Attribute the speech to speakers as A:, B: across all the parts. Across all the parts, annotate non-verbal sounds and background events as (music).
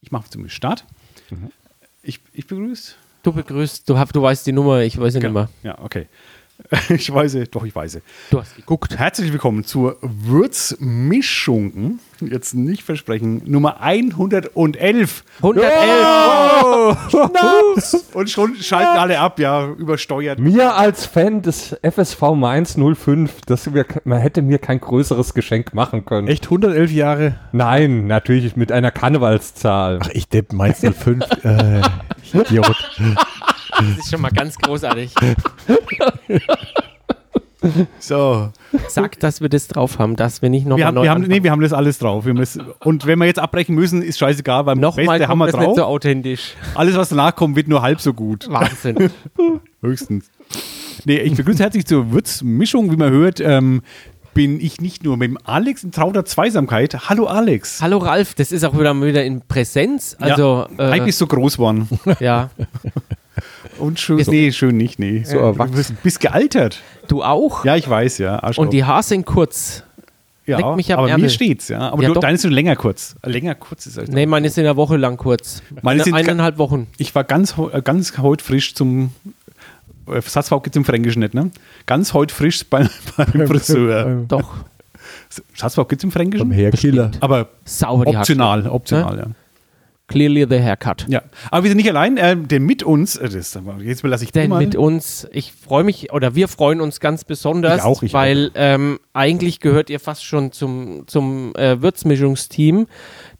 A: Ich mache zum Start.
B: Mhm.
A: Ich, ich begrüße.
B: Du begrüßt, du, hab, du weißt die Nummer, ich weiß sie nicht mehr.
A: Ja, okay. (laughs) Ich weiß, es, doch, ich weiß. es.
B: Du hast geguckt.
A: Herzlich willkommen zur Würzmischungen. Jetzt nicht versprechen. Nummer 111.
B: 111.
A: Und schon schalten alle ab, ja, übersteuert.
C: Mir als Fan des FSV Mainz 05, das wir, man hätte mir kein größeres Geschenk machen können.
D: Echt 111 Jahre?
C: Nein, natürlich mit einer Karnevalszahl.
D: Ach, ich depp Mainz 05. äh, ich Idiot.
B: Das ist schon mal ganz großartig.
A: So.
B: Sag, dass wir das drauf haben, dass wir nicht nochmal
A: Wir haben, wir, haben,
B: anfangen.
A: nee, wir haben das alles drauf. Wir müssen, und wenn wir jetzt abbrechen müssen, ist scheißegal, weil
B: Nochmal
A: Beste
B: kommt
A: haben wir
B: das nicht
A: drauf.
B: so authentisch.
A: Alles, was danach kommt, wird nur halb so gut.
B: Wahnsinn.
A: Höchstens. Nee, ich begrüße herzlich zur Würzmischung. Wie man hört, ähm, bin ich nicht nur mit dem Alex in trauter Zweisamkeit. Hallo Alex.
B: (laughs) Hallo Ralf, das ist auch wieder, wieder in Präsenz. Also,
A: ja,
B: ja,
A: eigentlich
B: äh,
A: bist du groß geworden.
B: ja.
A: Und schön. Nee, schön nicht, nee.
C: So
A: du
C: erwachsen.
A: bist, bist gealtert.
B: du auch.
A: Ja, ich weiß, ja. Arschloch.
B: Und die Haare sind kurz.
A: ja,
B: leck mich am
A: aber mir
B: Ärmel.
A: steht's, ja. Aber
B: Ja,
A: du,
B: doch.
A: deine sind länger kurz. Länger kurz ist als
B: Nee, meine sind eine Woche lang kurz.
A: Meine
B: Eine-
A: sind-
B: eineinhalb Wochen.
A: Ich war ganz, heu- äh, ganz heute frisch zum. äh, Satzbau gibt es im Fränkischen nicht, ne? Ganz heute frisch beim, (laughs) beim Friseur.
B: Doch,
A: Satzbau gibt es im
D: Vom
A: Fränkischen?
D: Herkiller.
A: Aber
B: sauber die
A: optional, optional, ja.
B: Haare. Clearly the haircut.
A: ja. Aber wir sind nicht allein, äh, denn mit uns, äh, das, jetzt lasse ich
B: denn
A: mal.
B: mit uns? Ich freue mich oder wir freuen uns ganz besonders,
A: Ich auch, ich
B: weil Ähm, eigentlich gehört ihr fast schon zum, zum äh, Würzmischungsteam.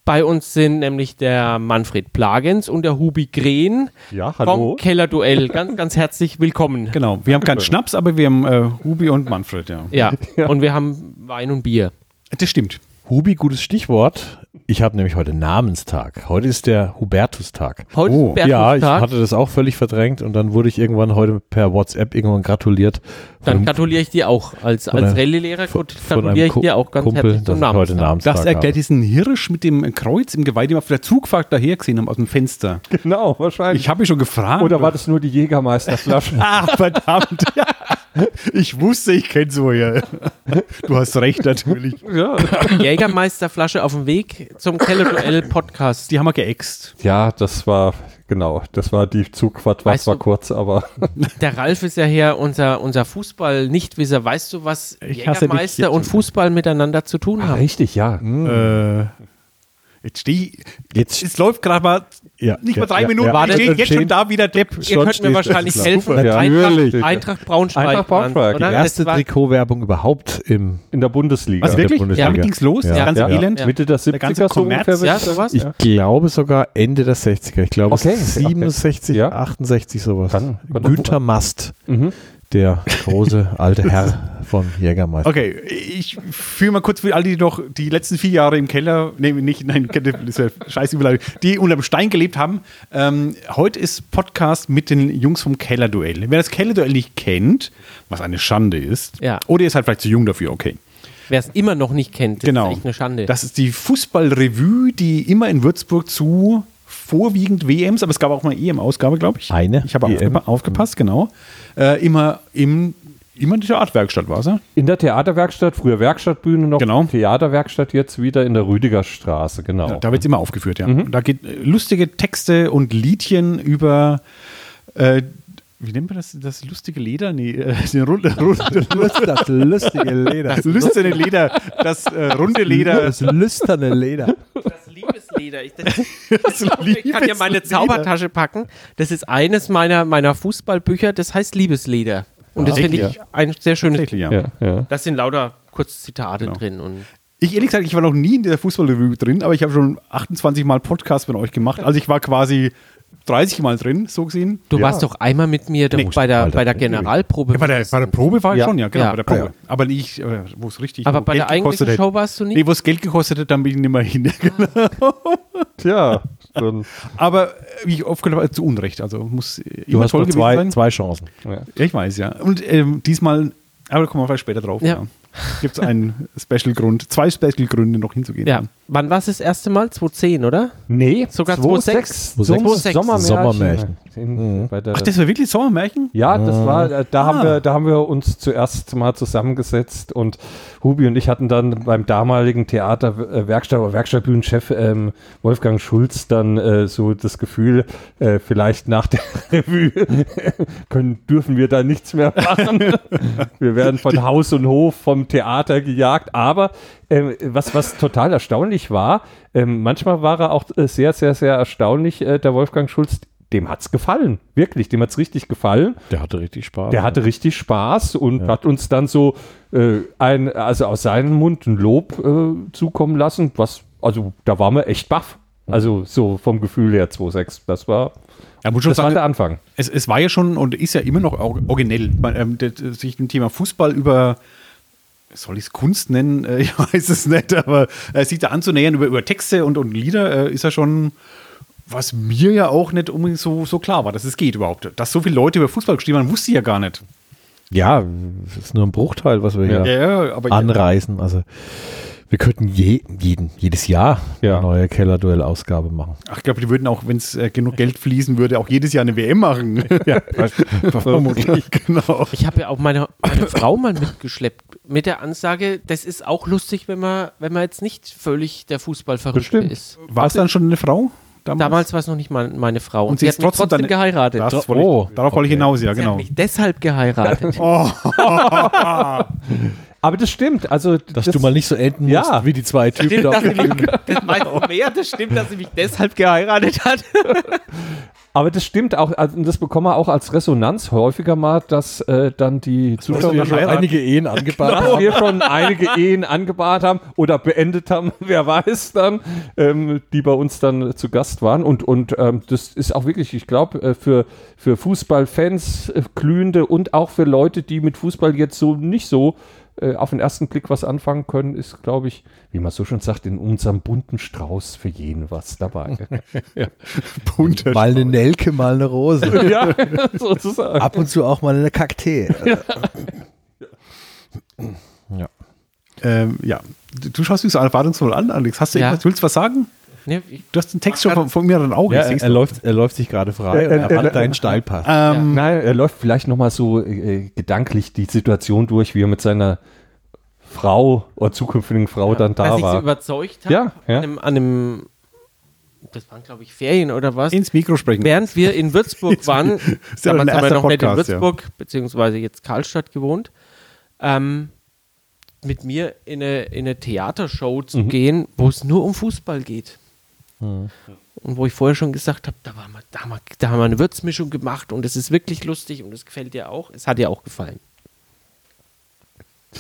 B: Bei uns sind nämlich der Manfred Plagens und der Hubi Green
C: Ja,
B: vom Kellerduell. Ganz, ganz herzlich willkommen.
A: Genau, wir haben keinen Schnaps, aber wir haben äh, Hubi und Manfred, ja.
B: Ja. und wir haben Wein und Bier.
A: Das stimmt.
D: Hubi, gutes Stichwort. Ich habe nämlich heute Namenstag. Heute ist der Hubertustag.
B: Heute
A: Oh,
B: Bertelsmann
D: Ja, ich
B: Tag.
D: hatte das auch völlig verdrängt und dann wurde ich irgendwann heute per WhatsApp irgendwann gratuliert.
B: dann
D: von einem-
B: gratuliere ich dir auch. Als,
D: Von
B: als
D: einem-
B: Rallye-Lehrer
D: Ähm, von- von
B: gratuliere
D: einem
B: ich
D: Ku-
B: dir auch ganz
D: Kumpel,
B: herzlich zum
D: dass ich heute
B: Namen.
D: Namenstag
A: Das erklärt
D: habe.
A: diesen Hirsch mit dem Kreuz im Geweih, den wir auf der Zugfahrt daher gesehen haben, aus dem Fenster.
C: Genau, wahrscheinlich.
A: Ich habe mich schon gefragt.
C: Oder war das nur die Jägermeisterflasche?
A: (laughs) Ah, verdammt. (laughs) Ja. Ich wusste, ich kenne so ja. Du hast recht, natürlich.
C: ja.
B: Jägermeisterflasche auf dem Weg zum Kellerduell-Podcast.
A: Die haben wir geäxt.
C: ja, das war, genau, das war die Zugfahrt, was
B: Weißt
C: war
B: du-
C: kurz, aber
B: Der Ralf ist ja hier unser, unser Fußball-Nichtwisser. Weißt du, was
A: Ich hasse dich jetzt
B: Jägermeister und
A: schon.
B: Fußball miteinander zu tun haben?
C: richtig, ja.
A: Äh, Jetzt stehe ich.
D: Jetzt-
A: es läuft gerade mal
D: Ja,
A: nicht
D: ja,
A: mal drei
D: ja,
A: Minuten.
D: ja.
A: Ja,
B: War
A: ich
B: das-
A: stehe jetzt schon da wieder Depp.
B: Ihr könnt mir wahrscheinlich
D: das ist
B: helfen.
D: super. Ja,
B: Eintracht,
D: natürlich.
B: Eintracht Braunschweig.
C: Eintracht Braunschweig,
B: waren es,
C: die
B: oder?
D: Erste
B: Das war-
D: Trikotwerbung überhaupt im.
C: In der Bundesliga.
A: Was wirklich?
D: der
A: Damit
D: Bundesliga.
A: ging's los,
D: Ja.
A: das ganze
C: Ja.
A: Also, Elend.
B: Ja.
C: Mitte der 70er
A: Der ganze Kommerz.
C: würde
B: Ja,
C: ich sagen.
B: sowas?
D: Ich glaube sogar Ende der 60er. Ich glaube
C: Okay.
D: 67,
C: Ja.
D: 68 sowas.
C: Kann- kann-
D: Günther Mast,
B: Mhm.
D: der große alte Herr von Jägermeister.
A: Okay, ich fühle mal kurz für alle, die noch die letzten vier Jahre im Keller, nee, nicht, nein, Keller ist ja scheiß Überleitung, die unter dem Stein gelebt haben. Ähm, heute ist Podcast mit den Jungs vom Kellerduell. Wer das Kellerduell nicht kennt, was eine Schande ist,
B: Ja.
A: oder ihr seid vielleicht zu jung dafür, okay.
B: Wer es immer noch nicht kennt, das
A: Genau.
B: ist echt eine Schande.
A: Das ist die Fußballrevue, die immer in Würzburg zu vorwiegend WMs, aber es gab auch mal EM-Ausgabe, glaube ich.
D: Eine
A: Ich habe
D: EM.
A: aufgepa- aufgepasst, genau. Äh, immer im immer in der Artwerkstatt war es, ja?
C: In der Theaterwerkstatt, früher Werkstattbühne noch.
A: Genau.
C: Theaterwerkstatt jetzt wieder in der Rüdigerstraße, genau.
A: Da wird es immer aufgeführt, ja. Da geht äh, lustige Texte und Liedchen über, äh, wie nennt man das, das lustige Leder? Nee, äh, (laughs) den runde, runde,
D: Das lustige Leder.
A: das lüsterne Leder, das äh, runde Leder.
D: Das lüsterne Leder.
B: Das Liebesleder. Ich, das,
A: Das
B: (laughs) ich kann ja meine Zaubertasche packen. Das ist eines meiner, meiner Fußballbücher, das heißt Liebesleder. Und das finde ich ein sehr schönes.
A: Tatsächlich, Genau. ja.
C: ja, ja.
B: Das sind lauter Kurzzitate drin. Und
A: Ich ehrlich gesagt, ich war noch nie in der Fußballrevue drin, aber ich habe schon 28 Mal Podcast mit euch gemacht. Also ich war quasi 30 Mal drin, so gesehen.
B: du warst doch einmal mit mir doch bei, der, bei der Generalprobe.
A: Ja, bei, der, bei der Probe war ich
C: Ja.
A: schon, ja, genau,
B: Ja.
A: bei der Probe.
D: Ja, ja.
A: Aber nicht, äh, wo es richtig
B: Aber
A: wo
B: bei der
A: gekostet
B: eigentlichen
A: hätte.
B: Show warst du nicht?
A: Nee, wo es Geld gekostet hat, dann bin ich nicht mehr
B: (laughs)
A: hin.
C: Tja, dann,
A: Aber äh, wie ich aufgehört habe, zu Unrecht. Also muss äh,
D: Du
A: immer
D: hast
A: toll
D: noch
A: gewesen
D: zwei,
A: sein.
D: zwei Chancen.
C: ja.
A: Ja, ich weiß, ja. Und ähm, diesmal, aber da kommen wir vielleicht später drauf.
B: Ja.
A: Gibt es einen Special-Grund, zwei Special-Gründe noch hinzugehen.
B: Ja, wann war es das erste Mal? 2010, oder?
C: Nee,
B: Sogar
C: 2006.
B: 2006.
C: Sommermärchen. Mhm.
D: Sommermärchen.
C: In, bei der,
A: Ach, das war wirklich Sommermärchen?
C: ja, das war, äh, da, haben
A: Ah.
C: wir, da haben wir uns zuerst mal zusammengesetzt und Hubi und ich hatten dann beim damaligen Theater, äh, Werkstatt, oder Werkstattbühnenchef ähm, Wolfgang Schulz dann äh, so das Gefühl, äh, vielleicht nach der (laughs) Revue können, dürfen wir da nichts mehr machen. wir werden von Haus und Hof, vom Theater gejagt, aber ähm, was, was total erstaunlich war, ähm, manchmal war er auch äh, sehr, sehr, sehr erstaunlich, äh, der Wolfgang Schulz, dem hat's gefallen, wirklich, dem hat's richtig gefallen.
D: Der hatte richtig Spaß.
C: Der hatte richtig Spaß und hat uns dann so äh, ein, also aus seinem Mund ein Lob äh, zukommen lassen, was, also da waren wir echt baff. Also so vom Gefühl her 2,6. Das war,
A: Ja, muss schon
C: das war
A: sagen,
C: der Anfang.
A: es, es war ja schon und ist ja immer noch or- originell, man, ähm, das, äh, sich dem Thema Fußball über, soll ich es Kunst nennen? Äh, (laughs) Ich weiß es nicht, aber äh, sich da anzunähern über, über Texte und, und Lieder äh, ist ja schon, was mir ja auch nicht unbedingt so, so klar war, dass es geht überhaupt. Dass so viele Leute über Fußball geschrieben haben, wusste ich ja gar nicht.
D: ja, das ist nur ein Bruchteil, was wir hier
A: ja aber
D: anreißen. Also wir könnten je, jeden, jedes Jahr
C: Ja.
D: eine neue Keller-Duell-Ausgabe machen.
A: Ach, ich glaube, die würden auch, wenn es äh, genug Geld fließen würde, auch jedes Jahr eine WM machen. Ja, (laughs) vermutlich. genau.
B: Ich habe ja auch meine, meine Frau mal mitgeschleppt mit der Ansage, das ist auch lustig, wenn man, wenn man jetzt nicht völlig der Fußballverrückte
C: Bestimmt.
B: ist.
A: War es dann schon eine Frau?
B: Damals war es noch nicht mal meine Frau. Und,
A: Und sie
B: sie
A: ist
B: hat mich
A: trotzdem deine-
B: trotzdem, geheiratet.
A: Das
B: Sie
A: wollte ich,
D: Oh,
A: darauf wollte ich hinaus, ja, (laughs)
B: hat
A: genau.
B: mich deshalb geheiratet.
C: Aber das stimmt. Also,
D: Dass du mal nicht so enden
C: Ja.
D: musst wie die (laughs) zwei Typen.
B: Stimmt,
D: da.
B: dass sie mich, das meinst du mehr, das stimmt, dass sie mich deshalb geheiratet hat.
C: Aber das stimmt auch, also das bekommen wir auch als Resonanz häufiger mal, dass äh, dann die
D: Dass
C: Zuschauer
D: wir schon einige (laughs) Ehen angebahnt
C: dass
D: haben.
C: wir schon einige Ehen angebahrt haben oder beendet haben, (laughs) wer weiß dann, ähm, die bei uns dann zu Gast waren. Und, und ähm, das ist auch wirklich, ich glaube, äh, für, für Fußballfans, äh, Glühende und auch für Leute, die mit Fußball jetzt so nicht so äh, auf den ersten Blick was anfangen können, ist, glaube ich, wie man so schon sagt, in unserem bunten Strauß für jeden was dabei.
A: Bunte.
D: Mal eine Nelke, mal eine (laughs) Rose.
C: ja, sozusagen.
D: Ab und zu auch mal eine Kaktee. (laughs)
A: Ähm, ja. Du du schaust mich so erwartungsvoll an, Alex. Hast du
B: Ja.
A: irgendwas, willst du was sagen?
B: Ne, ich-
A: Du hast den Text schon von, von mir an Auge.
D: Ja,
A: ich
D: er,
A: seh's
D: er,
A: doch.
D: läuft, er läuft sich gerade frei
C: Äh,
D: und
C: äh,
D: er hat
C: äh,
D: deinen Steilpass.
A: ähm,
C: Nein, er läuft vielleicht nochmal so äh, gedanklich die Situation durch, wie er mit seiner Frau oder zukünftigen Frau dann
B: dass
C: da
B: ich sie
C: war.
B: überzeugt habe,
C: Ja, ja.
B: An, einem, an einem, das waren glaube ich Ferien oder was,
A: ins Mikro sprechen.
B: während wir in Würzburg
A: (laughs) ja
B: waren, damals
A: dein
B: haben wir
A: erster
B: noch nicht in
A: Podcast, ja.
B: Würzburg, beziehungsweise jetzt Karlstadt gewohnt, ähm, mit mir in eine, in eine Theatershow
A: Mhm.
B: zu gehen, wo es nur um Fußball geht. Und wo ich vorher schon gesagt habe, da, waren wir- da, haben wir- da haben wir eine Würzmischung gemacht und es ist wirklich lustig und es gefällt dir auch. Es hat dir auch gefallen.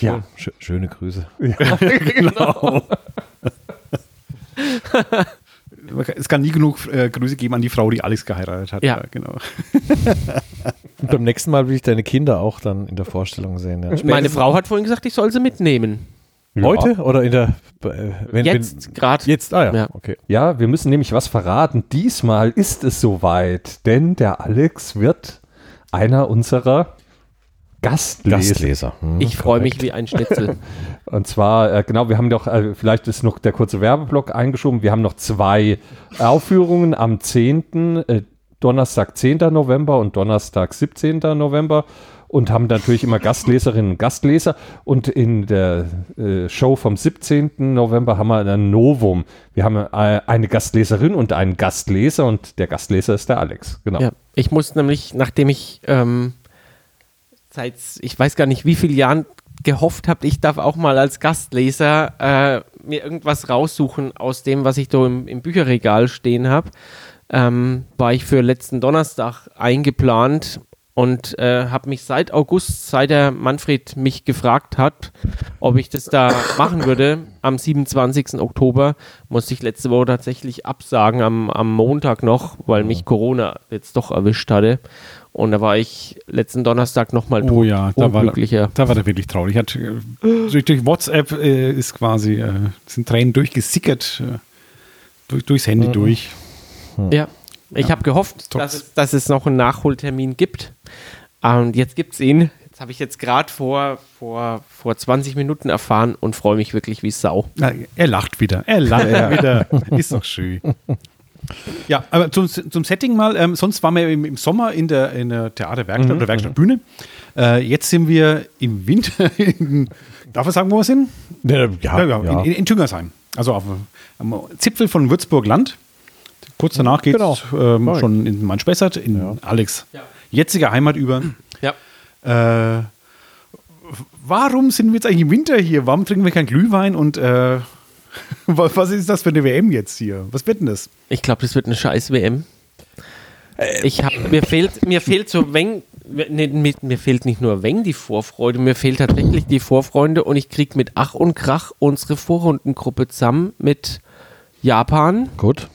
C: Ja.
D: Schö- Schöne Grüße.
A: Man kann- Es kann nie genug äh, Grüße geben an die Frau, die Alex geheiratet hat.
B: Ja.
A: genau.
D: Und beim nächsten Mal will ich deine Kinder auch dann in der Vorstellung sehen. Ja.
B: Meine Frau hat vorhin gesagt, ich soll sie mitnehmen.
D: Heute oder in der. äh, Wenn,
B: Jetzt,
D: wenn-
B: gerade.
D: Jetzt, ah ja,
B: Ja.
D: okay.
C: Ja, wir müssen nämlich was verraten. Diesmal ist es soweit, denn der Alex wird einer unserer Gastleser.
D: Gastleser. Hm,
B: Ich freue mich wie
A: (laughs)
B: ein Schnitzel.
C: Und zwar, äh, genau, wir haben doch, äh, vielleicht ist noch der kurze Werbeblock eingeschoben, wir haben noch zwei Aufführungen am 10., äh, Donnerstag 10. November und Donnerstag 17. November und haben natürlich immer Gastleserinnen und Gastleser und in der äh, Show vom 17. November haben wir ein Novum. Wir haben äh, eine Gastleserin und einen Gastleser und der Gastleser ist der Alex, genau.
B: ja, ich muss nämlich, nachdem ich ähm, seit, ich weiß gar nicht wie vielen Jahren gehofft habe, ich darf auch mal als Gastleser äh, mir irgendwas raussuchen aus dem, was ich da im, im Bücherregal stehen habe, ähm, war ich für letzten Donnerstag eingeplant und äh, habe mich seit August, seit der Manfred mich gefragt hat, ob ich
A: (coughs)
B: das da machen würde, am 27. Oktober, musste ich letzte Woche tatsächlich absagen, am, am Montag noch, weil mich Corona jetzt doch erwischt hatte. Und da war ich letzten Donnerstag nochmal
A: Oh ja, da war,
B: unglücklicher.
A: er, da war er wirklich traurig. Hat, äh, durch, durch WhatsApp äh, ist quasi, äh, sind Tränen durchgesickert, äh, durch, durchs Handy durch.
B: Ja, ich habe gehofft,
A: Tox.
B: dass es, dass es noch einen Nachholtermin gibt. Ah, Und jetzt gibt es ihn. Jetzt habe ich jetzt gerade vor, vor, vor 20 Minuten erfahren und freue mich wirklich wie Sau.
A: Na, er lacht wieder. Er lacht wieder. Ist doch schön. Ja, aber zum, zum Setting mal. Ähm, sonst waren wir im, im Sommer in der, in der Theaterwerkstatt oder Werkstattbühne. Äh, jetzt sind wir im Winter. (laughs) In, darf ich sagen, wo wir sind?
D: Ah, Ja,
A: Ja,
B: genau.
A: ja, In, in, in Tüngersheim. Also auf, am Zipfel von Würzburg-Land. Kurz danach geht es ähm, schon in Manspessert, in Alex jetzige Heimat über.
B: Ja.
A: Äh, w- warum sind wir jetzt eigentlich im Winter hier? Warum trinken wir keinen Glühwein? Und äh, (laughs) wa- was ist das für eine WM jetzt hier? Was wird denn das?
B: Ich glaube, das wird eine scheiß WM. Ich hab, mir fehlt, mir fehlt so wenn, nee, mir, mir fehlt nicht nur wenn die Vorfreude, mir fehlt tatsächlich die Vorfreunde und ich krieg mit Ach und Krach unsere Vorrundengruppe zusammen mit Japan.
D: Gut.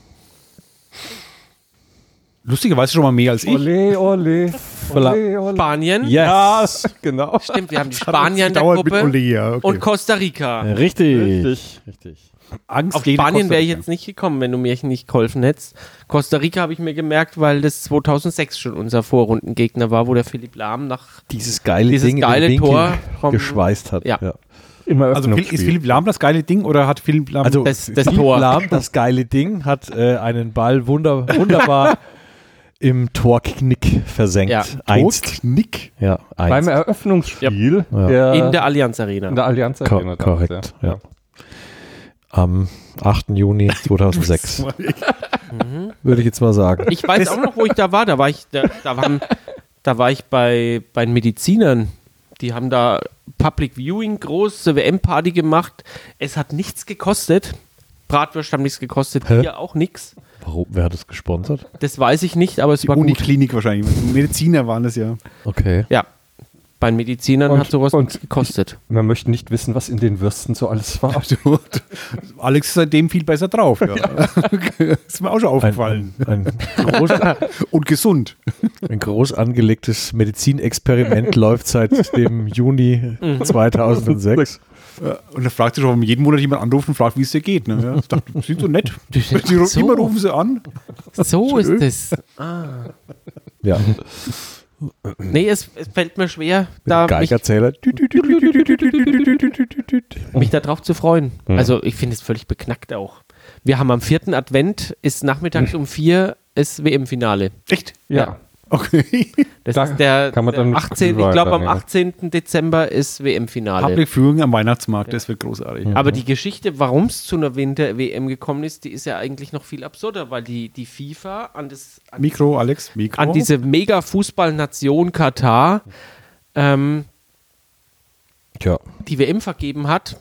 A: Lustigerweise schon mal mehr als ich.
C: Ole, ole. ole, ole.
B: Spanien.
C: Ja, genau.
B: Stimmt, wir haben die Spanier in der
A: gedauert mit
B: Gruppe
A: Ole, ja, okay.
B: und Costa Rica.
D: Richtig.
C: Richtig.
D: Richtig.
A: Angst
B: Auf
A: gegen
B: Spanien
A: Costa
B: wäre ich
A: Rica.
B: jetzt nicht gekommen, wenn du mir nicht geholfen hättest. Costa Rica habe ich mir gemerkt, weil das 2006 schon unser Vorrundengegner war, wo der Philipp Lahm nach
D: Dieses geile
B: Dieses
D: Ding, in den
B: geile
D: Winkel
B: Tor vom-
D: geschweißt hat.
B: Ja.
C: Immer
A: Also Phil- ist Philipp Lahm das geile Ding oder hat Philipp Lahm
D: Also
B: Das- das
D: Philipp
B: Tor.
D: Lahm, das geile Ding, hat äh, einen Ball wunder,
B: (laughs)
D: wunderbar im Torknick versenkt.
B: Ja.
D: Einst.
A: Nick?
D: Ja,
C: beim
D: einst.
C: Eröffnungsspiel
D: Ja.
C: der,
B: in der Allianz Arena.
C: in der Allianz
D: Ko
C: Arena damals,
D: korrekt, ja. Am
B: (laughs)
D: 8. Juni 2006, würde ich jetzt mal sagen.
B: Ich weiß auch noch, wo ich da war. Da war ich, da, da, waren, da war ich bei, bei den Medizinern. Die haben da Public Viewing, große WM-Party gemacht. Es hat nichts gekostet. Bratwürste haben nichts gekostet,
D: Hä?
B: Bier auch nichts.
D: Warum, wer hat das gesponsert?
B: Das weiß ich nicht, aber es
A: Die
B: war gut.
A: Uniklinik wahrscheinlich. Mediziner waren das
D: (laughs)
A: ja.
D: Okay.
B: Ja, bei den Medizinern
C: Und-
B: hat sowas
C: und-
B: nichts gekostet.
C: Man möchte nicht wissen, was in den Würsten so alles war.
A: Alex ist seitdem viel besser drauf.
D: (laughs)
A: Ja. (laughs) ist mir auch schon
D: Ein,
A: aufgefallen.
D: ein, ein, groß,
A: Und gesund.
D: ein groß angelegtes (laughs) Medizinexperiment läuft seit dem Juni
B: Mhm.
D: 2006.
A: Und da fragt sich schon, warum jeden Monat jemand anruft und fragt, wie es dir geht. Ne? Ja, ich dachte, die sind so
B: (laughs)
A: nett. Die
B: sind
A: ru-
B: so.
A: Immer rufen sie an.
B: So ist es.
D: Ja.
B: Nee, es, es fällt mir schwer, da mich,
D: Geigerzähler.
C: Oh.
B: mich da drauf zu freuen.
C: Hm.
B: Also ich finde es völlig beknackt auch. Wir haben am vierten Advent, ist nachmittags
C: Hm.
B: um vier, ist WM-Finale.
A: Echt?
C: Ja.
B: (laughs)
A: Okay.
B: Das
C: Da
B: ist der,
C: kann man
B: der
C: dann nicht
B: 18. Ich
C: drüber
B: glaube, am
C: reden, ja.
B: 18. Dezember ist WM-Finale.
A: Public Viewing am Weihnachtsmarkt, das wird großartig.
C: Mhm.
B: Aber die Geschichte, warum es zu einer Winter-WM gekommen ist, die ist ja eigentlich noch viel absurder, weil die, die FIFA an, das, an,
A: Mikro, Alex, Mikro.
B: an diese Mega-Fußballnation Katar ähm,
D: Tja.
B: die WM vergeben hat,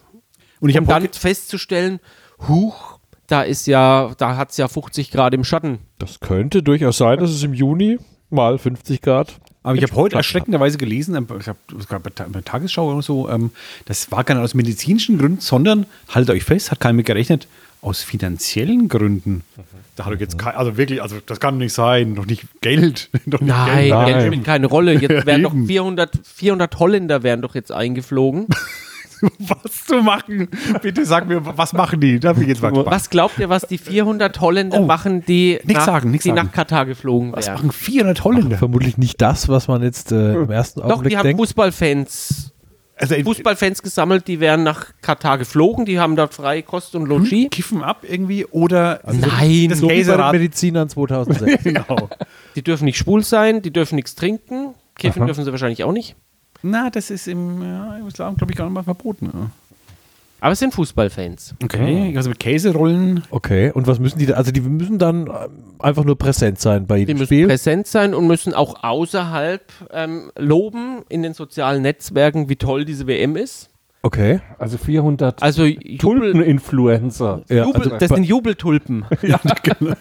A: und ich
B: um
A: habe
B: dann
A: heute,
B: festzustellen, huch, da ist ja, da hat es ja 50 Grad im Schatten.
D: Das könnte durchaus sein, dass es im Juni mal 50 Grad.
A: aber ich hab heute erschreckenderweise gelesen, ähm, ich habe bei Ta- bei Tagesschau oder so, ähm, das war gar nicht aus medizinischen Gründen, sondern, haltet euch fest, hat keiner mit gerechnet, aus finanziellen Gründen. Da hat doch jetzt kein, also wirklich, also das kann doch nicht sein, noch nicht Geld. (laughs) Noch nicht
B: Nein,
A: Geld.
B: Geld spielt keine Rolle. Jetzt
A: (laughs)
B: wären doch
A: Eben.
B: 400, 400 Holländer wären doch jetzt eingeflogen.
A: (laughs) Was zu machen? Bitte sag mir, was machen die? Da bin ich jetzt mal gespannt.
B: Was glaubt ihr, was die 400 Holländer
A: Oh,
B: machen, die,
A: nix
B: nach,
A: sagen, nix
B: die
A: sagen.
B: nach Katar geflogen
A: Was
B: wären?
A: machen 400 Holländer?
D: Vermutlich nicht das, was man jetzt äh, im ersten
B: Doch,
D: Augenblick
B: die haben
D: denkt.
B: Fußballfans,
A: Also, ey,
B: Fußballfans gesammelt, die wären nach Katar geflogen, die haben dort freie Kost und Logis.
A: kiffen ab irgendwie oder
B: Nein,
A: das
D: so wie bei den
A: Laserrad.
D: Medizinern
A: (laughs)
D: 2006.
A: genau.
B: Die dürfen nicht schwul sein, die dürfen nichts trinken. Kiffen dürfen sie wahrscheinlich auch nicht.
A: Na, das ist im, ja, im Islam, glaube ich, gar nicht mal verboten. ja.
B: Aber es sind Fußballfans.
A: Okay, also mit
D: (laughs)
A: Käserollen.
D: (laughs) Okay, und was müssen die da? Also die müssen dann ähm, einfach nur präsent sein bei
B: Die
D: jedem
B: müssen
D: Spiel.
B: präsent sein und müssen auch außerhalb ähm, loben in den sozialen Netzwerken, wie toll diese WM ist.
D: Okay.
C: Also 400
B: Also Jubel,
C: Tulpeninfluencer.
D: Ja,
B: Jubel,
D: also
B: das sind Jubeltulpen. (laughs)
A: (laughs) Genau.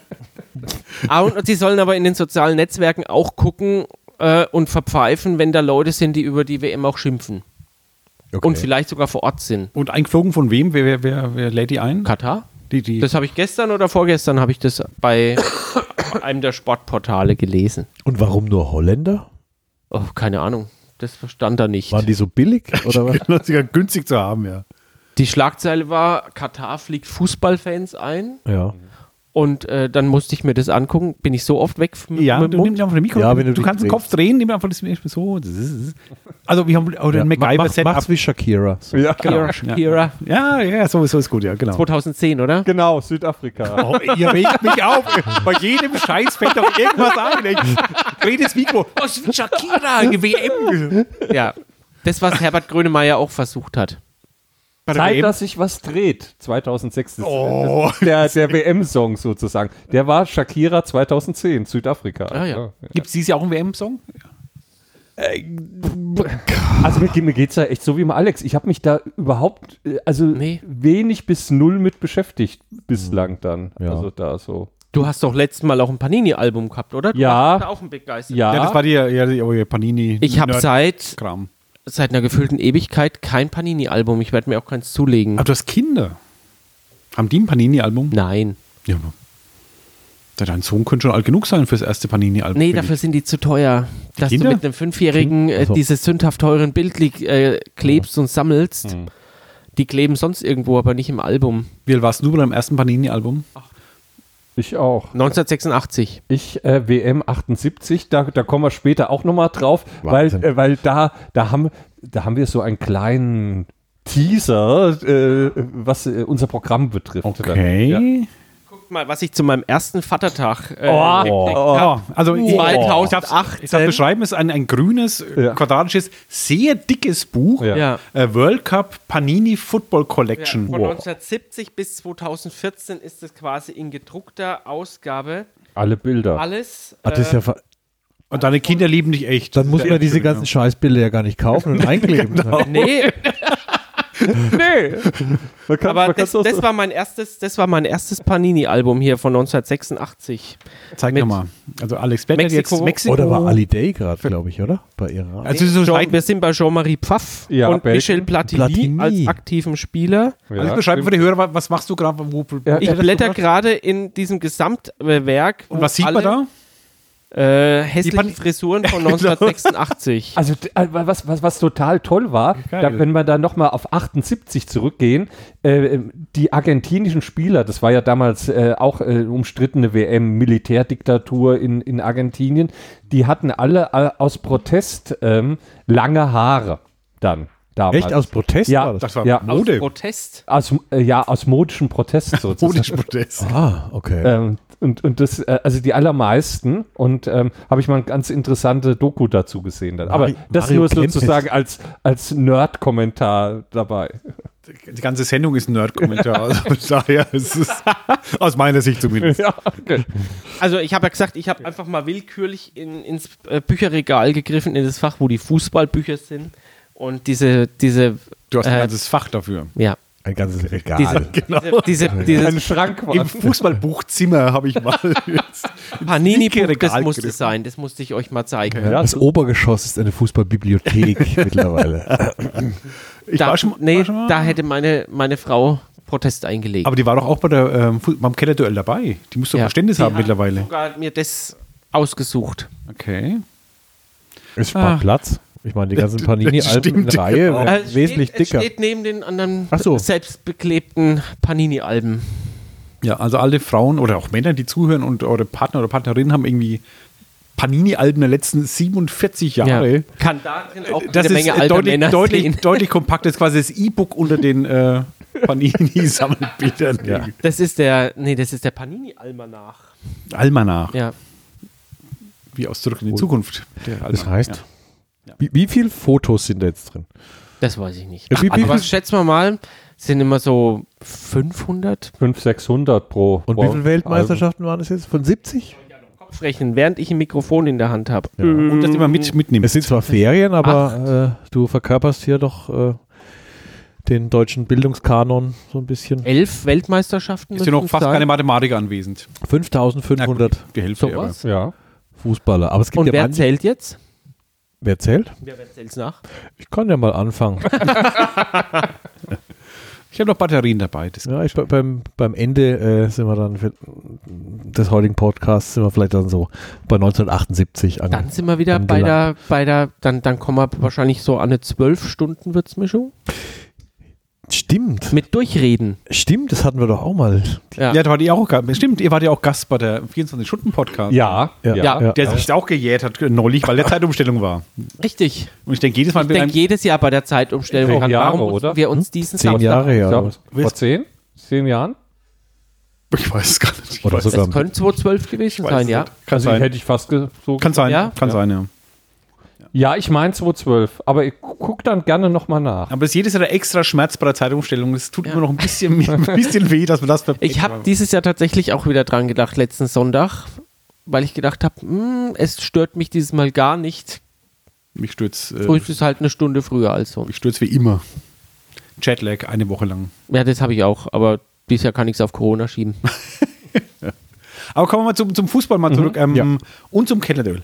B: Ah, und sie sollen aber in den sozialen Netzwerken auch gucken äh, und verpfeifen, wenn da Leute sind, die über die WM auch schimpfen.
D: okay.
B: Und vielleicht sogar vor Ort sind.
A: Und eingeflogen von wem? Wer, wer, wer, wer lädt die ein?
B: Katar?
A: Die, die. (laughs)
B: Das habe ich gestern oder vorgestern habe ich das
D: (coughs)
B: bei einem der Sportportale gelesen.
D: Und warum nur Holländer?
B: Oh, keine Ahnung. Das verstand er nicht.
D: Waren die so billig oder was?
A: das ist ja günstig zu haben, ja.
B: Die Schlagzeile war, Katar fliegt Fußballfans ein.
D: (laughs) ja.
B: Und äh, dann musste ich mir das angucken. Bin ich so oft weg vom
A: Ja,
B: mit dem
A: du
B: Mund.
A: nimmst einfach den Mikro.
D: Ja, wenn du
A: du
D: dich
A: kannst den Kopf
D: drehst.
A: drehen, nimm einfach das Mikro so. Also wir haben oder ein
D: mach- mach-
A: MacGyver-Setup.
D: Mach's wie Shakira. So.
C: Ja, genau.
B: Kira, Kira.
A: Ja, ja, sowieso ist gut, ja, genau.
B: 2010, oder?
C: genau, Südafrika.
A: Oh, ihr regt mich auf. Bei jedem Scheiß fällt doch irgendwas an. Ich dreh das Mikro. Oh, es ist Shakira, eine WM.
B: Ja. Das, was Herbert Grönemeyer auch versucht hat.
A: Bei der
C: Zeit,
A: WM.
C: dass sich was dreht. 2006 ist
A: Oh.
C: der, der WM-Song sozusagen. Der war Shakira 2010, Südafrika.
B: Ah, ja.
A: Gibt es dieses Jahr auch einen WM-Song?
C: Also mit dem mir geht's ja echt so wie mit Alex. Ich habe mich da überhaupt, äh, also
B: Nee.
C: wenig bis null mit beschäftigt bislang dann.
D: Mhm. Ja.
C: Also da so.
B: Du hast doch letztes Mal auch ein Panini-Album gehabt, oder? Du
C: Ja.
B: warst da auch ein begeistert.
C: Ja,
A: Ja, das war die, ja, die oh, Panini.
B: Ich habe
A: Nerd-
B: seit,
A: Kram.
B: seit einer gefühlten Ewigkeit kein Panini-Album. Ich werde mir auch keins zulegen.
A: Aber du hast Kinder. Haben die ein Panini-Album?
B: Nein.
A: Ja. aber Dein Sohn könnte schon alt genug sein fürs erste Panini-Album.
B: Nee,
A: finde
B: dafür sind die zu teuer. Dass
A: Kinder?
B: du mit einem Fünfjährigen äh,
D: Achso.
B: diese sündhaft teuren Bildli äh, klebst und sammelst.
A: Hm.
B: Die kleben sonst irgendwo, aber nicht im Album.
A: ich. Wie alt warst du beim ersten Panini-Album?
C: Ich auch.
B: 1986.
C: Ich äh, WM 78, da, da kommen wir später auch nochmal drauf, weil,
D: Wahnsinn.
C: äh, weil da, da, haben, da haben wir so einen kleinen Teaser, äh, was äh, unser Programm betrifft. Ja.
B: Guck mal, was ich zu meinem ersten Vatertag. Äh,
C: Oh.
B: gekriegt
A: Oh, also ich-
B: 2018.
A: Ich darf beschreiben, es ist ein, ein grünes, äh,
C: Ja.
A: quadratisches, sehr dickes Buch.
C: Ja.
B: Ja.
A: Äh, World Cup Panini Football
B: Ja,
A: Collection.
B: von 1970 bis 2014 ist es quasi in gedruckter Ausgabe.
C: Alle Bilder.
B: Alles.
D: Ah, das ist
B: äh,
D: ja ver-
A: Und deine Kinder lieben dich echt.
D: dann muss man diese ganzen Scheißbilder (laughs) ja genau. gar nicht kaufen und einkleben.
B: (laughs) nee,
C: nee. Man kann,
B: aber
C: man
B: das,
C: kann's auch
B: das
C: so-
B: war mein erstes, das war mein erstes Panini-Album hier von 1986.
A: Zeig mir
B: mit-
A: mal. Also Alex Bennett
B: Mexiko.
A: jetzt Mexiko.
D: Oder war Ali Day gerade, glaube ich, oder? Bei ihrer.
A: Also so
B: Jean,
A: schreiben,
B: wir sind bei Jean-Marie Pfaff
C: Ja,
B: und
C: Belgien.
B: Michel Platini,
D: Platini.
B: als aktiven Spieler.
A: also
C: Ja,
A: beschreiben für die Hörer, wa- was machst du gerade? Wo, wo-
C: Ja.
B: Ich
C: das
B: blätter
C: gemacht?
B: gerade in diesem Gesamtwerk.
A: Und was sieht man da?
B: Äh,
A: Pan-
B: hässliche Genau. Frisuren (laughs) von 1986.
C: Also d- äh, was, was, was total toll war, da, wenn wir da nochmal auf 78 zurückgehen, äh, die argentinischen Spieler, das war ja damals äh, auch äh, umstrittene WM, Militärdiktatur in, in Argentinien, die hatten alle äh, aus Protest ähm, lange Haare dann damals.
D: Echt aus Protest
C: Ja,
D: war das?
A: Das war
C: Ja.
B: Aus
A: Mode.
B: Protest.
C: aus, äh, ja, aus modischen
D: (laughs)
C: Protest sozusagen.
A: Protest.
D: Ah, okay.
C: Ähm, und, und das, äh, also die allermeisten. Und ähm, habe ich mal eine ganz interessante Doku dazu gesehen. Dann. Aber
D: Mari-
C: das
D: Mario
C: nur
D: Kempes.
C: sozusagen als, als Nerd-Kommentar dabei.
A: Die ganze Sendung ist ein Nerd-Kommentar. Also von daher ist es aus meiner Sicht zumindest.
C: Ja,
B: Also ich habe ja gesagt, ich habe einfach mal willkürlich in, ins äh, Bücherregal gegriffen, in das Fach, wo die Fußballbücher sind. Und diese, diese,
A: Du hast ein
B: Äh,
A: ganzes Fach dafür.
B: ja,
D: Ein ganzes Regal.
B: diese, diese, diese,
C: ein
B: dieses
C: Schrank war.
A: Genau. Im Fußballbuchzimmer habe ich mal jetzt
B: Panini-Buch, das
A: Regal
B: musste
A: gegriffen.
B: sein, das musste ich euch mal zeigen.
D: das Obergeschoss ist eine (laughs) Fußballbibliothek mittlerweile.
A: Ich
B: da,
A: war schon,
B: nee,
A: war schon mal,
B: da hätte meine, meine Frau Protest eingelegt.
A: aber die war doch auch bei der, ähm, Fu- beim Kellerduell dabei. Die muss doch
B: Ja.
A: Verständnis
B: Die
A: haben
B: hat
A: mittlerweile.
B: sogar mir das ausgesucht.
A: Okay.
D: Es spart
A: Ah.
D: Platz. Ich meine, die ganzen
A: Stimmt,
D: Panini-Alben in der Reihe
A: genau.
D: wären
B: Äh, es
D: wesentlich
B: steht, es
D: dicker.
B: steht neben den anderen
D: Ach so.
B: selbstbeklebten Panini-Alben.
A: Ja, also alle Frauen oder auch Männer, die zuhören und eure Partner oder Partnerinnen haben irgendwie Panini-Alben der letzten 47 Jahre.
B: Kann darin auch
A: Das
B: eine
A: ist
B: Menge
A: äh,
B: alter
A: deutlich,
B: Männer
A: deutlich,
B: sehen.
A: deutlich kompakt. Das ist quasi das E-Book unter den äh,
B: (laughs)
A: Panini-Sammelbildern.
D: Ja.
B: Das ist der, nee, das ist der Panini-Almanach.
A: Almanach,
B: Ja.
A: wie ausdrücken in die Zukunft. Der
D: Das
A: Almanach,
D: heißt, wie, wie viele Fotos sind da jetzt drin?
B: Das weiß ich nicht.
D: Ja, wie- wie-
B: Aber was schätzen wir mal, sind immer so 500?
C: 500, 600 pro.
D: Und
C: pro
D: wie viele Weltmeisterschaften waren es jetzt? Von 70?
B: Rechnen, während ich ein Mikrofon in der Hand habe.
A: ja. Und das immer mit, mitnehmen.
D: Es sind zwar Ferien, aber äh, du verkörperst hier doch äh, den deutschen Bildungskanon so ein bisschen.
B: Elf Weltmeisterschaften.
A: Ist ja noch
B: müssen's
A: fast
B: sein.
A: keine Mathematik anwesend.
D: 5500
A: Die Hälfte aber.
B: Sowas.
C: Album. Ja.
D: Fußballer. Aber es gibt
B: Und
D: ja
B: wer
D: manche.
B: zählt jetzt?
D: Wer zählt?
B: Ja, wer zählt's nach?
D: Ich kann ja
B: (laughs)
D: mal anfangen.
A: Ich habe noch Batterien dabei. Das
D: Ja, ich, bei- beim, beim Ende äh, sind wir dann für, des heutigen Podcasts sind wir vielleicht dann so bei 1978 ange-
B: Dann sind wir wieder bei der, bei der, dann, dann kommen wir wahrscheinlich so an eine 12-Stunden-Würzmischung.
D: Stimmt,
B: Mit Durchreden.
D: stimmt, das hatten wir doch auch mal.
B: Ja.
A: Ja, da wart ihr auch, stimmt, ihr wart ja auch Gast bei der 24-Stunden-Podcast.
D: Also,
C: Ja, ja.
B: Ja.
A: Der sich auch gejährt hat neulich, weil der Zeitumstellung war.
B: Richtig.
A: Und ich denke, jedes Mal,
B: Ich denke, jedes Jahr bei der Zeitumstellung,
C: Zehn
B: warum
C: Jahre,
B: uns-
C: oder?
B: wir uns diesen
D: Zehn
B: Samstag-
D: Jahre,
C: Ich
D: ja.
C: glaub, vor zehn? Zehn Jahren?
A: ich weiß es gar nicht.
D: Oder
A: Ich weiß-
D: sogar-
B: Das könnte 2012 gewesen
A: weiß
B: sein,
A: es
B: ja.
A: nicht. Kann
C: Also
A: sein.
C: hätte ich fast ge- so.
A: Kann sein,
B: Ja?
A: kann sein, ja.
C: Ja, ich meine 2012, aber ich guck dann gerne nochmal nach.
A: Aber es ist jedes Jahr der extra Schmerz bei der Zeitumstellung. Es tut
B: Ja.
A: immer noch ein bisschen,
B: (laughs)
A: ein bisschen weh, dass man das verpasst.
B: Ich habe dieses Jahr tatsächlich auch wieder dran gedacht, letzten Sonntag, weil ich gedacht habe, es stört mich dieses Mal gar nicht.
A: Mich stürzt äh,
B: Frühstück ist halt eine Stunde früher also. als sonst.
A: mich stürzt wie immer. Jetlag eine Woche lang.
B: Ja, das habe ich auch, aber dieses Jahr kann ich es auf Corona schieben.
A: Aber kommen wir mal zum, zum Fußball
B: Mhm.
A: mal zurück ähm, und zum Kellerduell.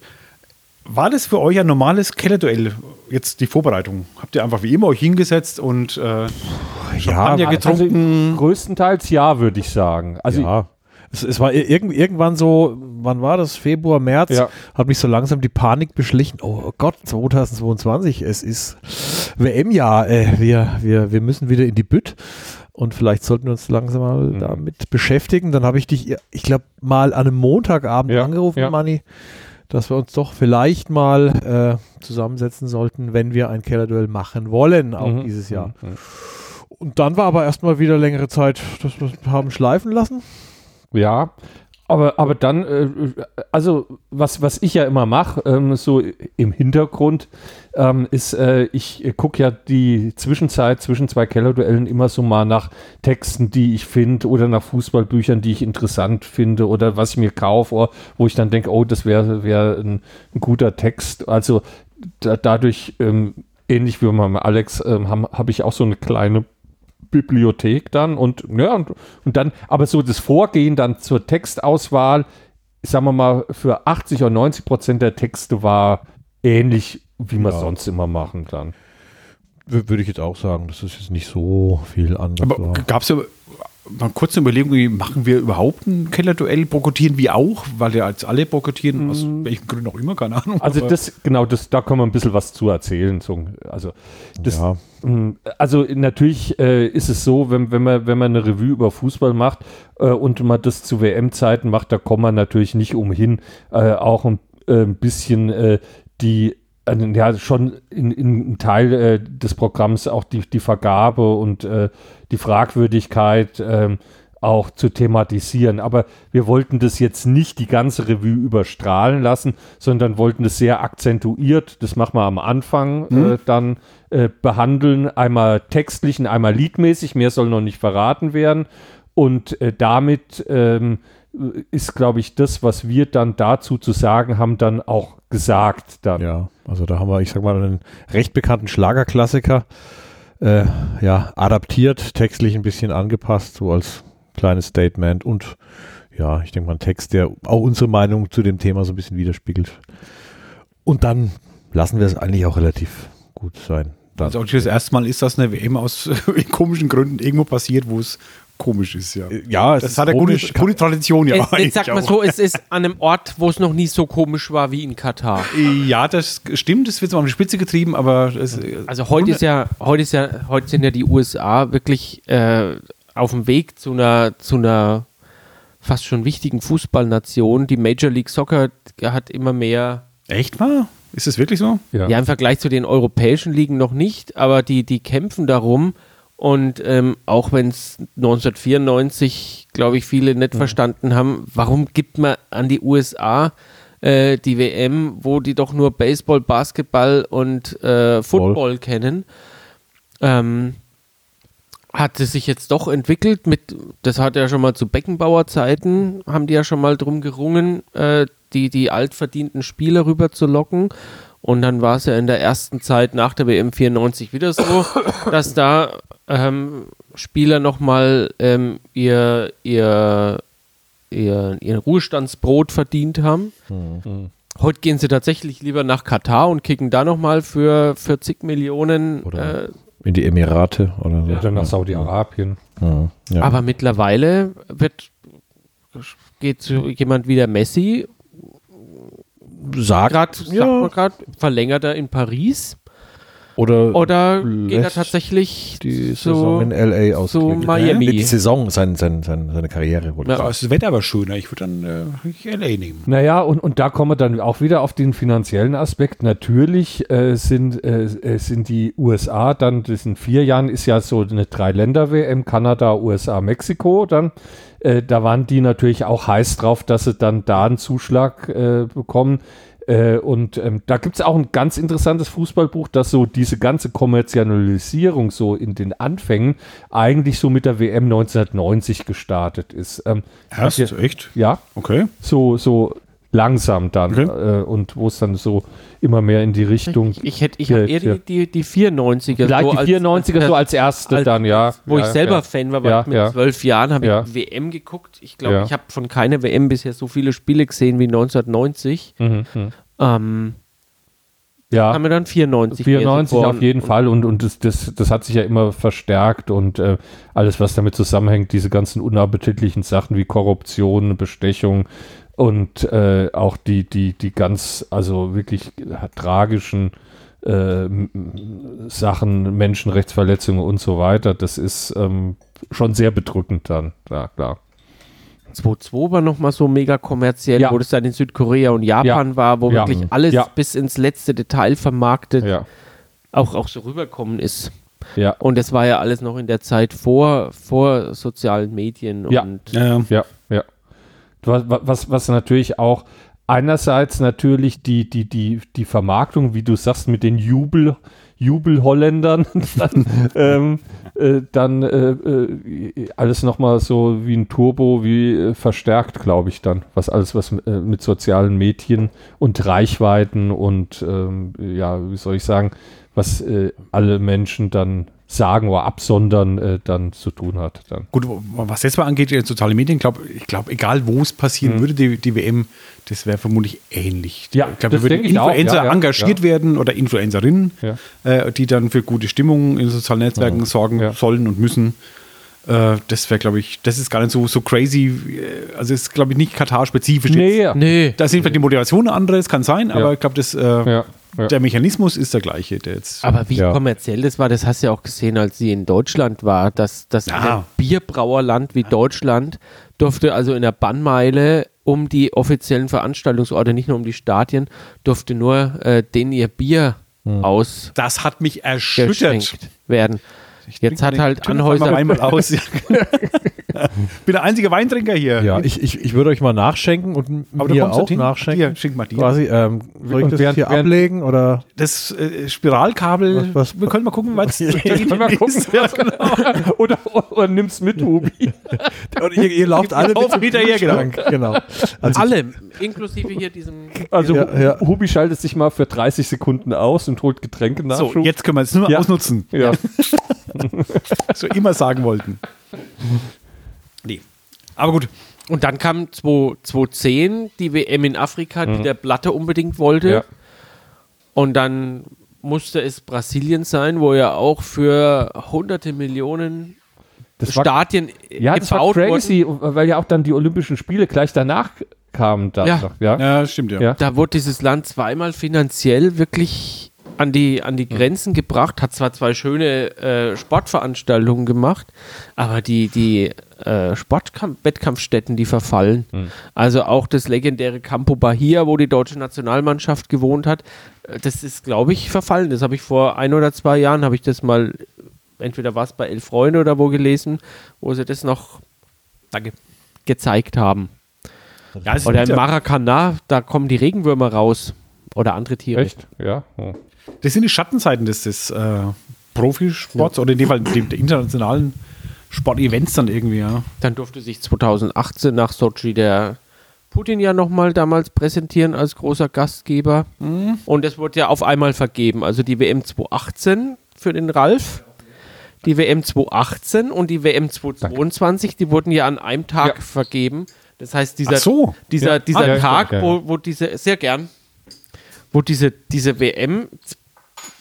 A: War das für euch ein normales Kellerduell, jetzt die Vorbereitung? Habt ihr einfach wie immer euch hingesetzt und äh, Champagner getrunken?
C: Also, größtenteils ja, würde ich sagen. Also
D: ja. Es, es war ir- irgend, irgendwann so, wann war das? Februar, März,
C: Ja.
D: hat mich so langsam die Panik beschlichen. Oh Gott, 2022, es ist WM-Jahr. Äh, wir, wir, wir müssen wieder in die Bütt und vielleicht sollten wir uns langsam mal
C: Mhm.
D: damit beschäftigen. Dann habe ich dich, ich glaube, mal an einem Montagabend
C: Ja,
D: angerufen,
C: ja.
D: Manni, dass wir uns doch vielleicht mal äh, zusammensetzen sollten, wenn wir ein Kellerduell machen wollen, auch
C: Mhm.
D: dieses Jahr. Und dann war aber erstmal wieder längere Zeit, dass wir es haben schleifen lassen.
C: Ja, aber, aber dann, äh, also was, was ich ja immer mache, ähm, so im Hintergrund, ähm, ist, äh, ich gucke ja die Zwischenzeit zwischen zwei Kellerduellen immer so mal nach Texten, die ich finde oder nach Fußballbüchern, die ich interessant finde oder was ich mir kaufe, oder wo ich dann denke, oh, das wäre wär ein, ein guter Text. Also da, dadurch, ähm, ähnlich wie beim Alex, ähm, habe hab ich auch so eine kleine Bibliothek dann und ja und, und dann, aber so das Vorgehen dann zur Textauswahl, sagen wir mal, für 80 oder 90 Prozent der Texte war ähnlich, wie wir
D: Ja.
C: sonst immer machen dann.
D: W- Würde ich jetzt auch sagen, das ist jetzt nicht so viel anders.
A: Aber gab es ja mal kurz eine Überlegung, wie machen wir überhaupt ein Kellerduell? Boykottieren wir auch? Weil ja als alle boykottieren, aus welchem Grund auch immer, keine Ahnung.
C: Also
A: Aber
C: das, genau, das, da kann man ein bisschen was zu erzählen. So, also das,
D: ja.
C: Mm, Also natürlich äh, ist es so, wenn, wenn, man, wenn man eine Revue über Fußball macht äh, und man das zu WM-Zeiten macht, da kommt man natürlich nicht umhin, äh, auch ein, äh, ein bisschen äh, die, äh, ja schon in, in einem Teil äh, des Programms auch die, die Vergabe und äh, die Fragwürdigkeit ähm, auch zu thematisieren. Aber wir wollten das jetzt nicht die ganze Revue überstrahlen lassen, sondern wollten das sehr akzentuiert, das machen wir am Anfang, äh, dann äh, behandeln, einmal textlich und einmal liedmäßig, mehr soll noch nicht verraten werden. Und äh, damit ähm, ist, glaube ich, das, was wir dann dazu zu sagen haben, dann auch gesagt. Dann.
D: ja, also da haben wir, ich sag mal, einen recht bekannten Schlagerklassiker äh, ja, adaptiert, textlich ein bisschen angepasst, so als kleines Statement und ja, ich denke mal ein Text, der auch unsere Meinung zu dem Thema so ein bisschen widerspiegelt. Und dann lassen wir es eigentlich auch relativ gut sein. Dann.
A: also auch das erste Mal ist das eine WM aus (laughs) komischen Gründen irgendwo passiert, wo es komisch ist, ja.
D: ja, es
A: Das
D: ist
A: hat eine gute,
D: komisch.
A: gute Tradition, ja.
B: jetzt, jetzt sagt man
A: eigentlich
B: so, es ist an einem Ort, wo es noch nie so komisch war wie in Katar.
A: (laughs) Ja, das stimmt, es wird zwar an die Spitze getrieben, aber es, äh,
B: Also heute ist ja, heute ist ja, heute sind ja die USA wirklich äh, auf dem Weg zu einer, zu einer fast schon wichtigen Fußballnation. Die Major League Soccer hat immer mehr,
A: echt mal? Ist es wirklich so?
B: ja. im Vergleich zu den europäischen Ligen noch nicht, aber die, die kämpfen darum. Und ähm, auch wenn es 1994, glaube ich, viele nicht verstanden haben, warum gibt man an die USA äh, die WM, wo die doch nur Baseball, Basketball und äh, Football kennen? ähm, hat es sich jetzt doch entwickelt mit, das hat ja schon mal zu Beckenbauer Zeiten, haben die ja schon mal drum gerungen, äh, die, die altverdienten Spieler rüber zu locken. Und dann war es ja in der ersten Zeit nach der WM 94 wieder so, dass da ähm, Spieler nochmal ähm, ihr, ihr, ihr, ihr Ruhestandsbrot verdient haben.
D: Mhm.
B: Heute gehen sie tatsächlich lieber nach Katar und kicken da nochmal für 40 Millionen
D: Oder-
B: äh,
D: in die Emirate oder so.
C: Dann nach Saudi-Arabien.
D: Ja. Ja.
B: Aber mittlerweile wird, geht so jemand wie der Messi,
D: sagt,
B: gerade sagt man grad, verlängert er in Paris.
D: Oder,
B: Oder geht er
D: lässt
B: tatsächlich
D: die
B: so
D: Saison in ne? L.A. aus.
B: zu Miami?
D: Die Saison, sein, sein, sein, seine Karriere. Wurde
B: Ja.
A: Da ist das Wetter aber schöner. Ich würde dann äh, LA nehmen.
C: Naja, und, und da kommen wir dann auch wieder auf den finanziellen Aspekt. Natürlich äh, sind, äh, äh, sind die USA dann, das in vier Jahren ist ja so eine Drei-Länder-WM, Kanada, USA, Mexiko dann. Äh, da waren die natürlich auch heiß drauf, dass sie dann da einen Zuschlag äh, bekommen. Äh, und ähm, da gibt es auch ein ganz interessantes Fußballbuch, das so diese ganze Kommerzialisierung so in den Anfängen eigentlich so mit der WM 1990 gestartet ist. Ähm,
A: Erst? Echt?
C: ja,
A: Okay.
C: so, so langsam dann
A: Okay.
C: äh, und wo es dann so immer mehr in die Richtung.
B: Ich, hätte, ich habe
C: Ja,
B: eher
C: ja.
B: die, die, die 94er.
C: Vielleicht
B: so
C: die 94er so als erste
B: als-
C: dann, ja.
B: Wo
C: ja,
B: ich selber
C: ja.
B: Fan war, weil
C: Ja,
B: mit
C: ja.
B: zwölf Jahren habe
C: Ja.
B: ich WM geguckt. Ich glaube,
C: Ja.
B: ich habe von keiner WM bisher so viele Spiele gesehen wie 1990.
C: Mhm, mhm.
B: Ähm,
C: Ja,
B: haben wir dann 94. mir so
C: 94
B: vor-
C: auf jeden Fall und, und das, das, das hat sich ja immer verstärkt und äh, alles, was damit zusammenhängt, diese ganzen unappetitlichen Sachen wie Korruption, Bestechung und äh, auch die, die, die ganz, also wirklich äh, tragischen äh, m- m- Sachen, Menschenrechtsverletzungen und so weiter, das ist ähm, schon sehr bedrückend dann, ja klar.
B: 2-2 war nochmal so mega kommerziell,
C: Ja.
B: wo das dann in Südkorea und Japan war, wo
C: Ja.
B: wirklich
C: Mhm.
B: alles
C: Ja.
B: bis ins letzte Detail vermarktet,
C: Ja,
B: auch, auch so rüberkommen ist.
C: ja,
B: Und das war ja alles noch in der Zeit vor, vor sozialen Medien
C: Ja.
B: und
A: Ja,
C: ja, ja. Was, was, was natürlich auch einerseits natürlich die, die, die, die Vermarktung, wie du sagst, mit den Jubel, Jubelholländern, (laughs) dann, ähm, äh, dann äh, äh, alles nochmal so wie ein Turbo, wie äh, verstärkt, glaube ich, dann. Was alles, was äh, mit sozialen Medien und Reichweiten und ähm, ja, wie soll ich sagen, was äh, alle Menschen dann sagen oder absondern äh, dann zu tun hat. Dann.
A: Gut, wo- was jetzt mal angeht, äh, soziale Medien, glaub, ich glaube, egal wo es passieren würde, die, die WM, das wäre vermutlich ähnlich.
C: Mhm. Ja,
A: ich glaube, da
C: das
A: würden
C: denke ich auch.
A: Influencer
C: Ja, ja,
A: engagiert
C: ja.
A: werden oder Influencerinnen,
C: Ja. Mhm.
A: äh, die dann für gute Stimmung in sozialen Netzwerken sorgen
C: Ja.
A: sollen und müssen. Äh, das wäre, glaube ich, das ist gar nicht so, so crazy. äh, Also ist, glaube ich, nicht Katar-spezifisch. jetzt.
C: ja.
B: Nee.
A: Da sind vielleicht die Motivationen andere, das kann sein, aber ich glaube, das, äh,
C: Ja, ja. Ah.
A: der Mechanismus ist der gleiche, der jetzt.
B: Aber wie
D: Ja.
B: kommerziell das war, das hast du ja auch gesehen, als sie in Deutschland war, dass das
A: Ja.
B: ein Bierbrauerland wie Deutschland durfte also in der Bannmeile um die offiziellen Veranstaltungsorte, nicht nur um die Stadien, durfte nur äh, denen ihr Bier
A: das hat mich erschüttert.
B: ausgeschenkt werden. Jetzt hat halt
A: Anhäuser.
B: Anhäuser
A: Einmal aus.
B: (laughs)
A: Ja. Bin der einzige Weintrinker hier.
D: Ja, ich, ich, ich würde euch mal nachschenken und
A: Aber du
D: mir
A: kommst
D: auch
A: halt hin.
D: nachschenken.
A: Dir, schenk mal dir.
D: Quasi, ähm, soll ich
C: Und
D: das
C: während-
D: hier
C: während-
D: ablegen oder
A: Das äh, Spiralkabel.
D: Was- was-
A: wir können mal gucken,
D: (laughs)
A: was.
C: Können wir gucken. Ja, genau. oder, oder nimm's mit, Ubi.
D: Und ihr, ihr lauft alle
A: laufen
D: mit
A: hinterher, genau.
D: genau. Also
B: alle, inklusive
A: (laughs)
B: hier diesem
C: Also
D: Ja, ja.
C: Hubi schaltet sich mal für 30 Sekunden aus und holt Getränke nach.
A: (laughs) So, jetzt können wir es nur
C: Ja.
A: ausnutzen,
C: Ja.
A: was wir immer sagen wollten. Nee. Aber gut,
B: Und dann kam 2 2010 die WM in Afrika, die der Blatter unbedingt wollte.
C: Ja.
B: Und dann musste es Brasilien sein, wo ja auch für hunderte Millionen
C: Das war,
B: Stadien äh,
C: ja, das war
B: gebaut wurden.
C: crazy, weil ja auch dann die Olympischen Spiele gleich danach kamen. Dann
B: Ja.
C: noch, ja.
A: ja, stimmt ja.
C: Ja.
B: Da wurde dieses Land zweimal finanziell wirklich an die, an die
C: Mhm.
B: Grenzen gebracht, hat zwar zwei schöne äh, Sportveranstaltungen gemacht, aber die, die äh, Sportwettkampfstätten, die verfallen.
C: Mhm.
B: Also auch das legendäre Campo Bahia, wo die deutsche Nationalmannschaft gewohnt hat, äh, das ist, glaube ich, verfallen. Das habe ich vor ein oder zwei Jahren, habe ich das mal, entweder war es bei Elf Freunde oder wo gelesen, wo sie das noch danke, gezeigt haben.
A: Ja, es ist
B: Oder in
A: bitter.
B: Maracana, da kommen die Regenwürmer raus. Oder andere Tiere.
C: Echt? Ja. Hm.
A: Das sind die Schattenseiten des, des äh, Profisports oder in dem Fall dem, der internationalen Sportevents dann irgendwie, ja.
B: Dann durfte sich 2018 nach Sochi der Putin ja nochmal damals präsentieren als großer Gastgeber.
C: Mhm.
B: Und es wurde ja auf einmal vergeben. Also die WM 2018 für den Ralf, die WM 2018 und die WM 2022, die wurden ja an einem Tag
C: Ja.
B: vergeben. Das heißt, dieser,
A: Ach so.
B: dieser, dieser
C: ja, ich
B: Tag,
C: glaub, ja,
B: wo, wo diese, sehr gern, wo diese, diese WM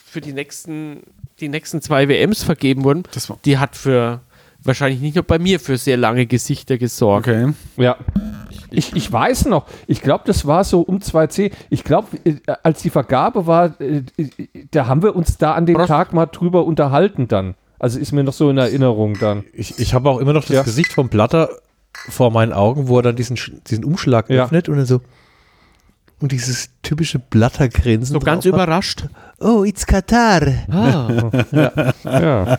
B: für die nächsten, die nächsten zwei WMs vergeben wurden,
A: Das war-
B: die hat für wahrscheinlich nicht nur bei mir für sehr lange Gesichter gesorgt.
A: Okay.
C: Ja. Ich, ich weiß noch, ich glaube, das war so um 2C. Ich glaube, äh, als die Vergabe war, äh, äh, da haben wir uns da an dem
B: Prost.
C: Tag mal drüber unterhalten dann. Also ist mir noch so in Erinnerung dann.
D: Ich, ich habe auch immer noch das
C: Ja.
D: Gesicht vom Blatter vor meinen Augen, wo er dann diesen, Sch- diesen Umschlag
C: Ja.
D: öffnet und dann so. Und dieses typische Blattergrinsen.
B: So ganz
D: drauf hat.
B: überrascht.
D: Oh, it's Katar.
B: Ah,
C: Ja.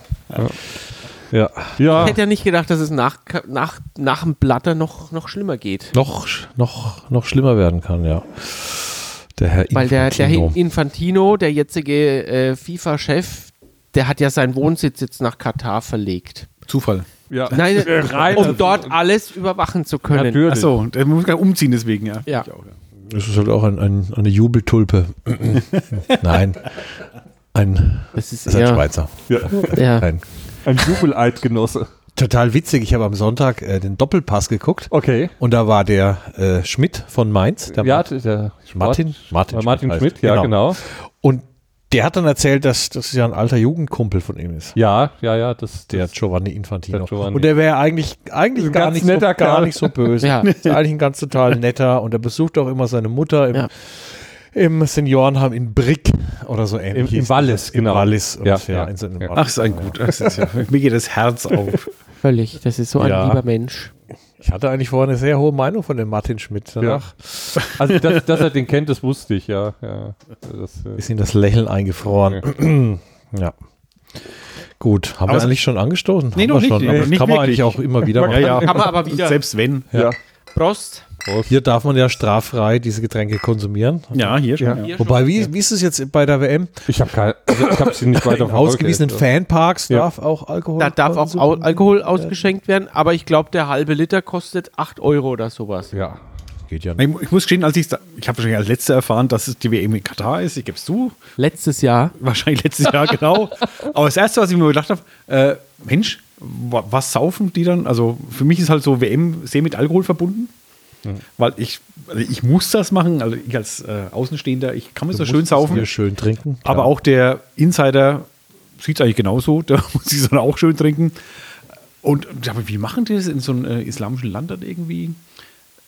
D: Ja.
B: ich (laughs)
C: ja.
B: hätte ja nicht gedacht, dass es nach, nach, nach dem Blatter noch, noch schlimmer geht.
D: Noch, sch- noch, noch schlimmer werden kann, ja. Der Herr
B: Weil der, der
D: Infantino.
B: Infantino, der jetzige äh, FIFA-Chef, der hat ja seinen Wohnsitz jetzt nach Katar verlegt.
A: Zufall.
C: ja.
B: Nein,
C: Rein-
B: um dort alles überwachen zu können.
C: Natürlich.
A: Achso, der muss gerade umziehen deswegen, ja.
B: Ja.
D: Das ist halt auch ein, ein, eine (laughs) Jubeltulpe. Nein. Ein,
B: Das ist
D: das ist ein
B: eher,
D: Schweizer.
B: ja.
D: Ein,
C: Ein Jubeleidgenosse.
D: total witzig. Ich habe am Sonntag äh, den Doppelpass geguckt
C: Okay.
D: und da war der äh, Schmidt von Mainz. Der
C: Ja,
D: Mar-
C: der
D: Martin, Martin,
C: Martin, Martin
D: heißt-
C: Schmidt, ja, genau.
D: Und der hat dann erzählt, dass das ja ein alter Jugendkumpel von ihm ist.
C: Ja, ja, ja, das,
D: Der
C: das
D: Giovanni Infantino.
C: Der Giovanni.
D: Und der wäre eigentlich, eigentlich
C: Ein
D: gar,
C: ganz
D: nicht
C: netter
D: so, gar
C: Kerl.
D: nicht
C: (laughs)
D: so böse.
B: Ja.
D: Ist eigentlich ein ganz total netter und er besucht auch immer seine Mutter im,
B: Ja.
D: im Seniorenheim in Brick oder so
C: im,
D: ähnlich.
C: im
D: hieß
C: Wallis,
D: Im
C: genau.
D: Wallis. Und
C: Ja,
D: ja,
C: ja,
D: in so einem
C: ja.
A: Ach,
D: Wallis.
A: ist ein gut. Das ist ja, mir geht das Herz auf.
B: Völlig. Das ist so ein
D: Ja.
B: lieber Mensch.
D: Ich hatte eigentlich vorher eine sehr hohe Meinung von dem Martin Schmidt. Danach
C: Also, dass, dass er den kennt, das wusste ich, ja. ja. Das, äh,
D: ist ihm das Lächeln eingefroren. ja. Gut, haben
A: Aber
D: wir
A: es-
D: eigentlich schon angestoßen?
A: Nee,
D: Haben
A: noch
D: wir
A: nicht.
D: Schon.
A: Nee,
D: Aber
A: nicht
D: kann man
A: wirklich.
D: eigentlich auch immer wieder machen.
A: ja.
B: Kann man aber wieder.
A: Selbst wenn.
C: ja.
B: Prost.
D: Hier darf man ja straffrei diese Getränke konsumieren.
A: Ja, hier schon.
C: Ja.
A: Ja.
D: Wobei, wie, wie ist es jetzt bei der WM?
C: Ich habe keine, also ich habe sie nicht weiter
D: In ausgewiesenen
C: verfolgt.
D: Fanparks
C: Ja.
D: darf auch Alkohol.
B: Da darf auch Au-
D: konsumiert
B: Alkohol ausgeschenkt werden, aber ich glaube, der halbe Liter kostet 8 Euro oder sowas.
C: Ja.
D: Geht ja nicht.
A: Ich mu- ich muss gestehen, als ich ich habe wahrscheinlich als letzter erfahren, dass es die WM in Katar ist. Ich gebe es zu. (laughs)
B: Letztes Jahr
A: Wahrscheinlich letztes Jahr,
B: (laughs)
A: genau. Aber das Erste, was ich mir gedacht habe, äh, Mensch, wa- was saufen die dann? Also für mich ist halt so WM sehr mit Alkohol verbunden.
B: Hm.
A: Weil ich, also ich muss das machen, also ich als äh, Außenstehender, ich kann mir so schön saufen.
D: Wir schön trinken.
A: Aber auch der Insider sieht es eigentlich genauso, (laughs) da muss ich es dann auch schön trinken. Und ich dachte, wie machen die das in so einem äh, islamischen Land dann irgendwie?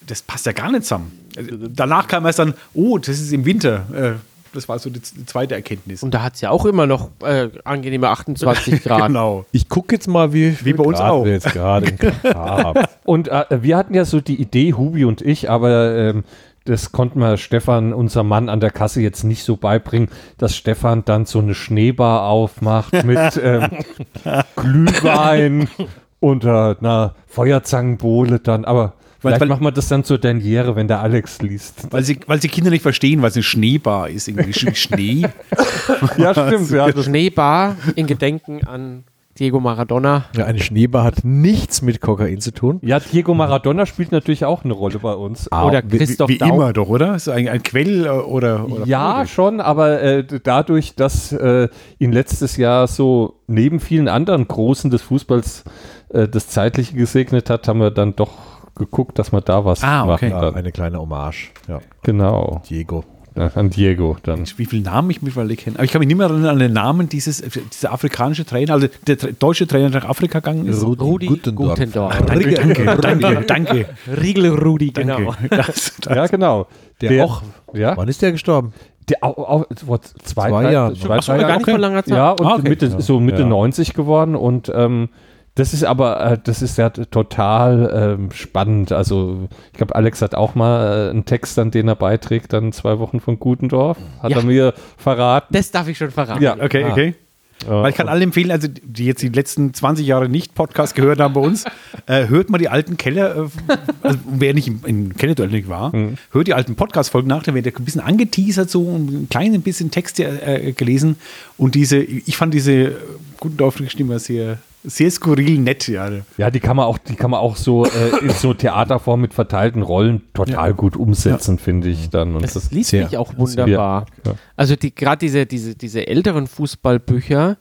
A: Das passt ja gar nicht zusammen. Also, Danach kam erst dann, oh, das ist im Winter. Äh, das war so die z- die zweite Erkenntnis.
B: Und da hat es ja auch immer noch äh, angenehme
C: (laughs)
B: 28 Grad.
A: Genau.
D: Ich gucke jetzt mal, wie,
A: Wie bei uns
D: Grad
A: auch.
D: wir jetzt gerade in Katar haben.
A: (laughs)
C: Und äh, wir hatten ja so die Idee, Hubi und ich, aber ähm, das konnten wir Stefan, unser Mann an der Kasse, jetzt nicht so beibringen, dass Stefan dann so eine Schneebar aufmacht mit ähm, Glühwein und äh, einer Feuerzangenbowle dann. Aber vielleicht
A: weil-
C: machen wir das dann zur Daniere, wenn der Alex liest.
A: Weil sie, weil sie Kinder nicht verstehen, weil es eine Schneebar ist. Irgendwie Sch- Schnee.
C: Ja, stimmt. Ja, das
B: Schneebar in Gedenken an Diego Maradona.
D: Ja, eine Schneebar hat nichts mit Kokain zu tun.
C: Ja, Diego Maradona spielt natürlich auch eine Rolle bei uns.
B: Oder
D: wie- wie-
B: Christoph
A: Ah, Wie
B: Daum.
A: immer doch, oder? Ist ein, ein Quell äh, oder, oder
C: Ja, schon, aber äh, d- dadurch, dass äh, ihn letztes Jahr so neben vielen anderen Großen des Fußballs äh, das Zeitliche gesegnet hat, haben wir dann doch geguckt, dass wir da was
A: Ah, okay.
D: Ja,
C: machen. Dann.
D: eine kleine Hommage. Ja,
C: Genau,
D: Diego.
C: Ja, an Diego dann.
A: wie viele Namen ich mittlerweile kenne. Aber ich kann mich nicht mehr erinnern an den Namen dieses äh, dieser afrikanischen Trainer, also der tra- deutsche Trainer, der nach Afrika gegangen ist.
B: Rudi
D: Gutendorf.
B: Gutendorf.
A: (laughs) Danke, danke, danke.
B: Riegel Rudi, genau.
A: danke. (laughs) Das, das,
C: Ja, genau.
D: Der auch-
C: Ja,
D: Wann ist der gestorben?
C: der auch, auch vor zwei,
D: Zwei
C: drei,
D: Jahren.
C: Zwei,
B: Ach so,
C: drei
B: gar
C: Jahren.
B: nicht vor langer Zeit.
C: Ja, und
A: Ah, okay.
C: Mitte, so Mitte
D: Ja.
C: 90 geworden und ähm, das ist aber, äh, das ist ja total ähm, spannend. Also ich glaube, Alex hat auch mal äh, einen Text, an den er beiträgt, dann zwei Wochen von Gutendorf, hat
B: Ja.
C: er mir verraten.
B: Das darf ich schon verraten.
C: Ja.
A: Okay,
D: Ah.
A: okay. Weil ich kann allen empfehlen, also die jetzt die letzten 20 Jahre nicht Podcast gehört haben bei (laughs) uns, äh, hört mal die alten Keller, äh, also wer nicht im, im Kellerduell nicht war, hört die alten Podcast-Folgen nach, da wird ja ein bisschen angeteasert so und ein kleines bisschen Texte äh, gelesen und diese, ich fand diese äh, guten Dorfliche Stimme sehr, sehr skurril nett, ja.
C: Ja, die kann man auch, die kann man auch so äh, in so Theaterform mit verteilten Rollen total gut umsetzen, finde ich dann. Und
B: Das, liest
D: sehr-
B: mich auch wunderbar.
C: Ja, ja.
B: Also die gerade diese, diese, diese älteren Fußballbücher,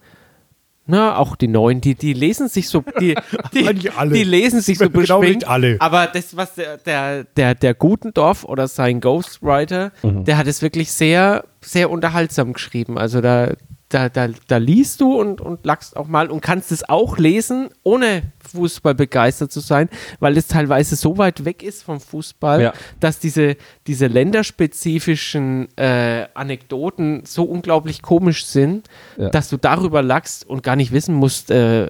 B: na, auch die neuen, die, die lesen sich so, die, die,
A: Eigentlich alle.
B: die lesen sich so
A: Genau,
B: beschwingt,
A: nicht alle.
B: aber das, was der, der, der, der Gutendorf oder sein Ghostwriter, der hat es wirklich sehr, sehr unterhaltsam geschrieben. Also da, da, da, da liest du und, und lachst auch mal und kannst es auch lesen, ohne Fußball begeistert zu sein, weil es teilweise so weit weg ist vom Fußball,
C: Ja.
B: dass diese, diese länderspezifischen äh, Anekdoten so unglaublich komisch sind,
C: Ja.
B: dass du darüber lachst und gar nicht wissen musst, äh,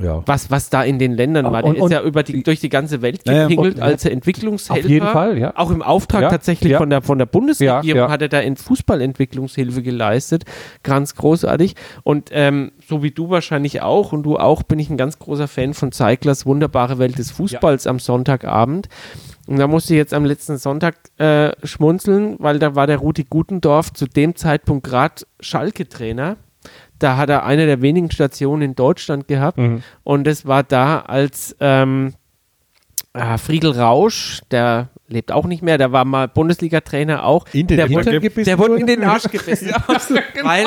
C: Ja.
B: was, was da in den Ländern war. Der
C: Und-
B: ist
C: und-
B: ja über die, durch die ganze Welt
A: Naja,
B: gepingelt
C: und-
B: als Entwicklungshelfer.
C: Auf jeden Fall, ja.
B: Auch im Auftrag
C: Ja,
B: tatsächlich
C: ja.
B: Von, der, von der Bundesregierung
C: Ja, ja.
B: hat er da in Fußballentwicklungshilfe geleistet. Ganz großartig. Und ähm, so wie du wahrscheinlich auch und du auch, bin ich ein ganz großer Fan von Zeiglers Wunderbare Welt des Fußballs am Sonntagabend. Und da musste ich jetzt am letzten Sonntag äh, schmunzeln, weil da war der Rudi Gutendorf zu dem Zeitpunkt gerade Schalke-Trainer. Da hat er eine der wenigen Stationen in Deutschland gehabt. Und es war da, als ähm, äh, Friedel Rausch, der lebt auch nicht mehr, der war mal Bundesliga-Trainer auch.
D: In den
B: der
D: Hintern
B: wurde,
D: gebissen
B: der wurde in
D: worden?
B: den Arsch gebissen. Weil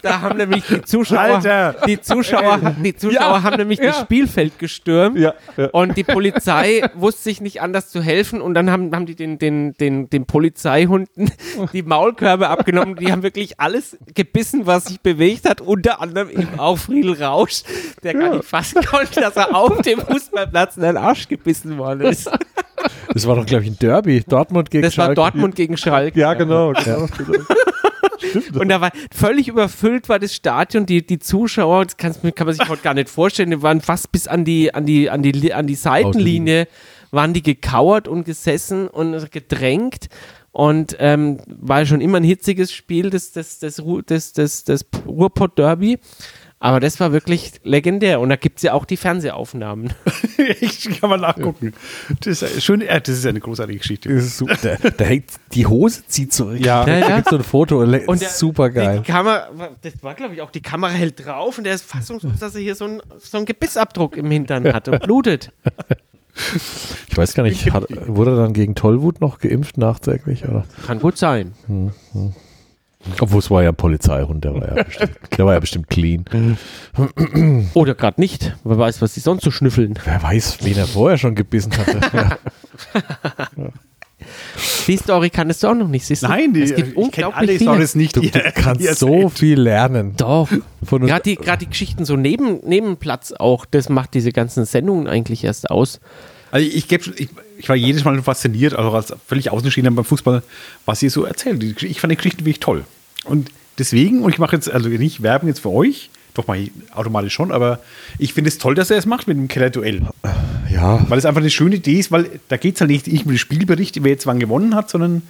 B: da haben nämlich die Zuschauer,
A: Alter!
B: die Zuschauer, die Zuschauer haben nämlich das Spielfeld gestürmt.
C: Ja, ja.
A: (laughs)
B: Und die Polizei wusste sich nicht anders zu helfen und dann haben, haben die den, den, den, den
C: (laughs)
B: Polizeihunden die Maulkörbe abgenommen. Die haben wirklich alles gebissen, was sich bewegt hat, unter anderem eben auch Friedel Rausch, der gar nicht fassen konnte, dass er auf dem Fußballplatz in den Arsch gebissen worden
C: (laughs)
B: ist.
D: Das war doch, glaube ich, ein Derby. Dortmund gegen
B: Das war
D: Schalke.
B: Dortmund gegen Schalke.
C: Ja, genau. genau.
B: (laughs) Und da war völlig überfüllt war das Stadion, die, die Zuschauer, das kann's, mir- kann man sich heute gar nicht vorstellen, die waren fast bis an die, an die, an die, Li- an die Seitenlinie, waren die gekauert und gesessen und gedrängt. Und ähm, war schon immer ein hitziges Spiel, das, das, das, Ru- das, das, das Ruhrpott-Derby. Aber das war wirklich legendär. Und da gibt es ja auch die Fernsehaufnahmen.
A: ich kann mal nachgucken. Das ist schön, äh, das ist eine großartige Geschichte.
D: Das ist super. Da, da hängt die Hose zieht so richtig.
C: Ja.
D: da
B: Ja, ja.
D: gibt's so ein Foto.
B: (laughs) Und der-
D: super geil.
B: Die Kamera, das war, glaube ich, auch die Kamera hält drauf und der ist fassungslos, dass er hier so einen, so einen Gebissabdruck im Hintern hat und blutet.
D: Ich weiß gar nicht, hat, wurde er dann gegen Tollwut noch geimpft nachträglich? Oder?
B: Kann gut sein.
D: Obwohl es war ja ein Polizeihund, der war ja bestimmt, (laughs) der war ja bestimmt clean.
B: Oder gerade nicht. Wer weiß, was die sonst so schnüffeln.
D: Wer weiß, wen er vorher schon gebissen (laughs) hatte. ja.
B: Die Story kannst du auch noch nicht, siehst du?
A: Nein, die,
B: es gibt
A: ich kenne alle
B: unglaublich viele.
A: Stories nicht.
D: Du,
A: die- (laughs)
D: du kannst
A: die ihr
D: so viel lernen.
B: Doch.
D: Von uns,
B: Gerade die, grad die Geschichten so neben, neben Platz auch, das macht diese ganzen Sendungen eigentlich erst aus.
A: Also ich, geb, schon- ich, ich war jedes Mal fasziniert, also als völlig Außenstehender beim Fußball, was ihr so erzählt. Die Gesch- Ich fand die Geschichten wirklich toll. Und deswegen, und ich mache jetzt also nicht Werbung jetzt für euch, doch mal automatisch schon, aber ich finde es toll, dass er es macht mit dem Keller-Duell.
D: ja,
A: Weil es einfach eine schöne Idee ist, weil da geht es halt nicht ich mit dem Spielbericht, wer jetzt wann gewonnen hat, sondern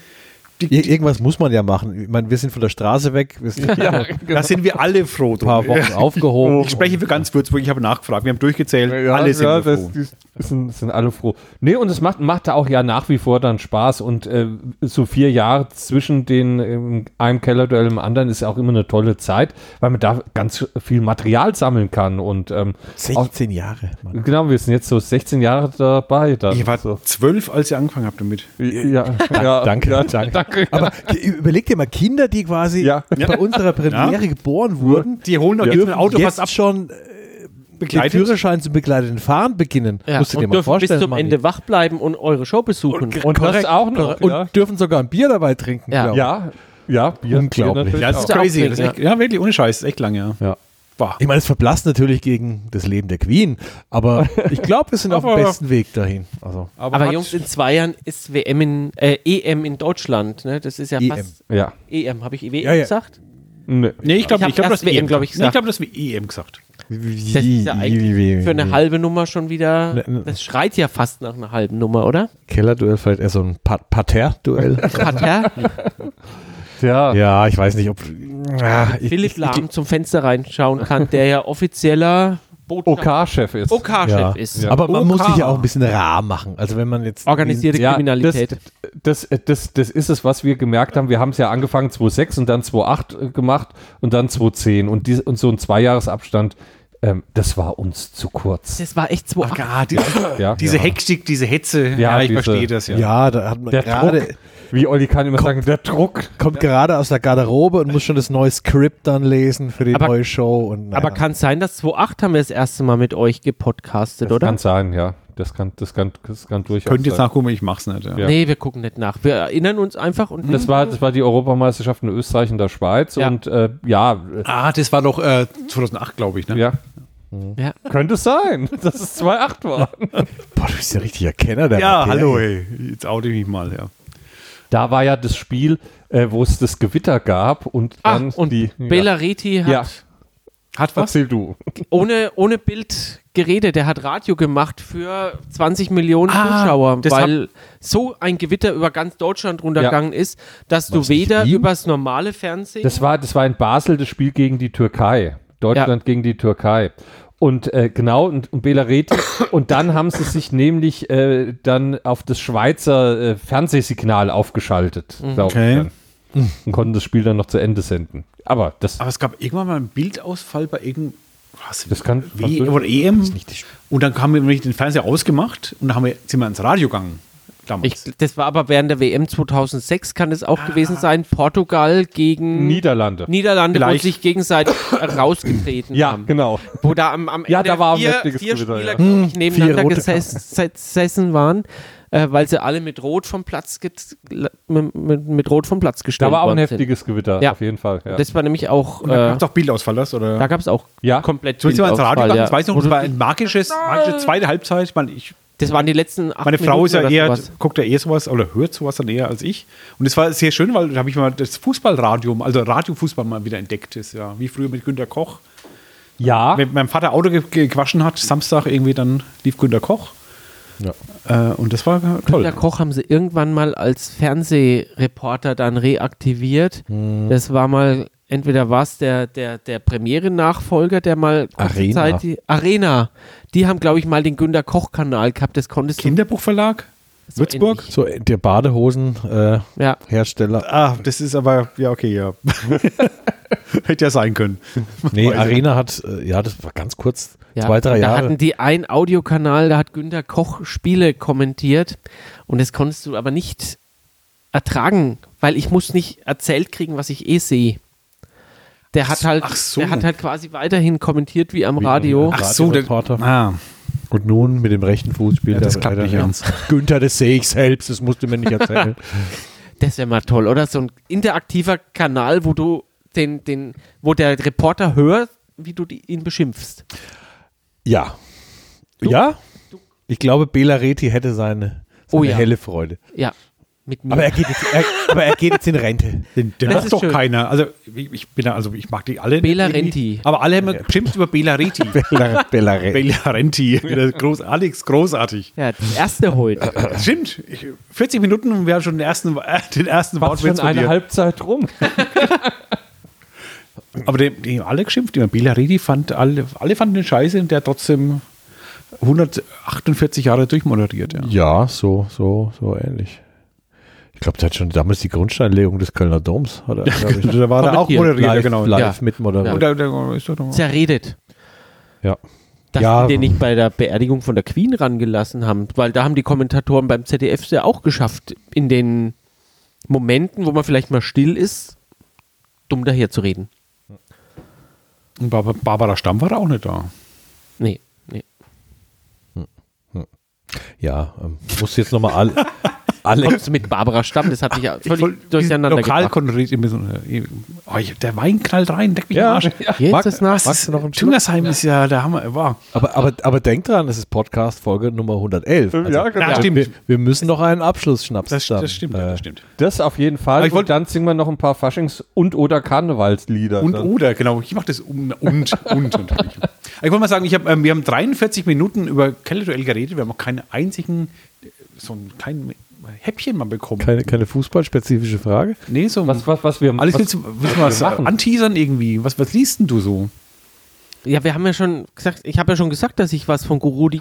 A: die,
D: Ir irgendwas muss man ja machen. Ich meine, wir sind von der Straße weg. Wir sind (laughs)
B: genau.
D: ja, ein
A: da sind wir alle froh
D: paar
A: drum.
D: Wochen aufgehoben.
A: Ich spreche für ganz Würzburg, ich habe nachgefragt, wir haben durchgezählt, alle sind wir
C: das,
A: froh.
C: die sind, sind alle froh. Nee, und es macht, macht da auch ja nach wie vor dann Spaß. Und äh, so vier Jahre zwischen den ähm, einem Kellerduell im anderen ist ja auch immer eine tolle Zeit, weil man da ganz viel Material sammeln kann. Und ähm, auch,
D: 16 Jahre. Mann.
C: genau, wir sind jetzt so 16 Jahre dabei. Dann,
A: Ich war
C: so.
A: zwölf, als ihr angefangen habt damit. (laughs)
C: Ja, ja,
D: Danke,
C: ja,
D: danke.
C: danke.
D: Aber ge- überleg dir mal, Kinder, die quasi
C: Ja.
D: bei unserer Premiere geboren wurden,
A: Die holen doch jetzt
D: dürfen
A: ein Auto
D: jetzt
A: fast ab.
D: schon äh, den
A: Begleitet.
D: Führerschein zu begleitenden Fahren beginnen. Musst du dir
B: und
D: mal
B: dürfen bis
D: vorstellen.
B: zum
D: Manni.
B: Ende wach bleiben und eure Show besuchen.
C: Und das
D: Korrekt,
C: auch noch.
D: Und
C: ja.
D: dürfen sogar ein Bier dabei trinken.
B: Ja.
D: glaub ich.
C: ja, ja, Bier,
D: Unglaublich.
C: Bier natürlich
A: Ja, das
C: auch.
A: ist
B: auch
A: crazy.
B: aufregend,
A: Das ist echt, ja. wirklich, ohne Scheiß. Das ist echt lange, ja.
D: Ja.
A: Boah.
D: Ich meine, es verblasst natürlich gegen das Leben der Queen, aber ich glaube, wir sind auf dem
C: Aber-
D: besten Weg dahin. Also,
B: Aber
A: hat-
B: Jungs, in zwei Jahren ist WM in, äh, EM in Deutschland. Ne? Das ist ja
D: EM.
B: fast
C: Ja. ne,
B: EM. Habe ich WM
D: Ja, ja.
B: gesagt?
C: Nee.
A: Nee, ich glaube,
B: Ich
A: ich, glaub,
B: hab
A: das
B: erst WM, glaub ich,
A: Nee, ich
B: gesagt.
A: glaube, das wir EM gesagt.
B: Das ist ja eigentlich für eine halbe Nummer schon wieder. Das schreit ja fast nach einer halben Nummer, oder?
D: Kellerduell, vielleicht eher so ein Pat Parterre-Duell.
B: Pater,
C: Ja.
D: ja, ich weiß nicht, ob. Ja, ich,
B: Philipp Lahm zum Fenster reinschauen kann, der ja offizieller Botschafter-
C: OK-Chef ist.
B: OK-Chef
D: ja.
B: ist.
D: Aber man
A: OK.
D: muss sich ja auch ein bisschen rar machen. Also, wenn man jetzt.
B: Organisierte Kriminalität.
C: Das, das, das, das ist es, was wir gemerkt haben. Wir haben es ja angefangen 2006 und dann 2008 gemacht und dann 2010. Und, dies, und so ein Zweijahresabstand, ähm, das war uns zu kurz.
B: Das war echt so.
A: Ach, ja, die,
C: Ja.
A: diese
C: ja.
A: Hektik, diese Hetze. Ja,
C: Ja,
A: ich
C: diese-
A: verstehe das ja.
D: Ja, da hat man
C: Der
D: gerade.
C: Druck, wie Olli kann immer sagen, der Druck.
D: Kommt gerade aus der Garderobe und muss schon das neue Skript dann lesen für die
B: Aber-
D: neue Show. Und,
B: Aber kann es sein, dass 2008 haben wir das erste Mal mit euch gepodcastet, oder?
C: Kann sein, ja. das kann, das kann, das kann durchaus
A: Könnt jetzt
C: sein.
A: nachgucken, ich mach's nicht. Ja.
C: Ja. Mhm.
B: Nee, wir gucken nicht nach. Wir erinnern uns einfach und
C: Das war, das war die Europameisterschaft in Österreich und der Schweiz
B: Ja.
C: und äh, ja, äh,
A: Ah, das war doch äh, 2008, glaube ich. Ne?
C: ja.
B: Ja.
C: Könnte sein, (laughs) dass es 2-8 war.
D: Boah, du bist ja richtig Erkenner der
A: Ja,
D: Materie.
A: hallo, ey. jetzt oute ich mich mal. Ja.
C: Da war ja das Spiel, äh, wo es das Gewitter gab Ah, und
B: Ach,
C: dann
B: Ah, und
C: die.
B: Bela Reti hat
C: ja,
A: Hat (laughs) was?
C: erzähl du.
B: ohne, ohne Bild geredet. Der hat Radio gemacht für 20 Millionen
A: Ah,
B: Zuschauer,
A: das
B: weil so ein Gewitter über ganz Deutschland runtergegangen ist, dass du
D: War's nicht
B: weder
D: ihm?
B: übers normale Fernsehen.
C: Das war, das war in Basel das Spiel gegen die Türkei. Deutschland gegen die Türkei. Und äh, genau, und, und Bela Reti. und dann haben sie sich nämlich äh, dann auf das Schweizer äh, Fernsehsignal aufgeschaltet. glaub ich
A: Okay.
C: dann. Und konnten das Spiel dann noch zu Ende senden. Aber das,
A: Aber es gab irgendwann mal einen Bildausfall bei irgendeinem. Was?
C: Das kann-
A: w
C: was-
A: oder EM. Und dann haben wir nämlich den Fernseher ausgemacht und dann haben wir, sind wir ins Radio gegangen. Damals.
B: ich, das war aber während der WM 2006, kann es auch gewesen sein, Portugal gegen
C: Ah. Niederlande.
B: Niederlande,
A: Vielleicht.
B: wo sich
C: (coughs)
B: gegenseitig rausgetreten
C: ja,
B: haben.
C: genau.
B: Wo da am, am Ende
C: Ja, da war ein
B: vier,
C: heftiges
B: vier
C: Gewitter,
B: Spieler
C: ja. Hm,
B: glaub ich, nebeneinander
D: rote
B: geses- se- gesessen waren, äh, weil sie alle mit Rot vom Platz, get- mit, mit, mit Rot vom Platz gestellt
C: Da war auch ein
B: worden
C: heftiges Gewitter,
B: Ja.
C: auf jeden Fall.
B: sind.
C: Ja.
B: Das war nämlich auch, äh,
A: Und dann gab es auch Bildausfall, das, oder?
B: da gab es auch
C: Ja.
B: komplett
A: So sind wir ins Radio
B: Bildausfall,
A: gegangen.
B: ja.
A: Ich weiß noch,
B: Wo du-
A: das war ein magisches, magische zweite Halbzeit. Ich meine, ich
B: Das waren die letzten acht
A: Meine Frau ist ja
B: Minuten
A: eher,
B: oder sowas.
A: guckt ja eher sowas oder hört sowas dann eher als ich. Und es war sehr schön, weil da habe ich mal das Fußballradio, also Radiofußball mal wieder entdeckt ist, ja. Wie früher mit Günter Koch.
C: ja.
A: Wenn mein Vater Auto ge ge- gewaschen hat, Samstag irgendwie, dann lief Günter Koch. Äh, und das war toll.
B: Günter Koch haben sie irgendwann mal als Fernsehreporter dann reaktiviert.
A: Mhm.
B: Das war mal, entweder war es der, der, der Premiere-Nachfolger, der mal kurze
D: Arena.
B: Zeit die Arena. Die haben, glaube ich, mal den Günter Koch-Kanal gehabt. Das konntest du.
A: Kinderbuchverlag?
B: So
A: Würzburg?
B: ähnlich.
D: So, äh, der äh, Badehosen-Hersteller.
B: Ja.
A: Ah, das ist aber, ja, okay, ja. (laughs) Hätte ja sein können.
D: nee,
A: Weiß ich
D: Arena hat, äh, ja, das war ganz kurz,
B: Ja,
D: zwei, drei
B: da
D: Jahre.
B: hatten die einen Audiokanal, da hat Günter Koch Spiele kommentiert und das konntest du aber nicht ertragen, weil ich muss nicht erzählt kriegen, was ich eh sehe. Der hat halt,
A: ach so.
B: der hat halt quasi weiterhin kommentiert wie am Radio.
A: Ach so, der,
D: Radioreporter.
A: ah,
D: Und nun mit dem rechten Fuß spielt
A: Ja, das
D: er
A: klappt
D: weiter.
A: nicht, ja.
D: Günther, das sehe ich selbst, das musst du mir nicht erzählen.
B: Das wäre mal toll, oder? So ein interaktiver Kanal, wo du den, den, wo der Reporter hört, wie du die, ihn beschimpfst.
D: ja. Ja? Ich glaube, Bela Reti hätte seine, seine
B: Oh ja.
D: helle Freude.
B: Ja, mit mir.
D: Aber er, geht jetzt, er, aber er geht jetzt in Rente.
A: den, den
B: Das
A: macht
B: ist
A: doch
B: schön.
A: keiner. Also, ich ich bin da, also ich mag die alle.
B: Bela
A: irgendwie.
B: Renti.
A: Aber alle haben ja. bestimmt über (laughs) Bela Renti.
D: (laughs) Bela, Bela Reti.
A: Bela Renti. Das ist Groß, Alex,
B: (laughs)
A: großartig.
B: ja, das
A: (laughs)
B: erste heute.
A: Stimmt. Ich, 40 Minuten und wir haben schon den ersten, äh, den ersten
C: war schon
A: von
C: eine
A: dir.
C: Halbzeit rum.
A: Aber den, den haben alle geschimpft. Den Bela Redi fand alle, alle fanden den scheiße und der hat trotzdem 148 Jahre durchmoderiert. Ja.
D: Ja, so, so, so ähnlich. Ich glaube, der hat schon damals die Grundsteinlegung des Kölner Doms. Hat er, glaub ich,
A: (laughs) Da war er auch
B: hier.
A: moderiert, ja,
D: live,
A: genau.
D: live
B: Ja.
A: Ja.
D: mitmoderiert.
A: Oder, oder, ist er doch-
B: Zerredet.
D: Ja.
B: dass
D: Ja.
B: die den nicht bei der Beerdigung von der Queen rangelassen haben, weil da haben die Kommentatoren beim ZDF es ja auch geschafft, in den Momenten, wo man vielleicht mal still ist, dumm daherzureden.
A: Und Barb- Barbara Stamm war auch nicht da.
B: Nee, nee.
D: Ja, ähm, muss jetzt nochmal (laughs) alle. alle
B: Kommst du mit Barbara Stamm, das hat dich ja völlig
A: Voll-
B: durcheinander
A: Lokal
B: gebracht.
A: konradiert immer so. äh, Oh, ich, der Wein knallt rein, deck mich am Arsch.
B: Jetzt
D: Mag-
B: ist nach.
D: magst du noch einen Schluck?
A: Tüngersheim ist ja der Hammer. Wow.
D: Aber, aber, aber denk dran, es ist Podcast-Folge Nummer 111.
C: ja, genau.
A: Ja, stimmt.
D: Wir, wir müssen noch einen Abschlussschnaps
A: Das,
D: dann,
A: das stimmt,
D: äh,
A: das stimmt.
C: Das auf jeden Fall.
A: Aber ich wollt-
C: und dann singen wir noch ein paar Faschings- und oder Karnevalslieder.
A: Und
C: Dann-
A: oder, genau. Ich mache das um, und, und natürlich. Aber Ich wollte mal sagen, ich hab, ähm, wir haben 43 Minuten über Kellerduell geredet. Wir haben auch keinen einzigen, äh, so ein kein Häppchen mal bekommen.
D: Keine, keine fußballspezifische Frage.
A: nee, so
C: was, was, was wir
A: alles
C: was,
A: willst du, willst du was
C: wir machen?
A: anteasern irgendwie? Was, was liest denn du so?
B: Ja, wir haben ja schon gesagt, ich habe ja schon gesagt, dass ich was von Rudi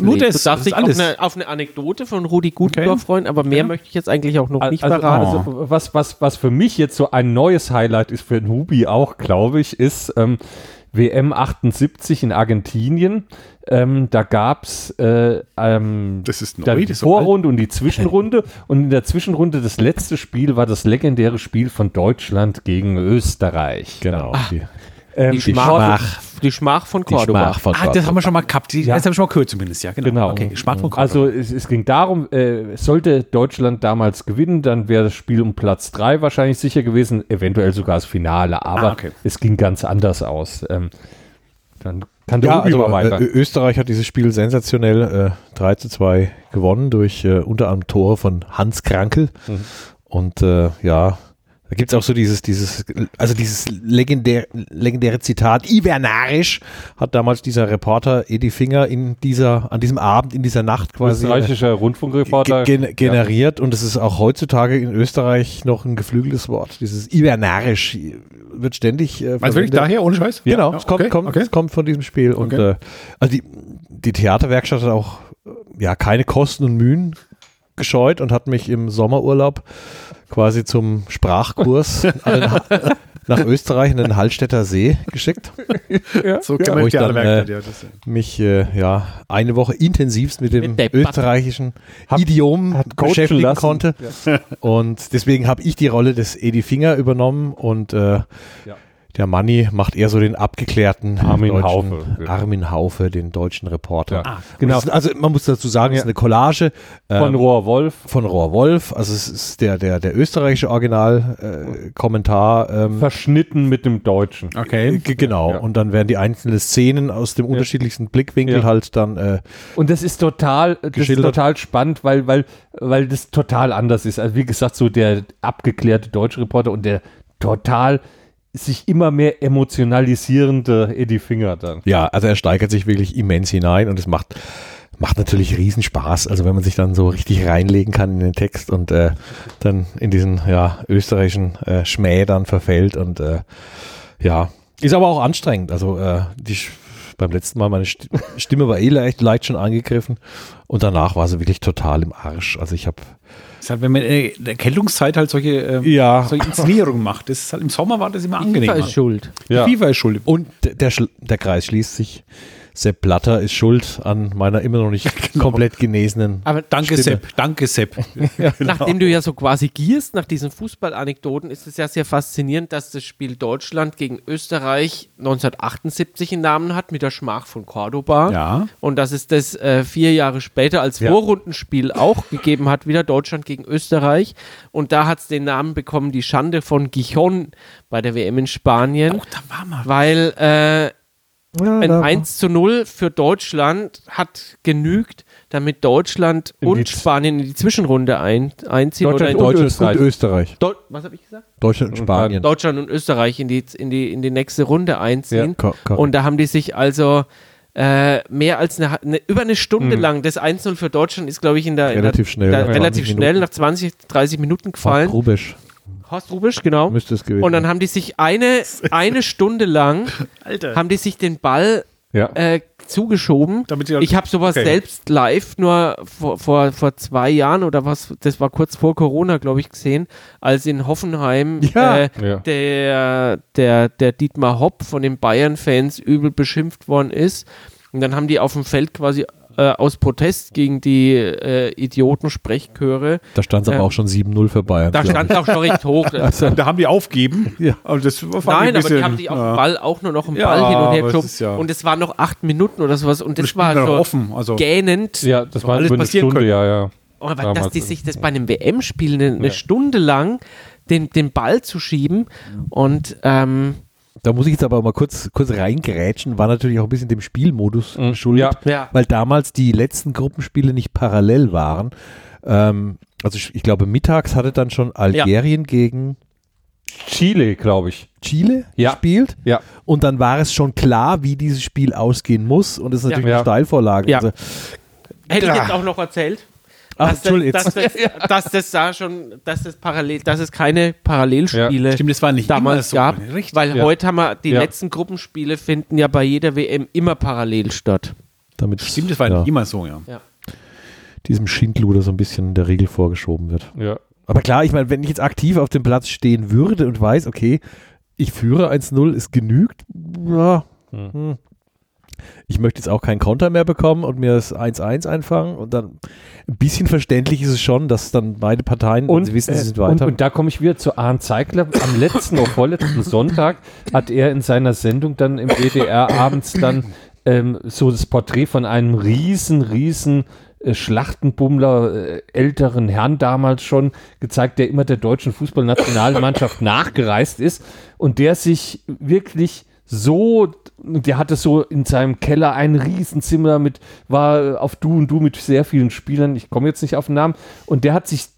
A: Nur- nur
B: lese.
A: das,
B: Du darfst
A: das
B: dich
A: ist
B: auf
A: alles.
B: eine, auf eine Anekdote von Rudi Gutendorf
A: Okay.
B: freuen, aber mehr möchte ich jetzt eigentlich auch noch
C: Al-
B: nicht
C: also,
B: verraten.
C: also was, was, was für mich jetzt so ein neues Highlight ist, für den Hubi auch, glaube ich, ist ähm, WM 78 in Argentinien. Ähm, da gab es äh, ähm,
A: Das ist neu,
C: da die
A: das ist so
C: Vorrunde und die Zwischenrunde. Und in der Zwischenrunde das letzte Spiel war das legendäre Spiel von Deutschland gegen Österreich.
D: Genau. Die,
C: Ähm,
B: Ah. Die
C: die
B: Schmach-
C: Schmach,
B: die die Schmach von
D: Die
B: Cordoba.
D: Schmach von
A: Ah, das haben wir schon mal gehabt. Die,
C: Ja.
A: Das habe ich schon mal gehört zumindest, ja, genau.
C: Genau.
A: Okay, Schmach von Cordoba.
C: Also es, es ging darum, äh, sollte Deutschland damals gewinnen, dann wäre das Spiel um Platz 3 wahrscheinlich sicher gewesen, eventuell sogar das Finale, aber
A: Ah, okay.
C: es ging ganz anders aus. Ähm, dann kann der
D: Ja,
C: Ubi
D: also,
C: mal weiter.
D: äh, Ö- Österreich hat dieses Spiel sensationell äh, 3 zu 2 gewonnen durch äh, unter anderem Tore von Hans Krankel.
A: Mhm.
D: Und äh, ja, da gibt es auch so dieses, dieses, also dieses legendär, legendäre Zitat, Ivernarisch hat damals dieser Reporter Edi Finger in dieser, an diesem Abend, in dieser Nacht quasi. äh,
C: Österreichischer Rundfunkreporter.
D: ge- gen- generiert und es ist auch heutzutage in Österreich noch ein geflügeltes Wort. Dieses Ivernarisch wird ständig äh,
A: Meinst du Also, wirklich
D: verwendet.
A: daher, ohne Scheiß?
D: Genau,
A: Ja,
D: es, kommt,
A: okay,
D: kommt,
A: okay.
D: es kommt von diesem Spiel. Und
A: Okay.
D: äh, also die, die Theaterwerkstatt hat auch äh, ja, keine Kosten und Mühen gescheut und hat mich im Sommerurlaub quasi zum
A: (laughs)
D: Sprachkurs an den, Ha- nach Österreich in den Hallstätter See geschickt.
A: So kann
D: wo
A: man
D: ich dann,
A: Theaterwerkstatt,
D: äh,
A: ja, das-
D: Mich äh, ja eine Woche intensivst mit dem
B: Mit der Bat-
D: österreichischen
C: Hab-
D: Idiom
C: hat coachen
D: beschäftigen
C: lassen.
D: konnte. (laughs) Und deswegen habe ich die Rolle des Edi Finger übernommen und äh, der Manni macht eher so den abgeklärten
C: Armin
D: deutschen-
C: Haufe, genau.
D: Armin Haufe, den deutschen Reporter.
C: Ja. Ah,
D: genau. also man muss dazu sagen, es ist eine Collage ähm,
C: von Rohr Wolf.
D: von Rohr Wolf. Also es ist der, der, der österreichische Originalkommentar. Äh, Kommentar, ähm,
C: Verschnitten mit dem Deutschen.
A: Okay.
D: G- Genau,
C: Ja.
D: und dann werden die einzelnen Szenen aus dem unterschiedlichsten Blickwinkel
C: Ja.
D: halt dann äh,
C: Und das ist total, das ist
D: Geschildert.
C: total spannend, weil, weil, weil das total anders ist. Also wie gesagt, so der abgeklärte deutsche Reporter und der total sich immer mehr emotionalisierende Eddie Finger dann.
D: Ja, also er steigert sich wirklich immens hinein und es macht, macht natürlich riesen Spaß. Also wenn man sich dann so richtig reinlegen kann in den Text und äh, dann in diesen ja, österreichischen äh, Schmäh dann verfällt und äh, ja, ist aber auch anstrengend. Also äh, die, Sch- beim letzten Mal meine Sti- Stimme war eh leicht, leicht schon angegriffen und danach war sie wirklich total im Arsch. Also ich habe
A: Ist halt, wenn man in der Erkältungszeit halt solche, äh,
D: Ja.
A: solche Inszenierungen macht. Das ist halt, Im Sommer war das immer
B: FIFA
A: angenehmer.
B: ist schuld.
C: Ja.
A: FIFA ist schuld. Oh,
D: und der, der, Schl- der Kreis schließt sich. Sepp Blatter ist schuld an meiner immer noch nicht komplett genesenen
B: Aber
A: Danke,
D: Stimme.
A: Sepp. Danke, Sepp.
B: Nachdem du ja so quasi gierst nach diesen Fußballanekdoten, ist es ja sehr faszinierend, dass das Spiel Deutschland gegen Österreich 1978 einen Namen hat mit der Schmach von Cordoba.
A: Ja.
B: Und dass es das äh, vier Jahre später als Vorrundenspiel auch (laughs) gegeben hat, wieder Deutschland gegen Österreich. Und da hat es den Namen bekommen, die Schande von Gijon bei der WM in Spanien.
A: Oh, da war mal.
B: Weil äh, ein 1 zu 0 für Deutschland hat genügt, damit Deutschland und
C: die-
B: Spanien in die Zwischenrunde ein, einziehen.
C: Deutschland
B: in
C: und
D: Deutschland
C: Österreich.
D: und Österreich.
B: Deu- was habe ich gesagt?
D: Deutschland und Spanien.
B: Deutschland und Österreich in die, in die, in die nächste Runde einziehen.
D: Ja, ko- korrekt.
B: und da haben die sich also äh, mehr als eine, eine, über eine Stunde lang, das 1-0 für Deutschland ist, glaube ich, in der, in
D: Mhm. Relativ
B: der,
D: schnell,
B: da,
D: nach 20
B: relativ
D: Minuten.
B: schnell nach 20, 30 Minuten gefallen.
D: Rubisch
B: Horst Rubisch, genau.
D: müsste es gewesen
B: Und dann haben die sich eine, eine Stunde lang,
A: Alter.
B: haben die sich den Ball
C: Ja.
B: äh, zugeschoben.
A: Damit sie- halt
B: ich habe sowas
A: okay.
B: selbst live nur vor, vor, vor zwei Jahren oder was, das war kurz vor Corona, glaube ich, gesehen, als in Hoffenheim
D: Ja.
B: äh,
C: Ja.
B: Der, der, der Dietmar Hopp von den Bayern-Fans übel beschimpft worden ist. Und dann haben die auf dem Feld quasi äh, aus Protest gegen die äh, Idioten-Sprechchöre,
D: Da stand es aber
B: Ja.
D: auch schon 7-0 für Bayern.
B: da
D: glaub
B: stand es auch schon recht hoch. Also
A: Da haben die aufgeben.
D: Ja.
A: Aber das war
B: Nein,
A: ein
B: aber
A: bisschen,
B: die haben die auf
A: ja.
B: dem Ball auch nur noch einen
A: Ja,
B: Ball hin und
A: aber
B: her
A: es
B: geschoben.
A: ist ja-
B: Und es waren noch acht Minuten oder sowas. Und das
A: Das war
B: war so
A: noch offen. Also,
B: gähnend. Oh,
C: Ja, das war
A: Alles
C: über eine
A: passieren
C: Stunde,
A: können.
C: ja, ja.
B: Aber dass
C: Damals.
B: die sich das bei einem WM-Spiel eine, eine Stunde lang den, den Ball zu schieben und ähm,
D: ich. Da muss ich jetzt aber mal kurz, kurz reingrätschen, war natürlich auch ein bisschen dem Spielmodus
C: Mhm.
D: schuldig,
C: Ja.
B: Ja.
D: weil damals die letzten Gruppenspiele nicht parallel waren. Ähm, also ich, ich glaube, mittags hatte dann schon Algerien gegen
C: Chile, glaube ich.
D: Chile
C: Ja.
D: gespielt
C: Ja.
D: und dann war es schon klar, wie dieses Spiel ausgehen muss und das ist natürlich
C: Ja.
D: eine Steilvorlage.
B: Ja.
D: Also,
B: hätte ich
D: Ja.
B: jetzt auch noch erzählt. Dass
D: ach,
B: das,
D: Entschuldigung,
B: dass,
D: jetzt.
B: das, (laughs) dass das da schon, dass das parallel, dass es keine Parallelspiele
A: Stimmt, das war nicht
B: damals
A: immer
B: gab,
A: so. Richtig.
B: weil
C: Ja.
B: heute haben wir die
C: Ja.
B: letzten Gruppenspiele finden ja bei jeder WM immer parallel statt.
D: damit
A: Stimmt, das war
D: ja,
A: nicht immer so, ja.
D: diesem Schindluder so ein bisschen der Regel vorgeschoben wird.
C: Ja.
D: Aber klar, ich meine, wenn ich jetzt aktiv auf dem Platz stehen würde und weiß, okay, ich führe 1-0, es genügt, ja. Hm. ich möchte jetzt auch keinen Konter mehr bekommen und mir das 1-1 einfangen und dann ein bisschen verständlich ist es schon, dass dann beide Parteien, wenn
C: Und,
D: sie wissen, sie sind
C: äh, und,
D: weiter.
C: und da komme ich wieder zu Arndt Zeigler. Am letzten oder vorletzten Sonntag hat er in seiner Sendung dann im WDR abends dann ähm, so das Porträt von einem riesen, riesen äh, Schlachtenbummler, äh, älteren Herrn damals schon gezeigt, der immer der deutschen Fußballnationalmannschaft (laughs) nachgereist ist und der sich wirklich so, der hatte so in seinem Keller ein Riesenzimmer mit, war auf Du und Du mit sehr vielen Spielern, ich komme jetzt nicht auf den Namen, und der hat sich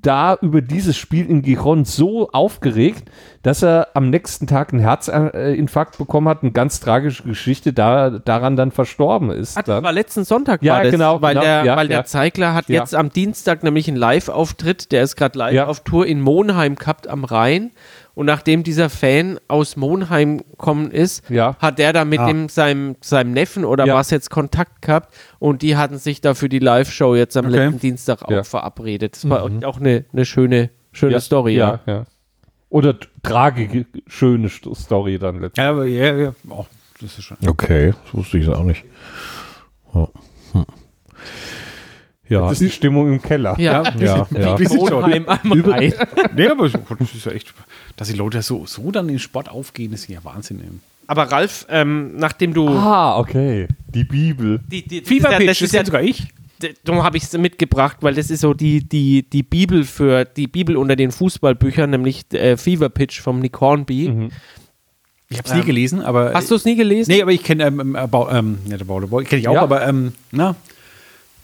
C: da über dieses Spiel in Giron so aufgeregt, dass er am nächsten Tag einen Herzinfarkt bekommen hat, eine ganz tragische Geschichte, da, daran dann verstorben ist.
B: Ah, das
C: dann.
B: war letzten Sonntag,
C: Ja,
B: war das,
C: genau,
B: weil,
C: genau,
B: der,
C: ja,
B: weil der
C: ja.
B: Zeigler hat
C: Ja.
B: jetzt am Dienstag nämlich einen Live-Auftritt, der ist gerade live
C: Ja.
B: auf Tour in Monheim gehabt am Rhein und nachdem dieser Fan aus Monheim gekommen ist,
C: Ja. Ah.
B: hat der da mit dem, seinem, seinem Neffen oder
C: Ja.
B: was jetzt Kontakt gehabt und die hatten sich da für die Live-Show jetzt am
A: Okay.
B: letzten Dienstag auch
C: Ja. Mhm.
B: verabredet. Das war auch eine, eine schöne, schöne
C: Ja,
B: Story, ja.
C: ja. ja. Oder tragige, schöne St- Story dann letztendlich.
A: Ja, aber ja, ja. Oh, das ist schon.
D: Okay, das wusste ich jetzt auch nicht. Ja. Hm. Ja,
C: die Stimmung im Keller.
B: Ja,
D: ja, ja.
A: Wir sind schon.
B: Monheim am Rhein.
A: (laughs) Nee, aber so- das ist ja echt, dass die Leute so, so dann in Sport aufgehen, ist ja Wahnsinn. Eben.
B: Aber Ralf, ähm, nachdem du
C: Ah, okay. Die Bibel.
B: die, die,
A: Fever
B: das
A: Pitch,
B: ist ja
A: sogar ich.
B: D- darum habe ich es mitgebracht, weil das ist so die, die, die Bibel für die Bibel unter den Fußballbüchern, nämlich äh, Fever Pitch vom Nick Hornby.
A: Ich habe es nie gelesen, aber.
B: Hast du es nie gelesen?
A: Mhm. Nee, aber ich kenne, ähm, ähm, Bau- ähm, ja, der Bauer Boy kenne ich auch,
C: Ja.
A: aber, ähm, na,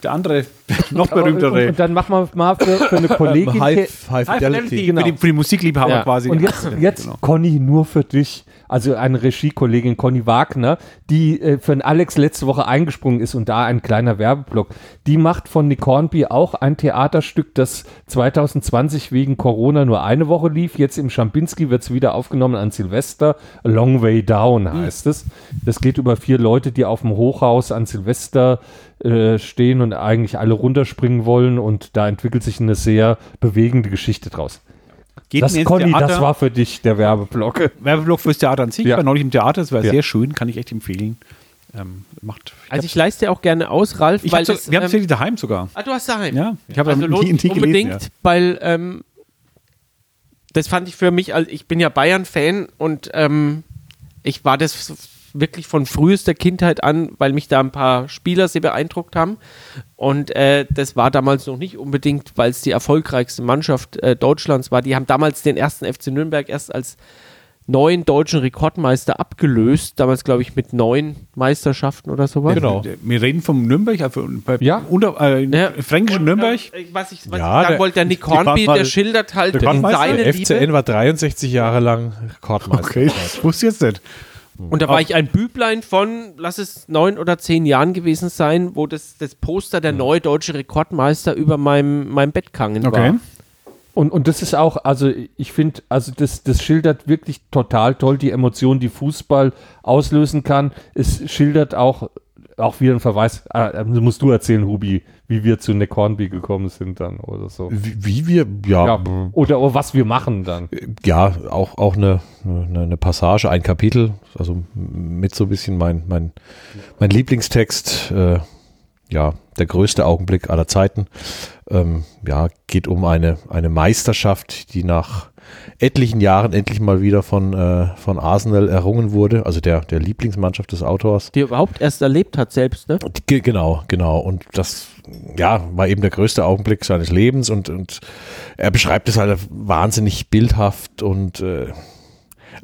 A: der andere, (laughs) noch
C: Und,
A: berühmtere.
C: und dann machen wir mal für, für eine Kollegin.
D: High,
A: High
D: High
A: Fidelity,
D: Fidelity.
A: für, die,
C: genau.
A: für die Musikliebhaber
B: Ja.
A: quasi.
C: Und jetzt, jetzt
A: Genau.
C: Conny, nur für dich. Also eine Regiekollegin Conny Wagner, die äh, für den Alex letzte Woche eingesprungen ist und da ein kleiner Werbeblock. Die macht von Nick Hornby auch ein Theaterstück, das 2020 wegen Corona nur eine Woche lief. Jetzt im Schampinski wird es wieder aufgenommen an Silvester. A Long Way Down heißt es. Das geht über vier Leute, die auf dem Hochhaus an Silvester äh, stehen und eigentlich alle runterspringen wollen. Und da entwickelt sich eine sehr bewegende Geschichte draus.
A: Geht
C: Das,
A: denn jetzt
C: Conny, das
A: Theater-
C: war für dich der Werbeblock.
A: Werbeblock fürs Theater an sich.
C: Ja.
A: Ich war neulich im Theater, es war
C: Ja.
A: sehr schön, kann ich echt empfehlen. Ähm, macht.
B: Also ich leiste auch gerne aus, Ralf,
A: ich
B: weil
A: hab so,
B: das,
A: wir haben es
B: ähm,
A: wirklich daheim sogar.
B: Ah, du hast daheim.
A: Ja, ich habe
B: also
A: damit
B: lohnt
A: nie- nie
B: sich
A: gelesen,
B: unbedingt,
A: ja.
B: weil ähm, das fand ich für mich, also ich bin ja Bayern-Fan und ähm, ich war das wirklich von frühester Kindheit an, weil mich da ein paar Spieler sehr beeindruckt haben. Und äh, das war damals noch nicht unbedingt, weil es die erfolgreichste Mannschaft äh, Deutschlands war. Die haben damals den ersten FC Nürnberg erst als neuen deutschen Rekordmeister abgelöst. Damals, glaube ich, mit neun Meisterschaften oder sowas.
D: Genau.
A: Wir reden vom Nürnberg, also bei
C: Ja.
A: unter, äh,
B: Ja.
A: fränkischen Nürnberg.
B: Äh, Was ich, was
D: Ja,
B: ich sagen
D: der-
B: wollte, der Nick
D: die waren
B: Hornby,
D: mal-
B: der schildert halt
D: Der Rekordmeister.
B: seine
D: Der
B: Liebe.
D: FCN war 63 Jahre lang Rekordmeister.
A: Okay, das wusste ich jetzt nicht.
B: Und da war ich ein Büblein von, lass es neun oder zehn Jahren gewesen sein, wo das, das Poster der neue deutsche Rekordmeister über meinem, meinem Bett gehangen
A: Okay.
B: war.
C: Und, und das ist auch, also ich finde, also das, das schildert wirklich total toll die Emotionen, die Fußball auslösen kann. Es schildert auch, auch wieder ein Verweis, ah, äh, musst du erzählen, Hubi, wie wir zu Nick Hornby gekommen sind dann oder so.
D: Wie, wie wir, ja,
C: Ja, oder, oder was wir machen dann.
D: ja, auch, auch eine, eine, eine Passage, ein Kapitel, also mit so ein bisschen mein, mein, mein Lieblingstext, äh, ja, der größte Augenblick aller Zeiten. Ähm, ja, geht um eine, eine Meisterschaft, die nach etlichen Jahren endlich mal wieder von, äh, von Arsenal errungen wurde, also der, der Lieblingsmannschaft des Autors.
B: Die er überhaupt erst erlebt hat selbst, ne?
D: Ge- Genau, genau. Und das, ja, war eben der größte Augenblick seines Lebens und, und er beschreibt es halt wahnsinnig bildhaft und äh,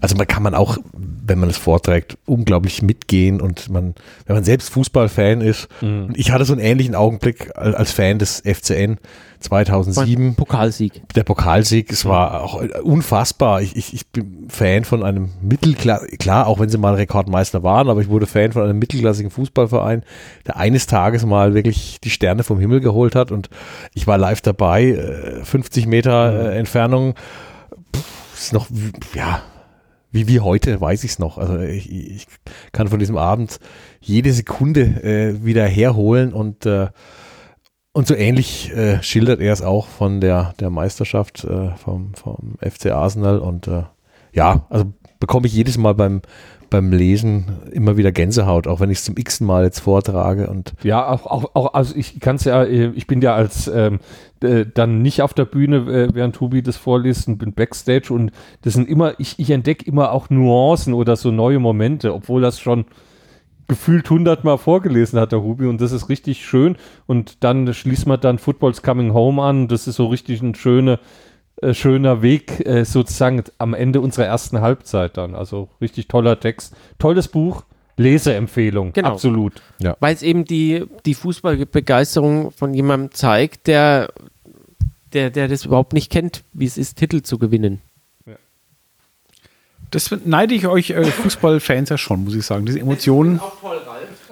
D: also man kann man auch, wenn man es vorträgt, unglaublich mitgehen und man, wenn man selbst Fußballfan ist, und ich hatte so einen ähnlichen Augenblick al- als Fan des FCN 2007
B: Pokalsieg.
D: der Pokalsieg, es war auch unfassbar. Ich, ich, ich bin Fan von einem Mittelklasse, klar, auch wenn sie mal Rekordmeister waren, aber ich wurde Fan von einem mittelklassigen Fußballverein, der eines Tages mal wirklich die Sterne vom Himmel geholt hat und ich war live dabei, äh, 50 Meter äh, Entfernung, Pff, ist noch, w- ja, wie, wie heute weiß ich es noch. Also ich, ich kann von diesem Abend jede Sekunde äh, wieder herholen und äh, und so ähnlich äh, schildert er es auch von der, der Meisterschaft äh, vom, vom FC Arsenal. Und äh, ja, also bekomme ich jedes Mal beim, beim Lesen immer wieder Gänsehaut, auch wenn ich es zum x-ten Mal jetzt vortrage und
C: Ja, auch, auch, auch also ich kann es ja, äh, ich bin ja als ähm, äh, dann nicht auf der Bühne, äh, während Tobi das vorliest und bin Backstage und das sind immer, ich, ich entdecke immer auch Nuancen oder so neue Momente, obwohl das schon gefühlt hundertmal vorgelesen hat, der Hubi, und das ist richtig schön. Und dann schließt man dann Football's Coming Home an. Das ist so richtig ein schöne, äh, schöner Weg, äh, sozusagen am Ende unserer ersten Halbzeit dann. Also richtig toller Text. Tolles Buch, Leseempfehlung.
B: Genau.
C: Absolut.
B: weil es eben die, die Fußballbegeisterung von jemandem zeigt, der, der, der das überhaupt nicht kennt, wie es ist, Titel zu gewinnen.
A: Das neide ich euch äh, Fußballfans ja schon, muss ich sagen. Diese Emotionen.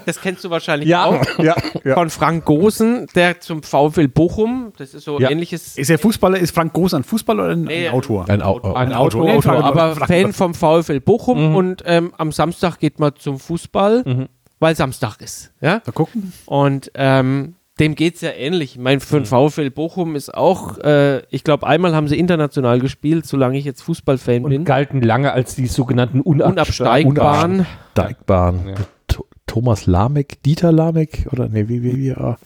B: Das kennst du wahrscheinlich
C: Ja.
B: auch.
D: ja,
B: Von Frank Gosen, der zum VfL Bochum, das ist so
C: Ja.
B: ähnliches
A: Ist er Fußballer? Ist Frank Groß ein Fußballer oder ein,
B: Nee,
A: ein Autor?
D: ein Au äh, Au-
C: Ein Auto,
A: Auto,
C: Auto,
A: Auto.
B: aber Fan vom VfL Bochum und ähm, am Samstag geht man zum Fußball, weil Samstag ist. Ja?
A: Mal gucken.
B: Und ähm, dem geht es ja ähnlich. Ich meine, für den VfL Bochum ist auch, äh, ich glaube, einmal haben sie international gespielt, solange ich jetzt Fußballfan
C: und
B: bin.
C: galten lange als die sogenannten Unabsteig
B: Unabsteigbaren.
D: Deigbahn. Th- Thomas Lamek, Dieter Lamek oder nee, wie, wie, wie, ah.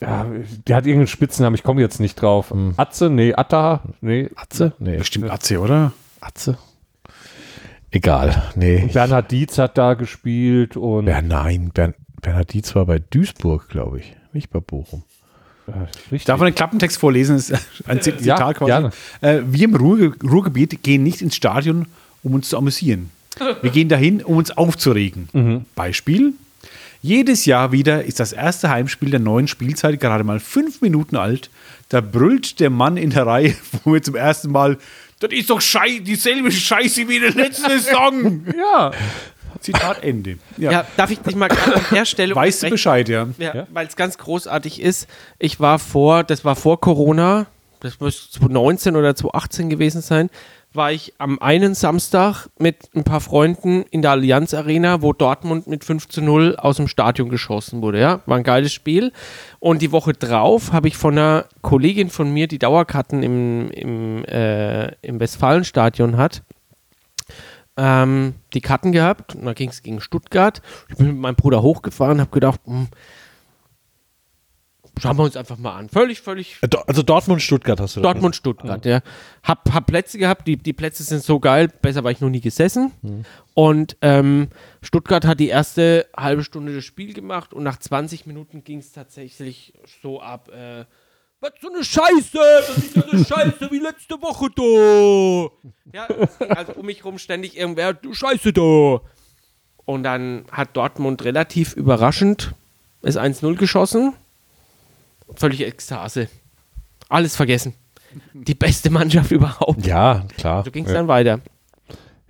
C: Ja, der hat irgendeinen Spitznamen, ich komme jetzt nicht drauf. Atze? Nee, Atta? Nee.
D: Atze? Nee,
A: Bestimmt Atze, oder?
D: Atze. Egal, nee.
C: Bernhard Dietz hat da gespielt und
D: Ber nein, Bern Bernhard Dietz war bei Duisburg, glaube ich, nicht bei Bochum.
C: richtig.
A: Darf man den Klappentext vorlesen? Das ist ein Zit-
C: Ja,
A: Zitat
C: gerne.
A: quasi. Äh, wir im Ruhr, Ruhrgebiet gehen nicht ins Stadion, um uns zu amüsieren. Wir gehen dahin, um uns aufzuregen.
C: Mhm.
A: Beispiel. Jedes Jahr wieder ist das erste Heimspiel der neuen Spielzeit gerade mal fünf Minuten alt. Da brüllt der Mann in der Reihe, (laughs) wo wir zum ersten Mal, das ist doch Schei dieselbe Scheiße wie der
C: (laughs)
A: letzte Song.
C: ja.
A: Zitat Ende. Ja,
B: Ja, darf ich dich mal gerade an der Stelle
A: weißt du
B: unterbrechen?
A: Bescheid, ja.
B: Ja,
C: Ja?
B: weil es ganz großartig ist. Ich war vor, das war vor Corona, das müsste 2019 oder 2018 gewesen sein, war ich am einen Samstag mit ein paar Freunden in der Allianz Arena, wo Dortmund mit 5 zu 0 aus dem Stadion geschossen wurde. Ja? War ein geiles Spiel. Und die Woche drauf habe ich von einer Kollegin von mir, die Dauerkarten im, im, äh, im Westfalenstadion hat, ähm, die Karten gehabt. Und dann ging es gegen Stuttgart. Ich bin mit meinem Bruder hochgefahren, habe gedacht, hm, schauen wir uns einfach mal an. Völlig, völlig.
D: Äh, Do- Also Dortmund-Stuttgart hast du da
B: Dortmund, Stuttgart, ja. Hab, hab Plätze gehabt, die, die Plätze sind so geil, besser war ich noch nie gesessen. Und ähm, Stuttgart hat die erste halbe Stunde das Spiel gemacht und nach 20 Minuten ging es tatsächlich so ab. Äh, was so eine Scheiße, das ist ja eine Scheiße wie letzte Woche, du. Ja, es ging also um mich rum ständig irgendwer, du Scheiße, du. Und dann hat Dortmund relativ überraschend ist 1-0 geschossen. Völlig Ekstase. Alles vergessen. Die beste Mannschaft (laughs) überhaupt.
D: Ja, klar.
B: So ging es dann weiter.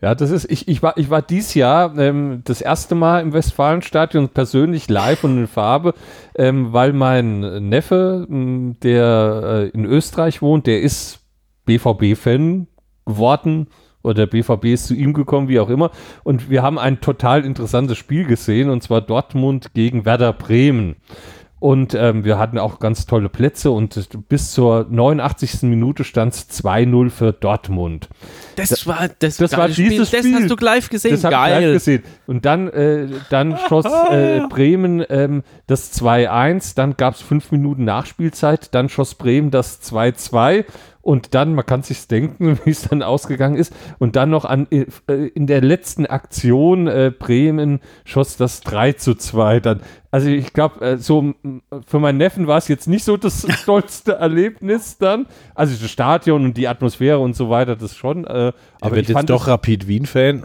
C: Ja, das ist, ich, ich war, ich war dieses Jahr ähm, das erste Mal im Westfalenstadion persönlich live und in Farbe, ähm, weil mein Neffe, m, der äh, in Österreich wohnt, der ist BVB-Fan geworden oder der BVB ist zu ihm gekommen, wie auch immer. Und wir haben ein total interessantes Spiel gesehen und zwar Dortmund gegen Werder Bremen. Und ähm, wir hatten auch ganz tolle Plätze und bis zur 89. Minute stand es 2-0 für Dortmund.
B: Das war das,
C: das war
B: geile
C: dieses
B: Das
C: Spiel.
B: hast du live gesehen.
C: Das habe ich
B: Geil.
C: live gesehen. Und dann, äh, dann
B: (laughs)
C: schoss äh, Bremen ähm, das 2-1, dann gab es fünf Minuten Nachspielzeit, dann schoss Bremen das 2-2 und dann, man kann sich's denken, (laughs) wie es dann ausgegangen ist, und dann noch an, äh, in der letzten Aktion äh, Bremen schoss das 3 zu 2 dann. Also ich glaube, äh, so m, für meinen Neffen war es jetzt nicht
B: (laughs)
C: so das stolzste Erlebnis dann. Also das Stadion und die Atmosphäre und so weiter, das schon. Äh,
D: Aber
C: aber
D: wird
C: ich
D: jetzt
C: fand
D: doch Rapid Wien-Fan.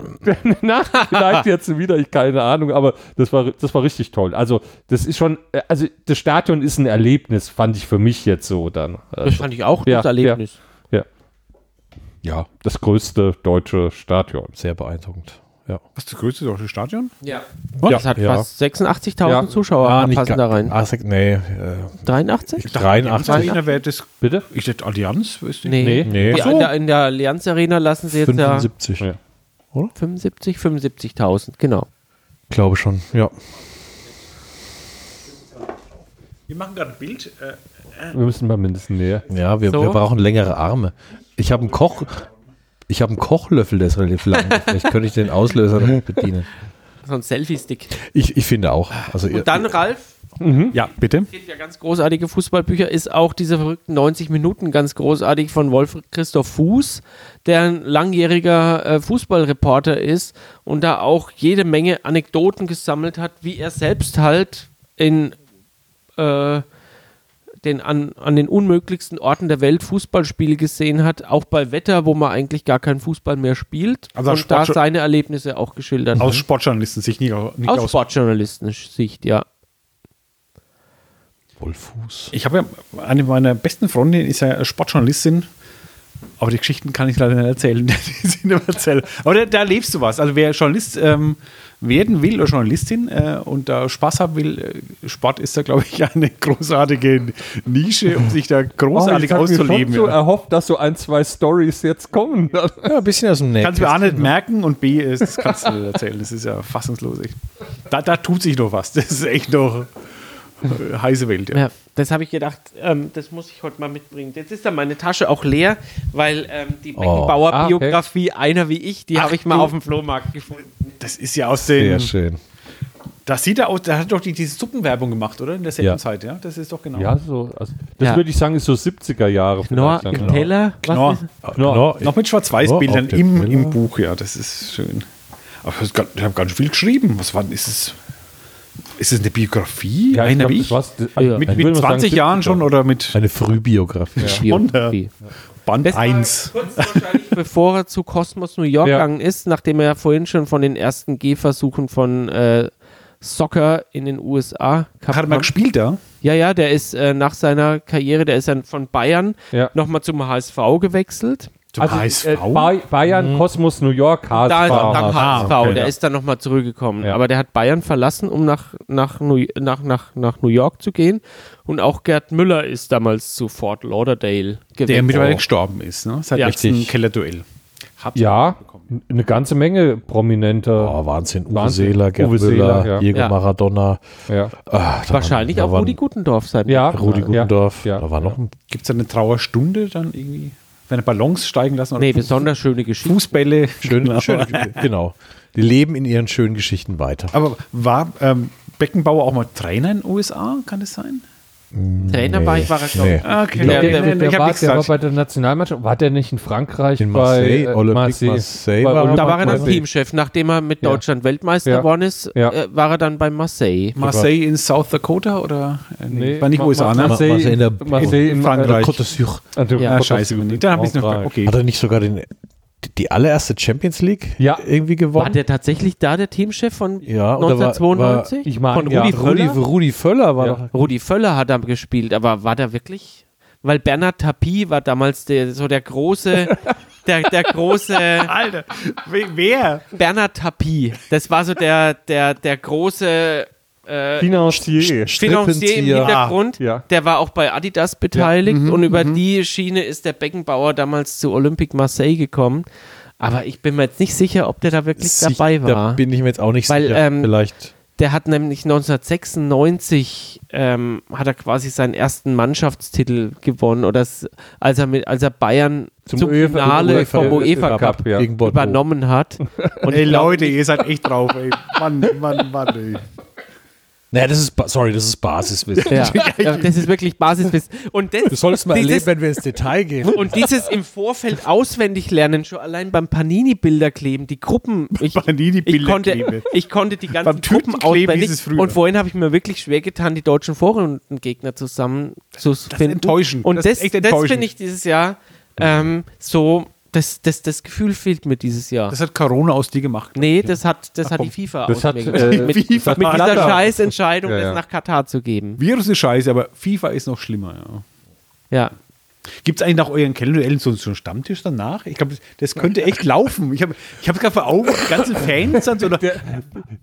C: na, vielleicht jetzt wieder, ich keine Ahnung, aber das war, das war richtig toll. Also, das ist schon, äh, also das Stadion ist ein Erlebnis, fand ich für mich jetzt so dann.
B: Das
C: Also,
B: fand ich auch ein
C: Ja,
B: gutes Erlebnis.
D: Ja,
C: das größte deutsche Stadion.
D: sehr beeindruckend. Ja.
A: Was ist das größte deutsche Stadion?
B: Ja.
A: Ja,
B: Das hat
D: ja.
B: fast 86.000
C: Ja.
B: Zuschauer passen da rein.
D: Ah, sag- nee, äh,
B: 83?
D: 83.
A: Arena wäre das,
C: Bitte?
A: ich dachte Allianz, weißt du?
B: Nee.
D: Nee.
B: Die,
D: Ach so.
B: in, der, in der Allianz Arena lassen sie jetzt
D: 75.
C: Ja.
B: ja 75, 75.000, genau.
D: Glaube schon, ja.
A: Wir machen gerade ein Bild. Äh,
C: Wir müssen mal mindestens näher.
D: Ja, wir,
B: So?
D: wir brauchen längere Arme. Ich habe einen Koch. Ich habe einen Kochlöffel, der ist relativ lang. Vielleicht könnte ich den Auslöser damit bedienen.
B: So ein Selfie-Stick.
D: Ich, ich finde auch. Also ihr-
B: Und dann, Ralf,
A: Ja, bitte.
B: gibt ja ganz großartige Fußballbücher, ist auch diese verrückten 90 Minuten ganz großartig von Wolf Christoph Fuß, der ein langjähriger äh, Fußballreporter ist und da auch jede Menge Anekdoten gesammelt hat, wie er selbst halt in äh, den an, an den unmöglichsten Orten der Welt Fußballspiele gesehen hat, auch bei Wetter, wo man eigentlich gar keinen Fußball mehr spielt
A: Also
B: und da
A: Sportjo-
B: seine Erlebnisse auch geschildert
A: Aus
B: hat.
A: Sportjournalisten sich nicht, au- nicht
B: Hm? Aus
A: aus.
B: Sportjournalistensicht, ja.
D: Wohlfuß.
A: Ich habe ja, eine meiner besten Freundinnen ist ja Sportjournalistin, aber die Geschichten kann ich leider nicht erzählen. (laughs) Die sind immer erzählt. Aber da, da lebst du was. Also wer Journalist ähm, werden will oder Journalistin äh, und da Spaß haben will, äh, Sport ist da, glaube ich, eine (laughs) großartige Nische, um
B: Oh,
A: sich da großartig
C: Oh,
A: auszuleben.
C: Ich habe
A: Ja.
C: erhofft, dass so ein, zwei Stories jetzt kommen. (laughs)
D: Ja, ein bisschen aus dem Netz.
A: Kannst du A nicht merken und B, äh, das kannst du nicht erzählen. Das ist ja fassungslos. echt. Da, da tut sich noch was. Das ist echt noch äh, heiße Welt. Ja.
B: Ja, das habe ich gedacht, ähm, das muss ich heute mal mitbringen. Jetzt ist dann meine Tasche auch leer, weil ähm, die
C: Ah, okay.
B: Beckenbauer-Biografie, einer wie ich, die
A: Ach,
B: habe ich mal
A: du-
B: auf dem Flohmarkt gefunden.
A: Das ist ja aus
D: Sehr
A: den
D: schön.
A: Das sieht er aus, da hat doch die, diese Suppenwerbung gemacht, oder? In derselben
C: Ja.
A: Zeit, ja? Das ist doch genau.
C: Ja, so. Also, das
B: Ja.
C: würde ich sagen, ist so 70er Jahre.
B: Knorr
C: vielleicht dann.
B: im Teller.
A: Knorr.
B: Was ist,
D: Knorr.
A: Noch mit
D: Oh,
A: Schwarz-Weiß-Bildern
D: auf der
A: im,
D: Brille.
A: im Buch, ja, das ist schön. Aber ich habe ganz viel geschrieben. Was war denn, ist es? Ist es eine Biografie?
C: Ja, ich
A: Einer
C: glaub,
A: wie
C: das
A: ich?
C: war's. Das-
B: Ja.
C: ich
A: Mit,
C: würde mal
A: mit
C: sagen, Also,
A: 20 Jahren
C: 70er.
A: schon oder mit
D: Eine Frühbiografie.
B: Biografie.
A: Band
B: Das war
A: 1?
B: Kurz wahrscheinlich, bevor er zu Cosmos New York
C: Ja.
B: gegangen ist, nachdem er ja vorhin schon von den ersten Gehversuchen von äh, Soccer in den USA gehabt
A: Hat er mal
B: hat.
A: gespielt da?
B: Ja, ja, der ist äh, nach seiner Karriere, der ist dann von Bayern
C: Ja.
B: nochmal zum HSV gewechselt.
A: Zum
C: Also,
A: HSV?
C: äh, Bay-
A: Mhm.
C: Bayern, Kosmos, New York, HSV.
B: Da, dank
A: Ah,
B: HSV,
A: okay,
B: der
A: ja.
B: ist dann nochmal zurückgekommen.
C: Ja.
B: Aber der hat Bayern verlassen, um nach, nach, New, nach, nach, nach New York zu gehen. Und auch Gerd Müller ist damals zu Fort Lauderdale gewesen.
A: Der mittlerweile gestorben ist, ne? Seit
B: Ja.
A: letzten
B: Richtig.
A: Kellerduell. Hab's
C: ja,
A: mitbekommen.
C: n- eine ganze Menge prominenter.
D: Oh, Wahnsinn. Uwe
C: Wahnsinn.
D: Seeler, Gerd
C: Uwe
D: Müller,
C: Seeler, ja.
D: Diego
B: Ja.
D: Maradona.
C: Ja.
D: Ah, da
B: Wahrscheinlich
D: waren-
B: auch
D: da
B: Rudi
D: waren
B: Gutendorf sein.
C: Ja.
D: Rudi
C: Ja.
D: Gutendorf.
C: Ja.
D: Da war noch ein
A: Gibt es eine Trauerstunde dann irgendwie? Wenn er Ballons steigen lassen?
B: Nee, besonders schöne Geschichte. (laughs)
A: Fußbälle.
D: schön,
A: Genau.
D: schöne Geschichte. (laughs) Genau. Die leben in ihren schönen Geschichten weiter.
A: Aber war ähm, Beckenbauer auch mal Trainer in den USA? Kann das sein?
B: Trainer war ich, war er schon.
D: Nee.
A: Ah, Okay.
B: Ja, der-
C: der,
A: ich hab
C: war,
A: nichts
C: der war
A: gesagt.
C: bei der Nationalmannschaft. War der nicht in Frankreich?
D: In Marseille,
C: bei, äh,
D: Olympique
C: Marseille,
D: Marseille
C: Bei
D: war er.
C: Olympique
B: Da war er dann
C: Marseille.
B: Teamchef. Nachdem er mit
C: Ja.
B: Deutschland Weltmeister
C: Ja.
B: geworden ist,
C: Ja.
B: äh, war er dann bei Marseille.
A: Marseille in South Dakota oder? Äh, nee, war nicht
C: Ma-
A: USA, ne?
C: Ma- Marseille,
D: Marseille in der-
C: Marseille in
A: Frankreich.
D: Côte d'Azur.
C: Äh,
B: Ja, Also,
A: Ah,
C: Gott,
A: scheiße.
C: das-
A: Da habe ich noch.
C: Frankreich.
A: Okay.
D: Hat er nicht sogar den, die allererste Champions League
C: Ja.
D: irgendwie
B: War
D: gewonnen?
B: der tatsächlich da der Teamchef von
D: Ja, oder war-
B: 1992?
C: war- ich meine,
B: von
C: ja.
B: Rudi
D: Rudi,
B: Völler?
D: Rudi Völler war
C: Ja.
D: doch.
B: Rudi Völler hat da gespielt, aber war da wirklich? Weil Bernhard Tapie war damals der, so der große,
A: (laughs)
B: der, der große
A: Alter, we- wer?
B: Bernhard Tapie. Das war so der, der, der große äh,
C: Financier.
B: Financier im
D: Strippenzieher.
B: Hintergrund.
C: Ah, ja.
B: Der war auch bei Adidas beteiligt und über die Schiene ist der Beckenbauer damals zu Olympique Marseille gekommen. Aber ich bin mir jetzt nicht sicher, ob der da wirklich dabei war.
D: Da bin ich mir jetzt auch nicht
B: Weil,
D: sicher.
B: ähm,
D: Vielleicht.
B: Der hat nämlich 1996 ähm, hat er quasi seinen ersten Mannschaftstitel gewonnen oder s- als er mit als er Bayern zum,
C: UEFA
B: Finale
C: UEFA
B: vom UEFA Cup
C: ja.
D: gegen Bordeaux.
B: übernommen hat. Und
A: Ey,
B: ich glaub,
A: Leute, ihr seid
B: (laughs)
A: echt drauf, ey. Mann, Mann, Mann, ey.
D: Naja, das ist, ba- sorry, das ist
B: (laughs)
D: Basiswissen.
B: ja, ja, das ist wirklich Basiswissen. Und das,
D: Du sollst mal
B: dieses,
D: erleben, wenn wir ins Detail gehen.
B: und dieses im Vorfeld auswendig lernen, schon allein beim Panini-Bilder kleben, die Gruppen. Ich, ich,
A: Panini-Bilder
B: konnte,
A: kleben.
B: ich konnte die ganzen
A: Beim
B: Gruppen
A: Tütenkleben
B: auswendig.
A: hieß es früher.
B: Und vorhin habe ich mir wirklich schwer getan, die deutschen Vorrundengegner zusammen zu
A: ist
B: finden.
A: enttäuschend.
B: Und
A: Das
B: das,
A: ist
B: das,
A: echt enttäuschend.
B: finde ich dieses Jahr ähm, so, das, das, das Gefühl fehlt mir dieses Jahr.
A: Das hat Corona aus dir gemacht.
B: nee, das hat, das hat die FIFA
C: Das
B: aus
C: hat,
B: mir
C: äh,
B: gemacht. mit, mit
A: (laughs) FIFA.
C: mit
B: dieser
C: Blatter.
B: Scheißentscheidung,
C: Ja, ja.
B: das nach Katar zu geben.
A: Virus ist scheiße, aber FIFA ist noch schlimmer, ja.
B: Ja.
A: Gibt es eigentlich nach euren Kellerduellen so so einen Stammtisch danach? Ich glaube, das könnte echt laufen. Ich habe ich es gerade vor Augen, die ganzen Fans dann so. Oder,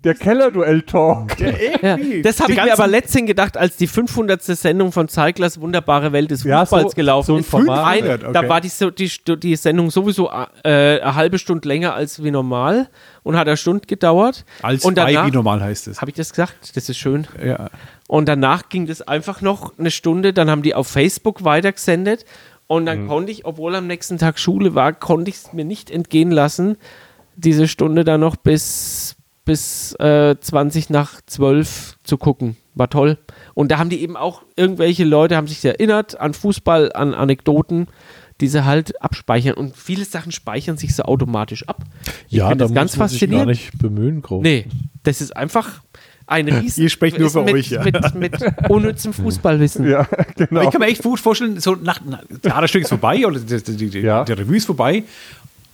C: Der Kellerduell-Talk.
B: Ja,
A: irgendwie.
B: das habe
A: Die
B: ich mir
A: ganzen-
B: aber letztens gedacht, als die 500. Sendung von Zeiglers Wunderbare Welt des
C: Ja,
B: Fußballs
C: so-
B: gelaufen
C: so ein
B: ist.
C: Format.
B: Ein,
A: 500, okay.
B: Da war die, so- die, Stu- die Sendung sowieso äh, eine halbe Stunde länger als wie normal und hat eine Stunde gedauert.
A: Als
B: und
A: bei,
B: danach,
A: wie normal heißt es.
B: Habe ich das gesagt? Das ist schön.
A: Ja.
B: Und danach ging das einfach noch eine Stunde. Dann haben die auf Facebook weitergesendet. Und
D: Mhm.
B: dann konnte ich, obwohl am nächsten Tag Schule war, konnte ich es mir nicht entgehen lassen, diese Stunde dann noch bis, bis äh, 20 nach 12 zu gucken. War toll. Und da haben die eben auch, irgendwelche Leute haben sich erinnert an Fußball, an Anekdoten, diese halt abspeichern. Und viele Sachen speichern sich so automatisch ab. Ich
D: ja,
B: find
D: da
B: das ganz
D: muss man sich gar
B: faszinierend.
D: nicht bemühen, groß.
B: Nee, das ist einfach ein riesen...
A: Ihr sprecht nur
B: ist
A: für
B: mit,
A: euch, ja.
B: Mit, mit unnützem Fußballwissen.
C: Ja, genau.
A: Aber (laughs) Ich kann mir echt gut vorstellen, so nach, nach Theaterstück ist vorbei oder die, die, die,
C: Ja.
A: der Revue ist vorbei.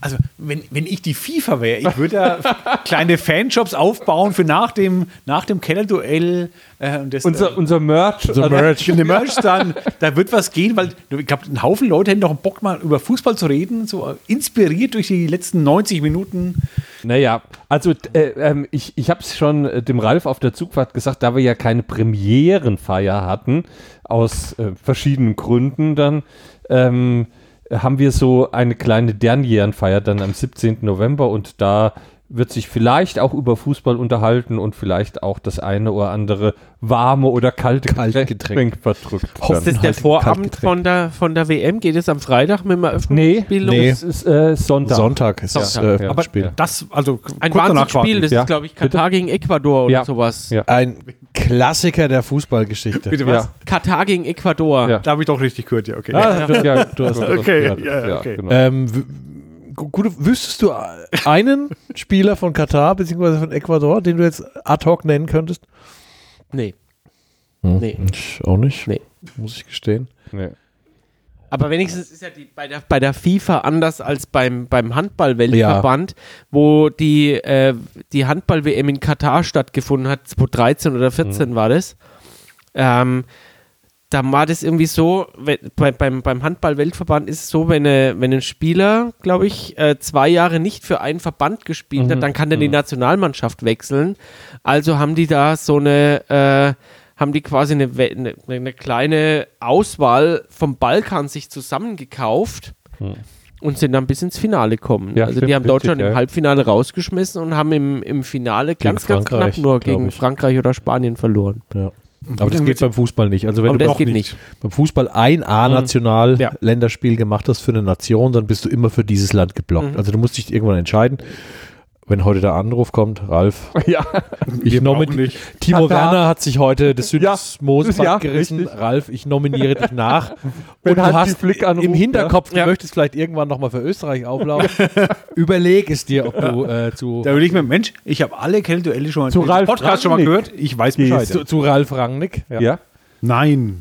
A: Also, wenn, wenn ich die FIFA wäre, ich würde da kleine Fanshops aufbauen für nach dem, nach dem Kellerduell. Äh, und das,
C: Unser, unser Merch.
A: äh, eine Merch dann, da wird was gehen, weil ich glaube, ein Haufen Leute hätten doch Bock, mal über Fußball zu reden, so äh, inspiriert durch die letzten 90 Minuten.
C: Naja, also d- äh, ähm, ich, ich habe es schon äh, dem Ralf auf der Zugfahrt gesagt, da wir ja keine Premierenfeier hatten, aus äh, verschiedenen Gründen dann, ähm, haben wir so eine kleine Dernierenfeier dann am 17. November und da wird sich vielleicht auch über Fußball unterhalten und vielleicht auch das eine oder andere warme oder kalte
D: Kaltgetränk.
C: Getränk (laughs) verdrückt.
D: Hoff-
B: Ist das der
D: Halt
B: Vorabend
D: Kaltgetränk.
B: von der, von der WM? Geht es am Freitag mit dem
C: Nee,
B: Eröffnungsspiel los?
D: nee.
C: es ist äh, Sonntag.
D: Sonntag ist das
B: Sonntag,
D: äh,
C: ja.
A: Aber
D: Abspiel.
A: das, also
B: Ein
A: kurzer
B: Wahnsinnsspiel, das
C: Ja.
B: ist, glaube ich, Katar gegen Ecuador oder
C: Ja.
B: sowas.
C: Ja.
D: Ein Klassiker der Fußballgeschichte.
A: Bitte was?
C: Ja.
B: Katar gegen Ecuador.
C: Ja.
A: Da habe ich doch richtig gehört, ja, okay.
C: Ah, du, ja, du hast das
A: Okay,
C: gehört.
A: ja, okay.
C: genau.
D: Ähm, w- gu- gute, wüsstest du äh, (laughs) einen Spieler von Katar bzw. von Ecuador, den du jetzt ad hoc nennen könntest?
B: Nee.
C: Hm.
B: Nee.
D: Ich auch nicht.
B: Nee.
D: Muss ich gestehen.
C: Nee.
B: Aber wenigstens ist ja die, bei, der, bei der FIFA anders als beim, beim Handball-Weltverband, wo die, äh, die Handball-WM in Katar stattgefunden hat, 2013 oder
C: Hm.
B: 14 war das. Ähm, da war das irgendwie so, wenn, bei, beim, beim Handball-Weltverband ist es so, wenn, äh, wenn ein Spieler, glaube ich, äh, zwei Jahre nicht für einen Verband gespielt hat, dann kann der die Nationalmannschaft wechseln. Also haben die da so eine, äh, haben die quasi eine, We- eine, eine kleine Auswahl vom Balkan sich zusammengekauft und sind dann bis ins Finale gekommen.
C: Ja,
B: also
C: stimmt,
B: die haben
C: richtig,
B: Deutschland
C: ja.
B: im Halbfinale rausgeschmissen und haben im, im Finale ganz, ganz
D: Frankreich,
B: knapp nur
D: glaub
B: gegen
D: ich.
B: Frankreich oder Spanien verloren.
D: Ja. Aber das geht beim Fußball nicht. Also wenn
B: Aber
D: du
B: das
D: noch
B: geht
D: nicht
B: nicht.
D: beim Fußball ein Mhm.
B: Ja.
D: A-National-Länderspiel gemacht hast für eine Nation, dann bist du immer für dieses Land geblockt.
B: Mhm.
D: Also du musst dich irgendwann entscheiden. Wenn heute der Anruf kommt, Ralf,
C: Ja,
D: ich nominiere.
A: nicht.
D: Timo
C: Katar.
D: Werner hat sich heute das Syndesmoseband
C: Ja,
D: gerissen.
C: richtig.
D: Ralf, ich nominiere dich (laughs) nach.
C: Wenn
D: Und du
C: halt die
D: hast
C: Flick anruft,
D: im Hinterkopf,
B: ja.
D: du möchtest vielleicht irgendwann nochmal für Österreich (laughs) auflaufen. Überleg es dir, ob du äh, zu,
A: Da überlege ich mir, Mensch, ich habe alle Kellerduelle schon mal
C: Zu
A: den
C: Ralf
A: Podcast schon mal
C: Rangnick.
A: gehört, ich weiß Bescheid.
D: gehst, zu, zu Ralf Rangnick.
C: ja. ja.
A: Nein,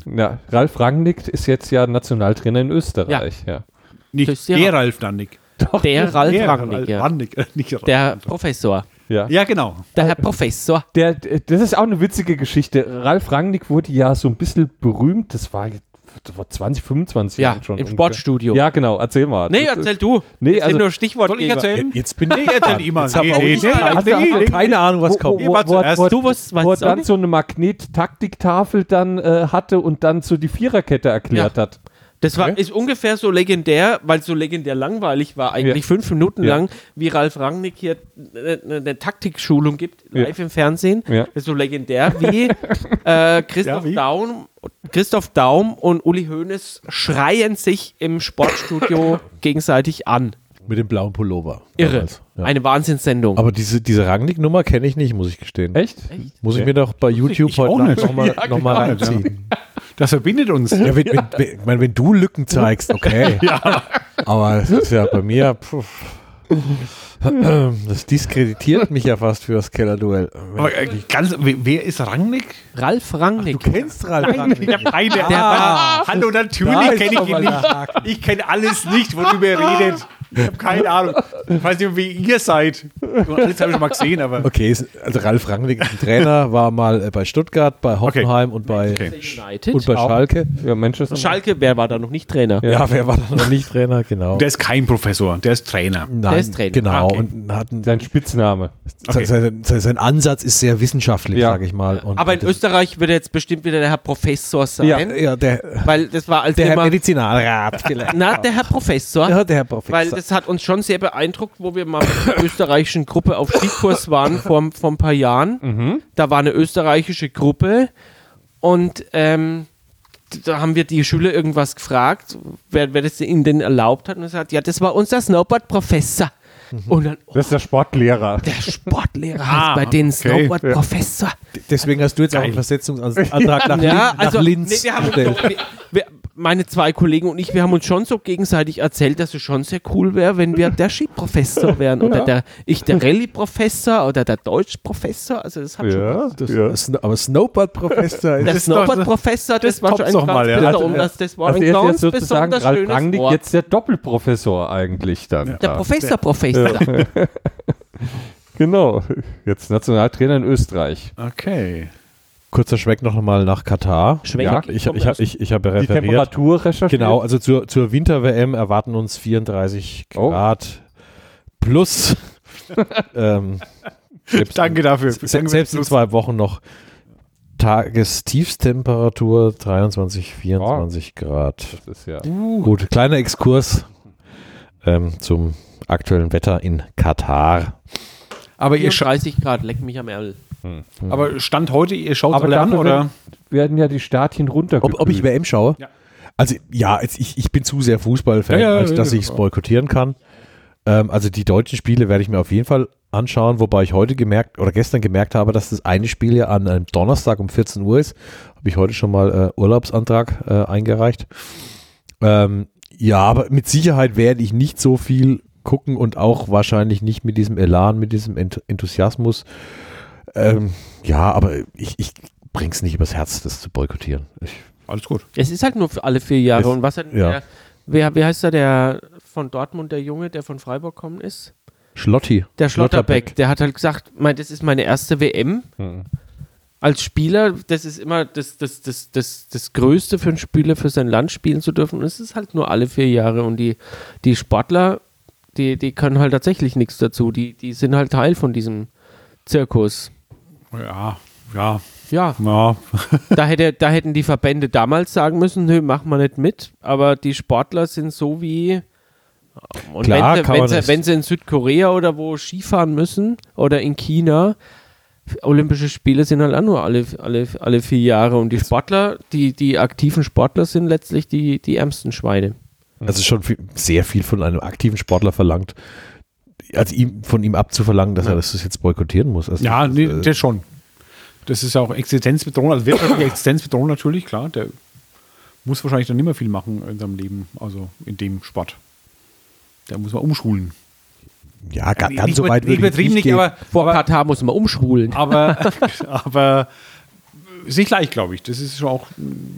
C: Ralf Rangnick ist jetzt ja Nationaltrainer in Österreich. Ja.
A: nicht
B: Das ist ja-
A: der Ralf Dannig.
B: Der Ralf
A: Der
B: Rangnick, ja.
A: Rangnick, äh, nicht Ralf.
B: Der Professor.
C: Ja.
A: ja, genau.
B: Der Herr Professor.
C: Der, der- das ist auch eine witzige Geschichte. Ralf Rangnick wurde ja so ein bisschen berühmt. Das war vor 20, 25
B: Ja,
C: Jahren schon.
B: im
C: ungefähr.
B: Sportstudio.
C: Ja, genau. Erzähl mal.
B: Nee,
C: Das
B: erzähl
C: ist-
B: du.
C: Nee,
B: Das sind
C: also-
B: nur Stichwort
A: Soll ich erzählen?
D: Jetzt bin
A: (laughs)
D: ich
B: Ah,
A: erzähl immer. E
D: Jetzt hab
A: Nee,
D: auch
A: nee,
D: ich
A: nee,
D: keine-
A: nee,
D: hab auch
A: nee.
D: keine Ahnung, was
C: Wo,
D: kommt.
A: Ihr wart
C: wo, wo,
A: zuerst.
C: wo,
B: Du weißt-
C: wo er
B: weißt du auch
C: dann
B: nicht?
C: so eine Magnet-Taktiktafel dann äh, hatte und dann so die Viererkette erklärt
B: Ja.
C: hat.
B: Das war, ist ungefähr so legendär, weil es so legendär langweilig war, eigentlich
C: Ja.
B: fünf Minuten
C: Ja.
B: lang, wie Ralf Rangnick hier eine, eine Taktikschulung gibt,
C: Ja.
B: live im Fernsehen.
C: Ja.
B: Das ist so legendär wie äh,
A: Ja,
B: Christoph,
A: wie?
B: Daum, Christoph Daum und Uli Hoeneß schreien sich im Sportstudio gegenseitig an.
D: Mit dem blauen Pullover.
B: Irre.
D: damals. Ja.
B: Eine Wahnsinnssendung.
D: Aber diese, diese Rangnick-Nummer kenne ich nicht, muss ich gestehen.
C: Echt?
D: Muss ich mir doch bei YouTube
A: ich auch
D: heute
A: nicht.
D: nochmal
A: (laughs) Ja,
D: noch mal
A: genau.
D: reinziehen.
A: Das verbindet uns.
D: Ja, wenn, wenn, wenn, ich meine, wenn du Lücken
A: (laughs)
D: zeigst, okay. Aber es ist ja bei mir, puh. das diskreditiert mich ja fast fürs Kellerduell.
A: Aber, äh, ganz, wer wer ist Rangnick?
B: Ralf Rangnick.
D: kennst Ralf Rangnick.
A: Der Beine.
B: der war,
A: Hallo,
D: Da
A: natürlich
D: ist
A: kenne ich
D: doch mal
A: ihn
D: der
A: nicht. Ich kenne alles nicht, worüber ihr redet. Ich habe keine Ahnung. Ich weiß nicht, wie ihr seid. Und alles habe ich schon mal gesehen, aber.
D: Okay, ist- also Ralf Rangnick ist ein Trainer, war mal äh, bei Stuttgart, bei Hoffenheim und bei,
B: United.
D: und bei Schalke.
C: Ja, Manchester.
B: Schalke, wer war da noch nicht Trainer?
D: Ja, wer war da noch nicht Trainer? Genau.
A: Der ist kein Professor, der ist Trainer.
D: Nein,
B: der ist Trainer.
D: Genau.
A: Ah, okay.
D: Und hat ein,
C: Sein Spitzname.
A: Okay.
D: sein, sein, sein Ansatz ist sehr wissenschaftlich,
C: Ja.
D: sage ich mal. Und
B: Aber in
D: das-
B: Österreich wird er jetzt bestimmt wieder der Herr Professor sein.
C: Ja.
D: Ja, der,
B: Weil das war als
D: der Herr
B: immer-
D: Medizinalrat vielleicht.
B: (laughs) Na, der Herr Professor.
D: Ja, der Herr
B: Weil
D: Professor.
B: das hat uns schon sehr beeindruckt, wo wir mal mit einer österreichischen Gruppe auf Skikurs waren vor, vor ein paar Jahren. Da war eine österreichische Gruppe und ähm, da haben wir die Schüler irgendwas gefragt, wer, wer das ihnen denn erlaubt hat. Und er sagt, ja, das war unser Snowboard-Professor. Und dann, oh,
C: Das ist der Sportlehrer.
B: der Sportlehrer
A: Ah,
B: heißt bei denen
A: okay,
B: Snowboard-Professor.
D: Deswegen hast du jetzt auch einen
B: (laughs)
D: Versetzungsantrag nach,
B: Ja,
D: Lin-
B: also
D: nach Linz
B: nee, wir haben
D: gestellt.
B: doch, wir, wir, meine zwei Kollegen und ich, wir haben uns schon so gegenseitig erzählt, dass es schon sehr cool wäre, wenn wir der Skiprofessor wären oder der, ich der Rallye-Professor oder der Deutsch-Professor. Also das hat schon
C: Ja,
D: Das,
C: ja.
D: Sn- Aber Snowboard-Professor
B: Der
D: ist
A: Das ist doch-
B: Snowboard-Professor, das,
A: das
B: war
A: toppt
B: schon ein
A: doch
B: ganz
A: mal, ja.
B: besonders, das war
C: Also
B: ein
C: er ist
B: ganz
C: jetzt sozusagen
B: besonders
C: Ralf
B: schönes
C: Rangnick
B: Wort.
C: jetzt der Doppelprofessor eigentlich dann.
B: der
C: da.
B: Professor, Professor.
C: Genau, jetzt Nationaltrainer in Österreich.
A: Okay.
D: Kurzer Schwenk noch mal nach Katar.
B: Schwenk.
D: Ja, ich, ich, ich, ich, ich habe
C: Die
D: referiert.
C: Temperatur recherchiert.
D: Genau, also zur, zur Winter-WM erwarten uns 34
C: Oh.
D: Grad
C: (laughs)
D: plus. ähm, selbst,
A: Danke dafür.
D: se selbst in zwei Wochen noch Tagestiefstemperatur 23, 24 Grad.
C: Das ist ja.
D: Gut, kleiner Exkurs ähm, zum aktuellen Wetter in Katar.
A: Aber ihr, scha-
B: 34 Grad, leck mich am Ärmel.
A: aber Stand heute, ihr schaut
C: Aber
A: alle an,
C: dafür
A: oder?
C: werden ja die Stadien runtergekühlt.
D: Ob, ob ich WM schaue?
A: Ja.
D: Also ja, jetzt, ich, ich bin zu sehr Fußballfan,
A: Ja, ja,
D: als
A: ja,
D: dass
A: ja.
D: ich es boykottieren kann. Ähm, also die deutschen Spiele werde ich mir auf jeden Fall anschauen, wobei ich heute gemerkt oder gestern gemerkt habe, dass das eine Spiel ja an einem Donnerstag um 14 Uhr ist. Habe ich heute schon mal äh, Urlaubsantrag äh, eingereicht. Ähm, ja, aber mit Sicherheit werde ich nicht so viel gucken und auch wahrscheinlich nicht mit diesem Elan, mit diesem Ent Enthusiasmus. Ähm, ja, aber ich, ich bring's nicht übers Herz, das zu boykottieren. Ich
A: Alles gut.
B: Es ist halt nur für alle vier Jahre.
D: Ist-
B: und was hat
D: ja.
B: der, wer, wer heißt da der von Dortmund, der Junge, der von Freiburg kommen ist?
D: Schlotti.
B: Der Schlotterbeck, der hat halt gesagt, mein, das ist meine erste WM. Als Spieler, das ist immer das, das, das, das, das Größte für einen Spieler, für sein Land spielen zu dürfen. Und es ist halt nur alle vier Jahre. Und die, die Sportler, die, die können halt tatsächlich nichts dazu. Die, die sind halt Teil von diesem Zirkus.
A: Ja, ja,
B: Ja,
A: ja.
B: da, hätte, da hätten die Verbände damals sagen müssen, nö, machen wir nicht mit. Aber die Sportler sind so wie. ähm, Und
D: Klar,
B: wenn, sie,
D: kann
B: wenn,
D: man
B: sie,
D: das-
B: wenn sie in Südkorea oder wo Skifahren müssen oder in China, Olympische Spiele sind halt auch nur alle, alle, alle vier Jahre. Und die Sportler, die, die aktiven Sportler sind letztlich die, die ärmsten Schweine.
D: Also schon viel, sehr viel von einem aktiven Sportler verlangt. Also ihm, von ihm abzuverlangen, dass er das jetzt boykottieren muss. Also
A: Ja,
D: das,
A: nee,
D: äh,
A: das schon. Das ist ja auch existenzbedrohend, also (coughs) wirtschaftliche Existenzbedrohung natürlich, klar. Der muss wahrscheinlich dann nicht mehr viel machen in seinem Leben, also in dem Sport. Da muss man umschulen.
D: ja ga,
A: Nicht
D: ganz so
A: über-
D: weit
A: nicht
D: würde ich
A: übertrieben
D: nicht
A: nicht,
D: gehen.
A: aber,
B: Vor
A: aber,
B: Katar muss man umschwulen.
D: Ah,
A: aber, (laughs) aber ist nicht leicht, glaube ich. Das ist schon auch,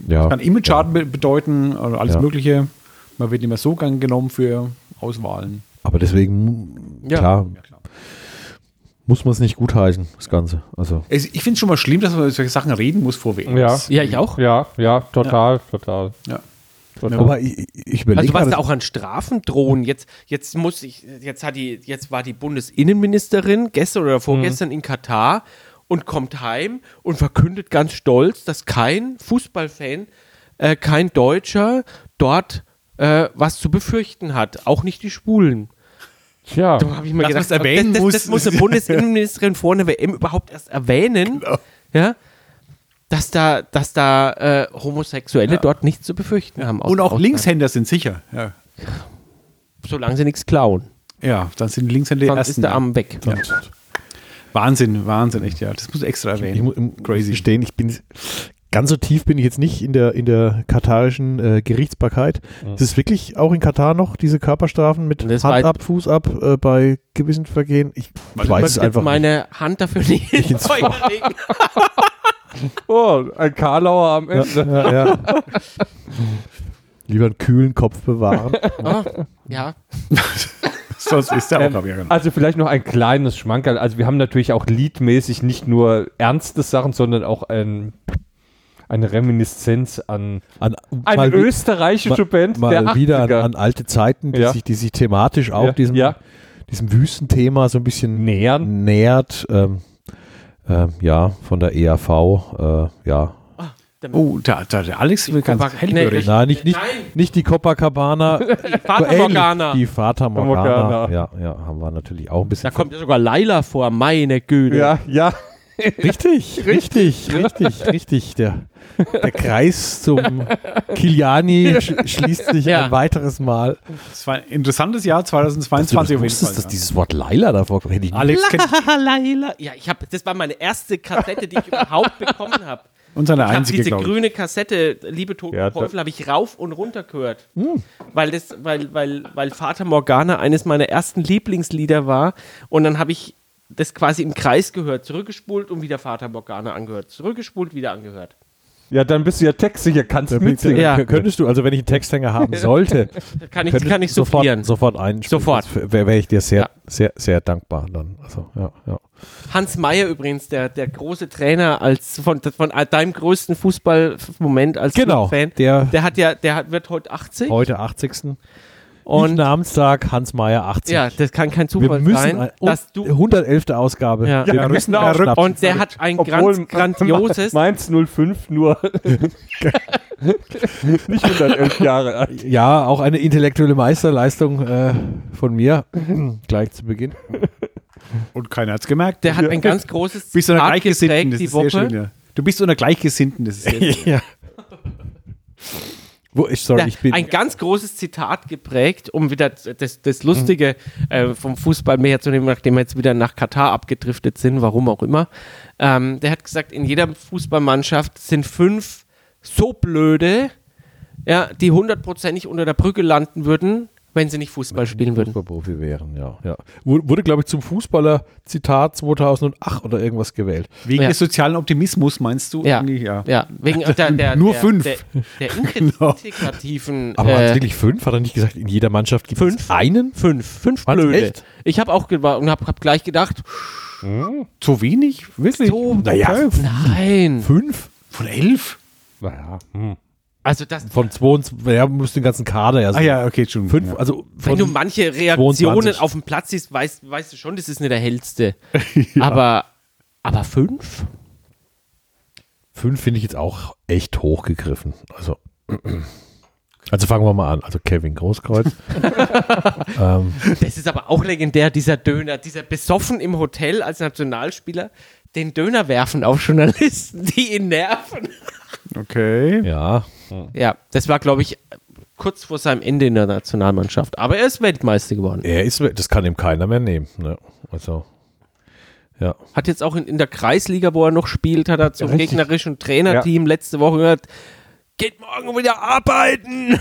D: ja.
A: kann Image-Schaden be- bedeuten, also alles
D: Ja.
A: Mögliche. Man wird nicht mehr so gern genommen für Auswahlen.
D: aber deswegen,
B: Ja.
D: klar, muss man es nicht gutheißen, das Ganze. Also
A: Also Ich finde es schon mal schlimm, dass man über solche Sachen reden muss vor WM.
C: Ja.
B: Ja, ich auch.
C: Ja, ja, total, total.
A: Ja.
C: total.
D: Aber ich, ich überlege
B: Also was
D: mir
B: da
D: das-
B: auch an Strafen drohen. Jetzt, jetzt muss ich, jetzt hat die, jetzt war die Bundesinnenministerin gestern oder
A: Mhm.
B: vorgestern in Katar und kommt heim und verkündet ganz stolz, dass kein Fußballfan, äh, kein Deutscher dort äh, was zu befürchten hat. Auch nicht die Schwulen.
C: Tja,
B: Da habe ich mir
A: Dass
B: gedacht,
A: man's erwähnen
B: das, das, das
A: muss.
B: muss eine Bundesinnenministerin vor einer WM überhaupt erst erwähnen.
A: Genau.
B: Ja. Dass da, dass da äh, Homosexuelle dort nichts zu befürchten haben. aus
A: Und
B: dem
A: auch
B: Ausland.
A: Linkshänder sind sicher. Ja,
B: Solange sie nichts klauen.
A: ja dann sind die Linkshänder die
B: Sonst
A: ersten.
B: ist der Arm weg.
A: Wahnsinn, Wahnsinn, echt, ja. Das muss extra erwähnen.
D: ich, mu- im-
A: Crazy.
D: gestehen, ich bin ganz so tief bin ich jetzt nicht in der in der katarischen äh, Gerichtsbarkeit. Ist es wirklich auch in Katar noch diese Körperstrafen mit
B: Das
D: Hand
B: wei-
D: ab, Fuß ab äh, bei gewissen Vergehen? Ich, ich weiß es
B: Ich
D: einfach nicht.
B: meine Hand dafür nicht ins Feuer legen.
C: oh, ein Karlauer am Ende.
D: Ja, ja.
C: (laughs)
D: Lieber einen kühlen Kopf bewahren.
B: Oh, ja.
A: Sonst ist der
C: Ähm,
A: auch, ja, genau.
C: Also vielleicht noch ein kleines Schmankerl. Also wir haben natürlich auch liedmäßig nicht nur ernste Sachen, sondern auch ein, eine Reminiszenz an
D: An,
C: eine österreichische Band
D: mal
C: der 80er.
D: wieder an, an alte Zeiten, die,
C: Ja.
D: sich, die sich thematisch auch
C: Ja,
D: diesem,
C: ja.
D: diesem Wüstenthema so ein bisschen
C: Nähern.
D: nähert. Ähm, ähm, ja, von der EAV. Äh, ja.
A: Oh, da, da, der Alex will ganz
B: Kopak-
A: hellhörig.
B: Nee,
D: Nein, nicht, nicht,
B: Nein.
D: nicht
B: (laughs)
D: die Copacabana. Äh,
B: Fata
D: ähnlich,
B: Morgana.
D: Die Fata Morgana.
C: Morgana.
D: Ja, ja, haben wir natürlich auch ein bisschen.
B: Da kommt ja sogar Laila vor, meine Güte.
C: ja, ja.
B: (laughs)
D: Richtig, richtig, richtig, richtig. Der, der Kreis zum
B: (laughs)
D: Kiliani sch schließt sich
B: Ja.
D: ein weiteres Mal.
A: Es war ein interessantes Jahr 2022 auf jeden Fall.
D: dass dieses Wort Laila davor hätte ich
A: Alex
B: (laughs)
A: kennt
B: Laila. Ja, ich hab, das war meine erste Kassette, die ich überhaupt bekommen habe.
A: und seine
B: Ich habe
A: einzige,
B: diese
A: glaube ich.
B: grüne Kassette, liebe Toten
C: Ja, da-
B: Teufel, habe ich rauf und runter gehört. Weil, das, weil, weil, weil Vater Morgana eines meiner ersten Lieblingslieder war. Und dann habe ich das quasi im Kreis gehört, zurückgespult und wieder Vater Morgana angehört. Zurückgespult, wieder angehört.
C: Ja, dann bist du ja textsicher, kannst mitsingen.
B: Ja.
D: Könntest du, also wenn ich einen
B: (laughs)
D: Texthänger haben sollte,
B: Kann ich,
D: könntest
B: kann ich
D: du
B: soufflieren.
D: sofort, sofort einspielen.
B: Sofort.
D: Wäre wär ich dir sehr, sehr, sehr dankbar dann. Also, ja, ja.
B: Hans Meyer übrigens, der, der große Trainer als von, von deinem größten Fußballmoment als
D: Genau,
B: Fan.
D: der-
B: der hat ja, der hat, wird heute 80
D: Heute 80. Und
B: und
D: Namenstag Hans Meyer 80.
B: ja, das kann kein
D: wir
B: Zufall
D: müssen
B: sein,
D: ein- und
B: dass du
D: 111. Ausgabe.
B: Ja.
A: Ja, wir müssen auch-
D: aufschnappen.
B: Und der hat ein ganz
C: (laughs)
B: grandioses.
C: Mainz 05 nur (laughs) nicht 111 Jahre alt.
D: Ja, auch eine intellektuelle Meisterleistung äh,
B: (clears throat)
D: von mir gleich zu Beginn.
A: Und keiner hat es gemerkt.
B: Der hat
D: (laughs)
B: ein ganz großes
A: bist du unter
B: Zitat
A: Gleichgesinnten, das
B: die
A: ist sehr
B: Woche.
A: schön, ja. Du bist unter Gleichgesinnten, das ist
B: (laughs)
A: sehr schön.
D: ja. (laughs) Wo ich, sorry,
B: Der,
D: ich bin.
B: ein ganz großes Zitat geprägt, um wieder das, das Lustige äh, vom Fußball mehr herzunehmen, nachdem wir jetzt wieder nach Katar abgedriftet sind, warum auch immer. Ähm, der hat gesagt, in jeder Fußballmannschaft sind fünf so blöde, ja, die hundertprozentig unter der Brücke landen würden, wenn sie nicht Fußball spielen würden.
D: Fußballprofi wären, ja. ja. Wu- Wurde, glaube ich, zum Fußballer-Zitat 2008 oder irgendwas gewählt.
A: Wegen
B: Ja.
A: des sozialen Optimismus meinst du?
B: Ja,
A: Eigentlich,
B: ja.
D: (laughs)
B: wegen der, der,
A: Nur
B: der,
A: fünf.
B: Der, der integrativen
D: Genau. Aber hat
B: äh,
D: wirklich fünf? Hat er nicht gesagt, in jeder Mannschaft gibt es
B: Fünf?
D: einen?
B: Fünf. Fünf
D: Was,
B: Blöde.
D: echt?
B: Ich habe auch gewa- und habe hab gleich gedacht,
A: Zu wenig? Wirklich?
B: so,
D: Naja,
B: nein.
D: fünf?
A: Von elf?
C: Naja,
B: Also das,
D: Von 22, ja, muss den ganzen Kader ja
A: Ah
D: sein.
A: ja, okay, schon.
D: Fünf, also
B: wenn du
D: von,
B: manche Reaktionen
D: 22.
B: auf dem Platz siehst, weißt, weißt du schon, das ist nicht der hellste. Aber, aber fünf?
D: fünf finde ich jetzt auch echt hochgegriffen. Also, (clears throat) also fangen wir mal an. Also
B: (laughs)
D: Kevin Großkreuz. ähm,
B: Das ist aber auch legendär, dieser Döner, dieser besoffen im Hotel als Nationalspieler, den Döner werfen auf Journalisten, (laughs) die ihn nerven.
A: Okay.
D: ja,
B: Ja, das war, glaube ich, kurz vor seinem Ende in der Nationalmannschaft. Aber er ist Weltmeister geworden.
D: er ist, das kann ihm keiner mehr nehmen. Ne? Also, ja.
B: Hat jetzt auch in, in der Kreisliga, wo er noch spielt, hat er zum
C: Richtig.
B: gegnerischen Trainerteam letzte Woche gehört, geht morgen wieder arbeiten.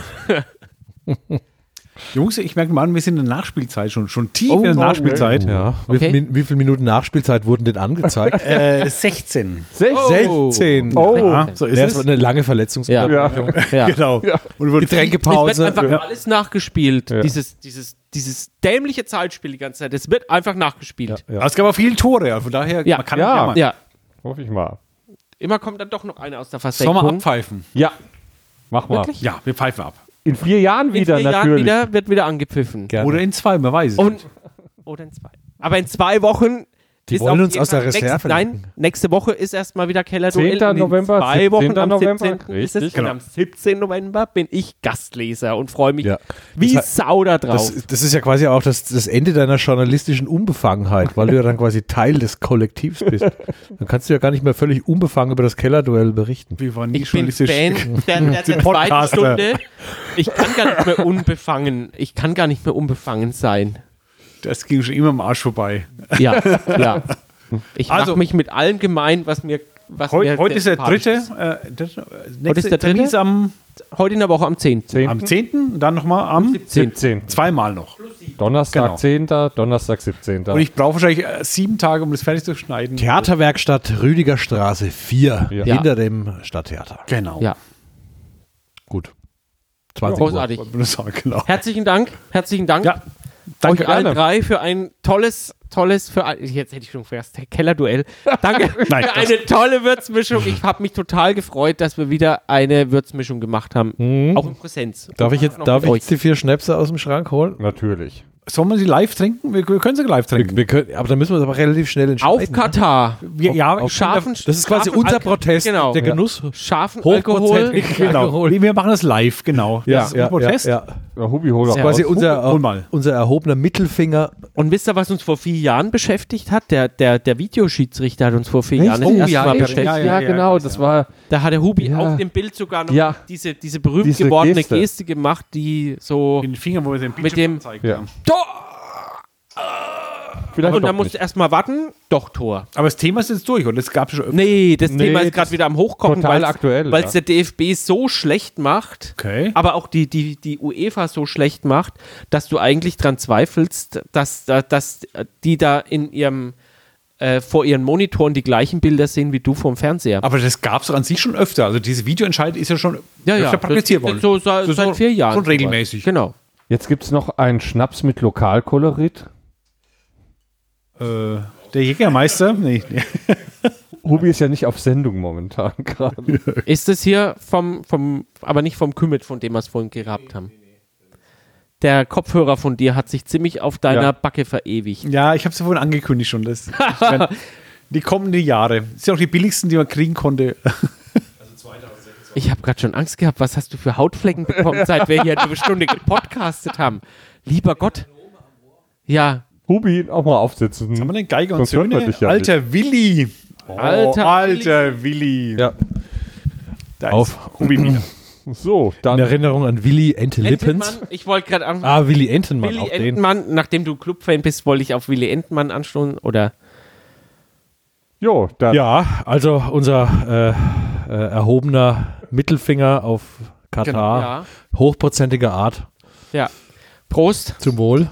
A: Jungs, ich merke mal an, wir sind in der Nachspielzeit schon. Schon tief
B: Oh,
A: in der
B: oh,
A: Nachspielzeit.
D: Ja. Wie,
B: Okay.
D: viel Min- wie viele Minuten Nachspielzeit wurden denn angezeigt?
B: (laughs)
A: Äh, 16.
D: 16.
C: Oh.
A: Ja, so ist
D: das war
A: es.
D: eine lange Verletzungs
B: Ja.
C: Ja.
B: (laughs) Ja.
A: (laughs) Genau. Und über-
B: Es
D: Getränkepause.
B: wird einfach alles nachgespielt.
C: Ja.
B: Dieses, dieses, dieses dämliche Zeitspiel die ganze Zeit. Es wird einfach nachgespielt.
A: Aber es gab auch viele Tore, ja, von daher,
B: Ja.
A: man kann
C: Ja.
A: nicht jammern.
B: Ja.
C: hoffe ich mal.
B: Immer kommt dann doch noch einer aus der
A: Sollen wir
B: Versenkung.
A: abpfeifen?
C: Ja, mach mal.
B: Wirklich?
A: Ja, wir pfeifen ab.
C: In vier Jahren
B: In
C: wieder,
B: vier Jahren
C: natürlich.
B: wieder, wird wieder angepfiffen.
D: Gerne.
A: Oder in zwei, man weiß es.
B: Und, oder in zwei. Aber in zwei Wochen. Die
D: wollen uns aus der Reserve lenken.
B: Nein, nächste Woche ist erstmal wieder Kellerduell.
C: 10.
B: Und in
C: November,
B: zwei Wochen
C: 17.
B: am
C: November.
B: 17. ist es.
C: Richtig.
B: Und
A: Genau.
B: am 17. November bin ich Gastleser und freue mich
D: Ja.
B: wie
D: Das
B: Sau da drauf.
D: Das, das ist ja quasi auch das, das Ende deiner journalistischen Unbefangenheit, weil du ja dann quasi Teil des Kollektivs
B: (laughs)
D: bist. Dann kannst du ja gar nicht mehr völlig unbefangen über das Kellerduell berichten.
A: wir waren nie
B: Ich bin
A: journalistisch.
B: Fan der, der, der zweiten
A: Podcaster.
B: Stunde. Ich kann gar nicht mehr unbefangen. Ich kann gar nicht mehr unbefangen sein.
A: (laughs) Das ging schon immer am Arsch vorbei.
B: Ja, ja. Ich also,
A: Also-
B: mache mich mit allem gemein, was mir was
A: Heu,
B: mir
A: heute ist der
B: sympathisch
A: dritte. Äh, der, nächste
B: Heute ist der
A: Termin
B: dritte?
A: ist am,
B: Heute in der Woche am 10.
D: Mhm.
A: am 10. Dann nochmal am
C: 17.
A: zweimal noch.
C: Donnerstag
A: Genau.
C: 10. Donnerstag 17.
A: Und ich brauche wahrscheinlich äh, sieben Tage, um das fertig zu schneiden.
D: Theaterwerkstatt Rüdigerstraße 4
C: Ja.
D: hinter dem Stadttheater.
A: Genau.
B: Ja,
D: Gut. 20 Uhr.
B: großartig.
A: Wollte nur sagen, genau.
B: Herzlichen Dank, herzlichen Dank.
A: Ja,
B: Danke
A: danke
B: euch allen
A: gerne.
B: drei für ein tolles, tolles, für ein, jetzt hätte ich schon vergessen, Kellerduell. Danke
A: Nein,
B: für
A: das-
B: eine tolle Würzmischung. Ich habe mich total gefreut, dass wir wieder eine Würzmischung gemacht haben. Auch in Präsenz.
D: Darf ich jetzt,
B: Noch
D: darf
B: mit
D: ich
B: euch.
D: jetzt die vier Schnäpse aus dem Schrank holen?
C: Natürlich.
A: Sollen wir sie live trinken? Wir, wir können sie live trinken.
D: Wir können, aber dann müssen wir es aber relativ schnell entscheiden.
B: Auf Katar.
A: Wir, ja, ich kann
B: Scharfen,
D: Das ist quasi
B: scharfen
D: unser
B: Alk-
D: Protest.
B: Genau.
D: Der Genuss.
B: Scharfen Alkohol.
D: Hochprozentig.
A: da- (laughs) Genau.
D: Alkohol.
A: Nee, Wir machen das live, genau. das ist ein Protest.
D: ja, ja.
C: Ja, Hubi, hol doch
D: Quasi
A: Hol-
D: unser,
A: hol mal.
D: unser erhobener Mittelfinger
B: Und wisst ihr, was uns vor vier Jahren beschäftigt hat? Der, der, der Videoschiedsrichter hat uns vor vier
C: Echt?
B: Jahren das
A: Oh,
B: erste
A: ja,
B: Mal
A: ja,
B: beschäftigt.
A: ja,
C: ja, genau, das war
B: Da hatte Hubi
C: Ja.
B: auf dem Bild sogar noch
C: Ja.
B: diese, diese berühmt
C: Diese
B: gewordene
C: Geste.
B: Geste. gemacht, die so.
A: den Finger, wo wir den
B: Mit dem-
A: zeigt.
C: Ja.
B: Tor!
C: vielleicht
B: Und
C: doch
B: dann musst du
C: nicht.
B: erstmal warten. Doch, Tor.
A: Aber das Thema ist jetzt durch und das gab es schon öfter.
B: Nee, das
C: Nee,
B: Thema ist
C: das
B: gerade wieder am Hochkochen,
C: total
B: weil's-
C: aktuell,
B: weil's
C: ja.
B: der DFB so schlecht macht,
A: Okay.
B: aber auch die, die, die UEFA so schlecht macht, dass du eigentlich dran zweifelst, dass, da- dass die da in ihrem äh, vor ihren Monitoren die gleichen Bilder sehen wie du vom Fernseher.
A: Aber das gab es an sich schon öfter. Also diese Videoentscheid ist ja schon öfter praktiziert worden.
B: So, so,
A: So- so-
B: seit vier Jahren.
A: Schon regelmäßig.
B: Genau.
C: Jetzt gibt es noch einen Schnaps mit Lokalkolorit.
A: Äh, der Jägermeister? Nee, (laughs) nee.
C: Hubi ist ja nicht auf Sendung momentan (laughs) gerade.
B: Ist es hier vom, vom, aber nicht vom Kümmet, von dem wir es vorhin gehabt haben. Der Kopfhörer von dir hat sich ziemlich auf deiner
C: Ja.
B: Backe verewigt.
A: Ja, ich habe es ja vorhin angekündigt schon. Das, ich (laughs) mein, die kommenden Jahre. Das sind auch die billigsten, die man kriegen konnte.
B: Ich habe gerade schon Angst gehabt, was hast du für Hautflecken bekommen, seit wir hier eine Stunde gepodcastet haben. Lieber Gott. Ja,
C: Hubi, auch mal aufsitzen.
A: Haben wir den Geiger und
C: Sonst hört man
A: Söhne?
C: dich ja
A: alter Willi. Oh,
B: Alter
A: alter Willi.
C: Ja.
A: Da
D: Auf.
A: Ist Hubi wieder.
C: So,
D: In
C: dann
D: Erinnerung an Willi Ente Lippens.
B: Entenmann, ich wollte gerade an
D: Ah, Willi Entenmann,
B: Willy
D: auch den.
B: Entenmann, nachdem du Clubfan bist, wollte ich auf Willy Entenmann anstoßen oder
C: jo, dann
D: Ja, also unser äh, äh, erhobener Mittelfinger auf
B: Genau,
D: Katar. Hochprozentiger Art.
B: ja. Prost.
D: Zum Wohl.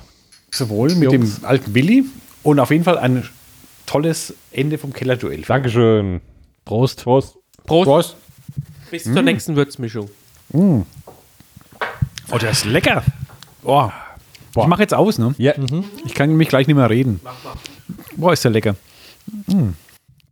A: Sowohl mit
D: Jungs.
A: dem alten Willi und auf jeden Fall ein tolles Ende vom Kellerduell.
C: Dankeschön.
D: Prost.
C: Prost.
B: Prost.
A: Prost.
B: Bis zur
D: Hm.
B: nächsten Würzmischung.
A: Oh, der ist lecker. Boah. Ich mache jetzt aus, ne?
C: Ja.
A: Ich kann mich gleich nicht mehr reden. Boah, ist der lecker.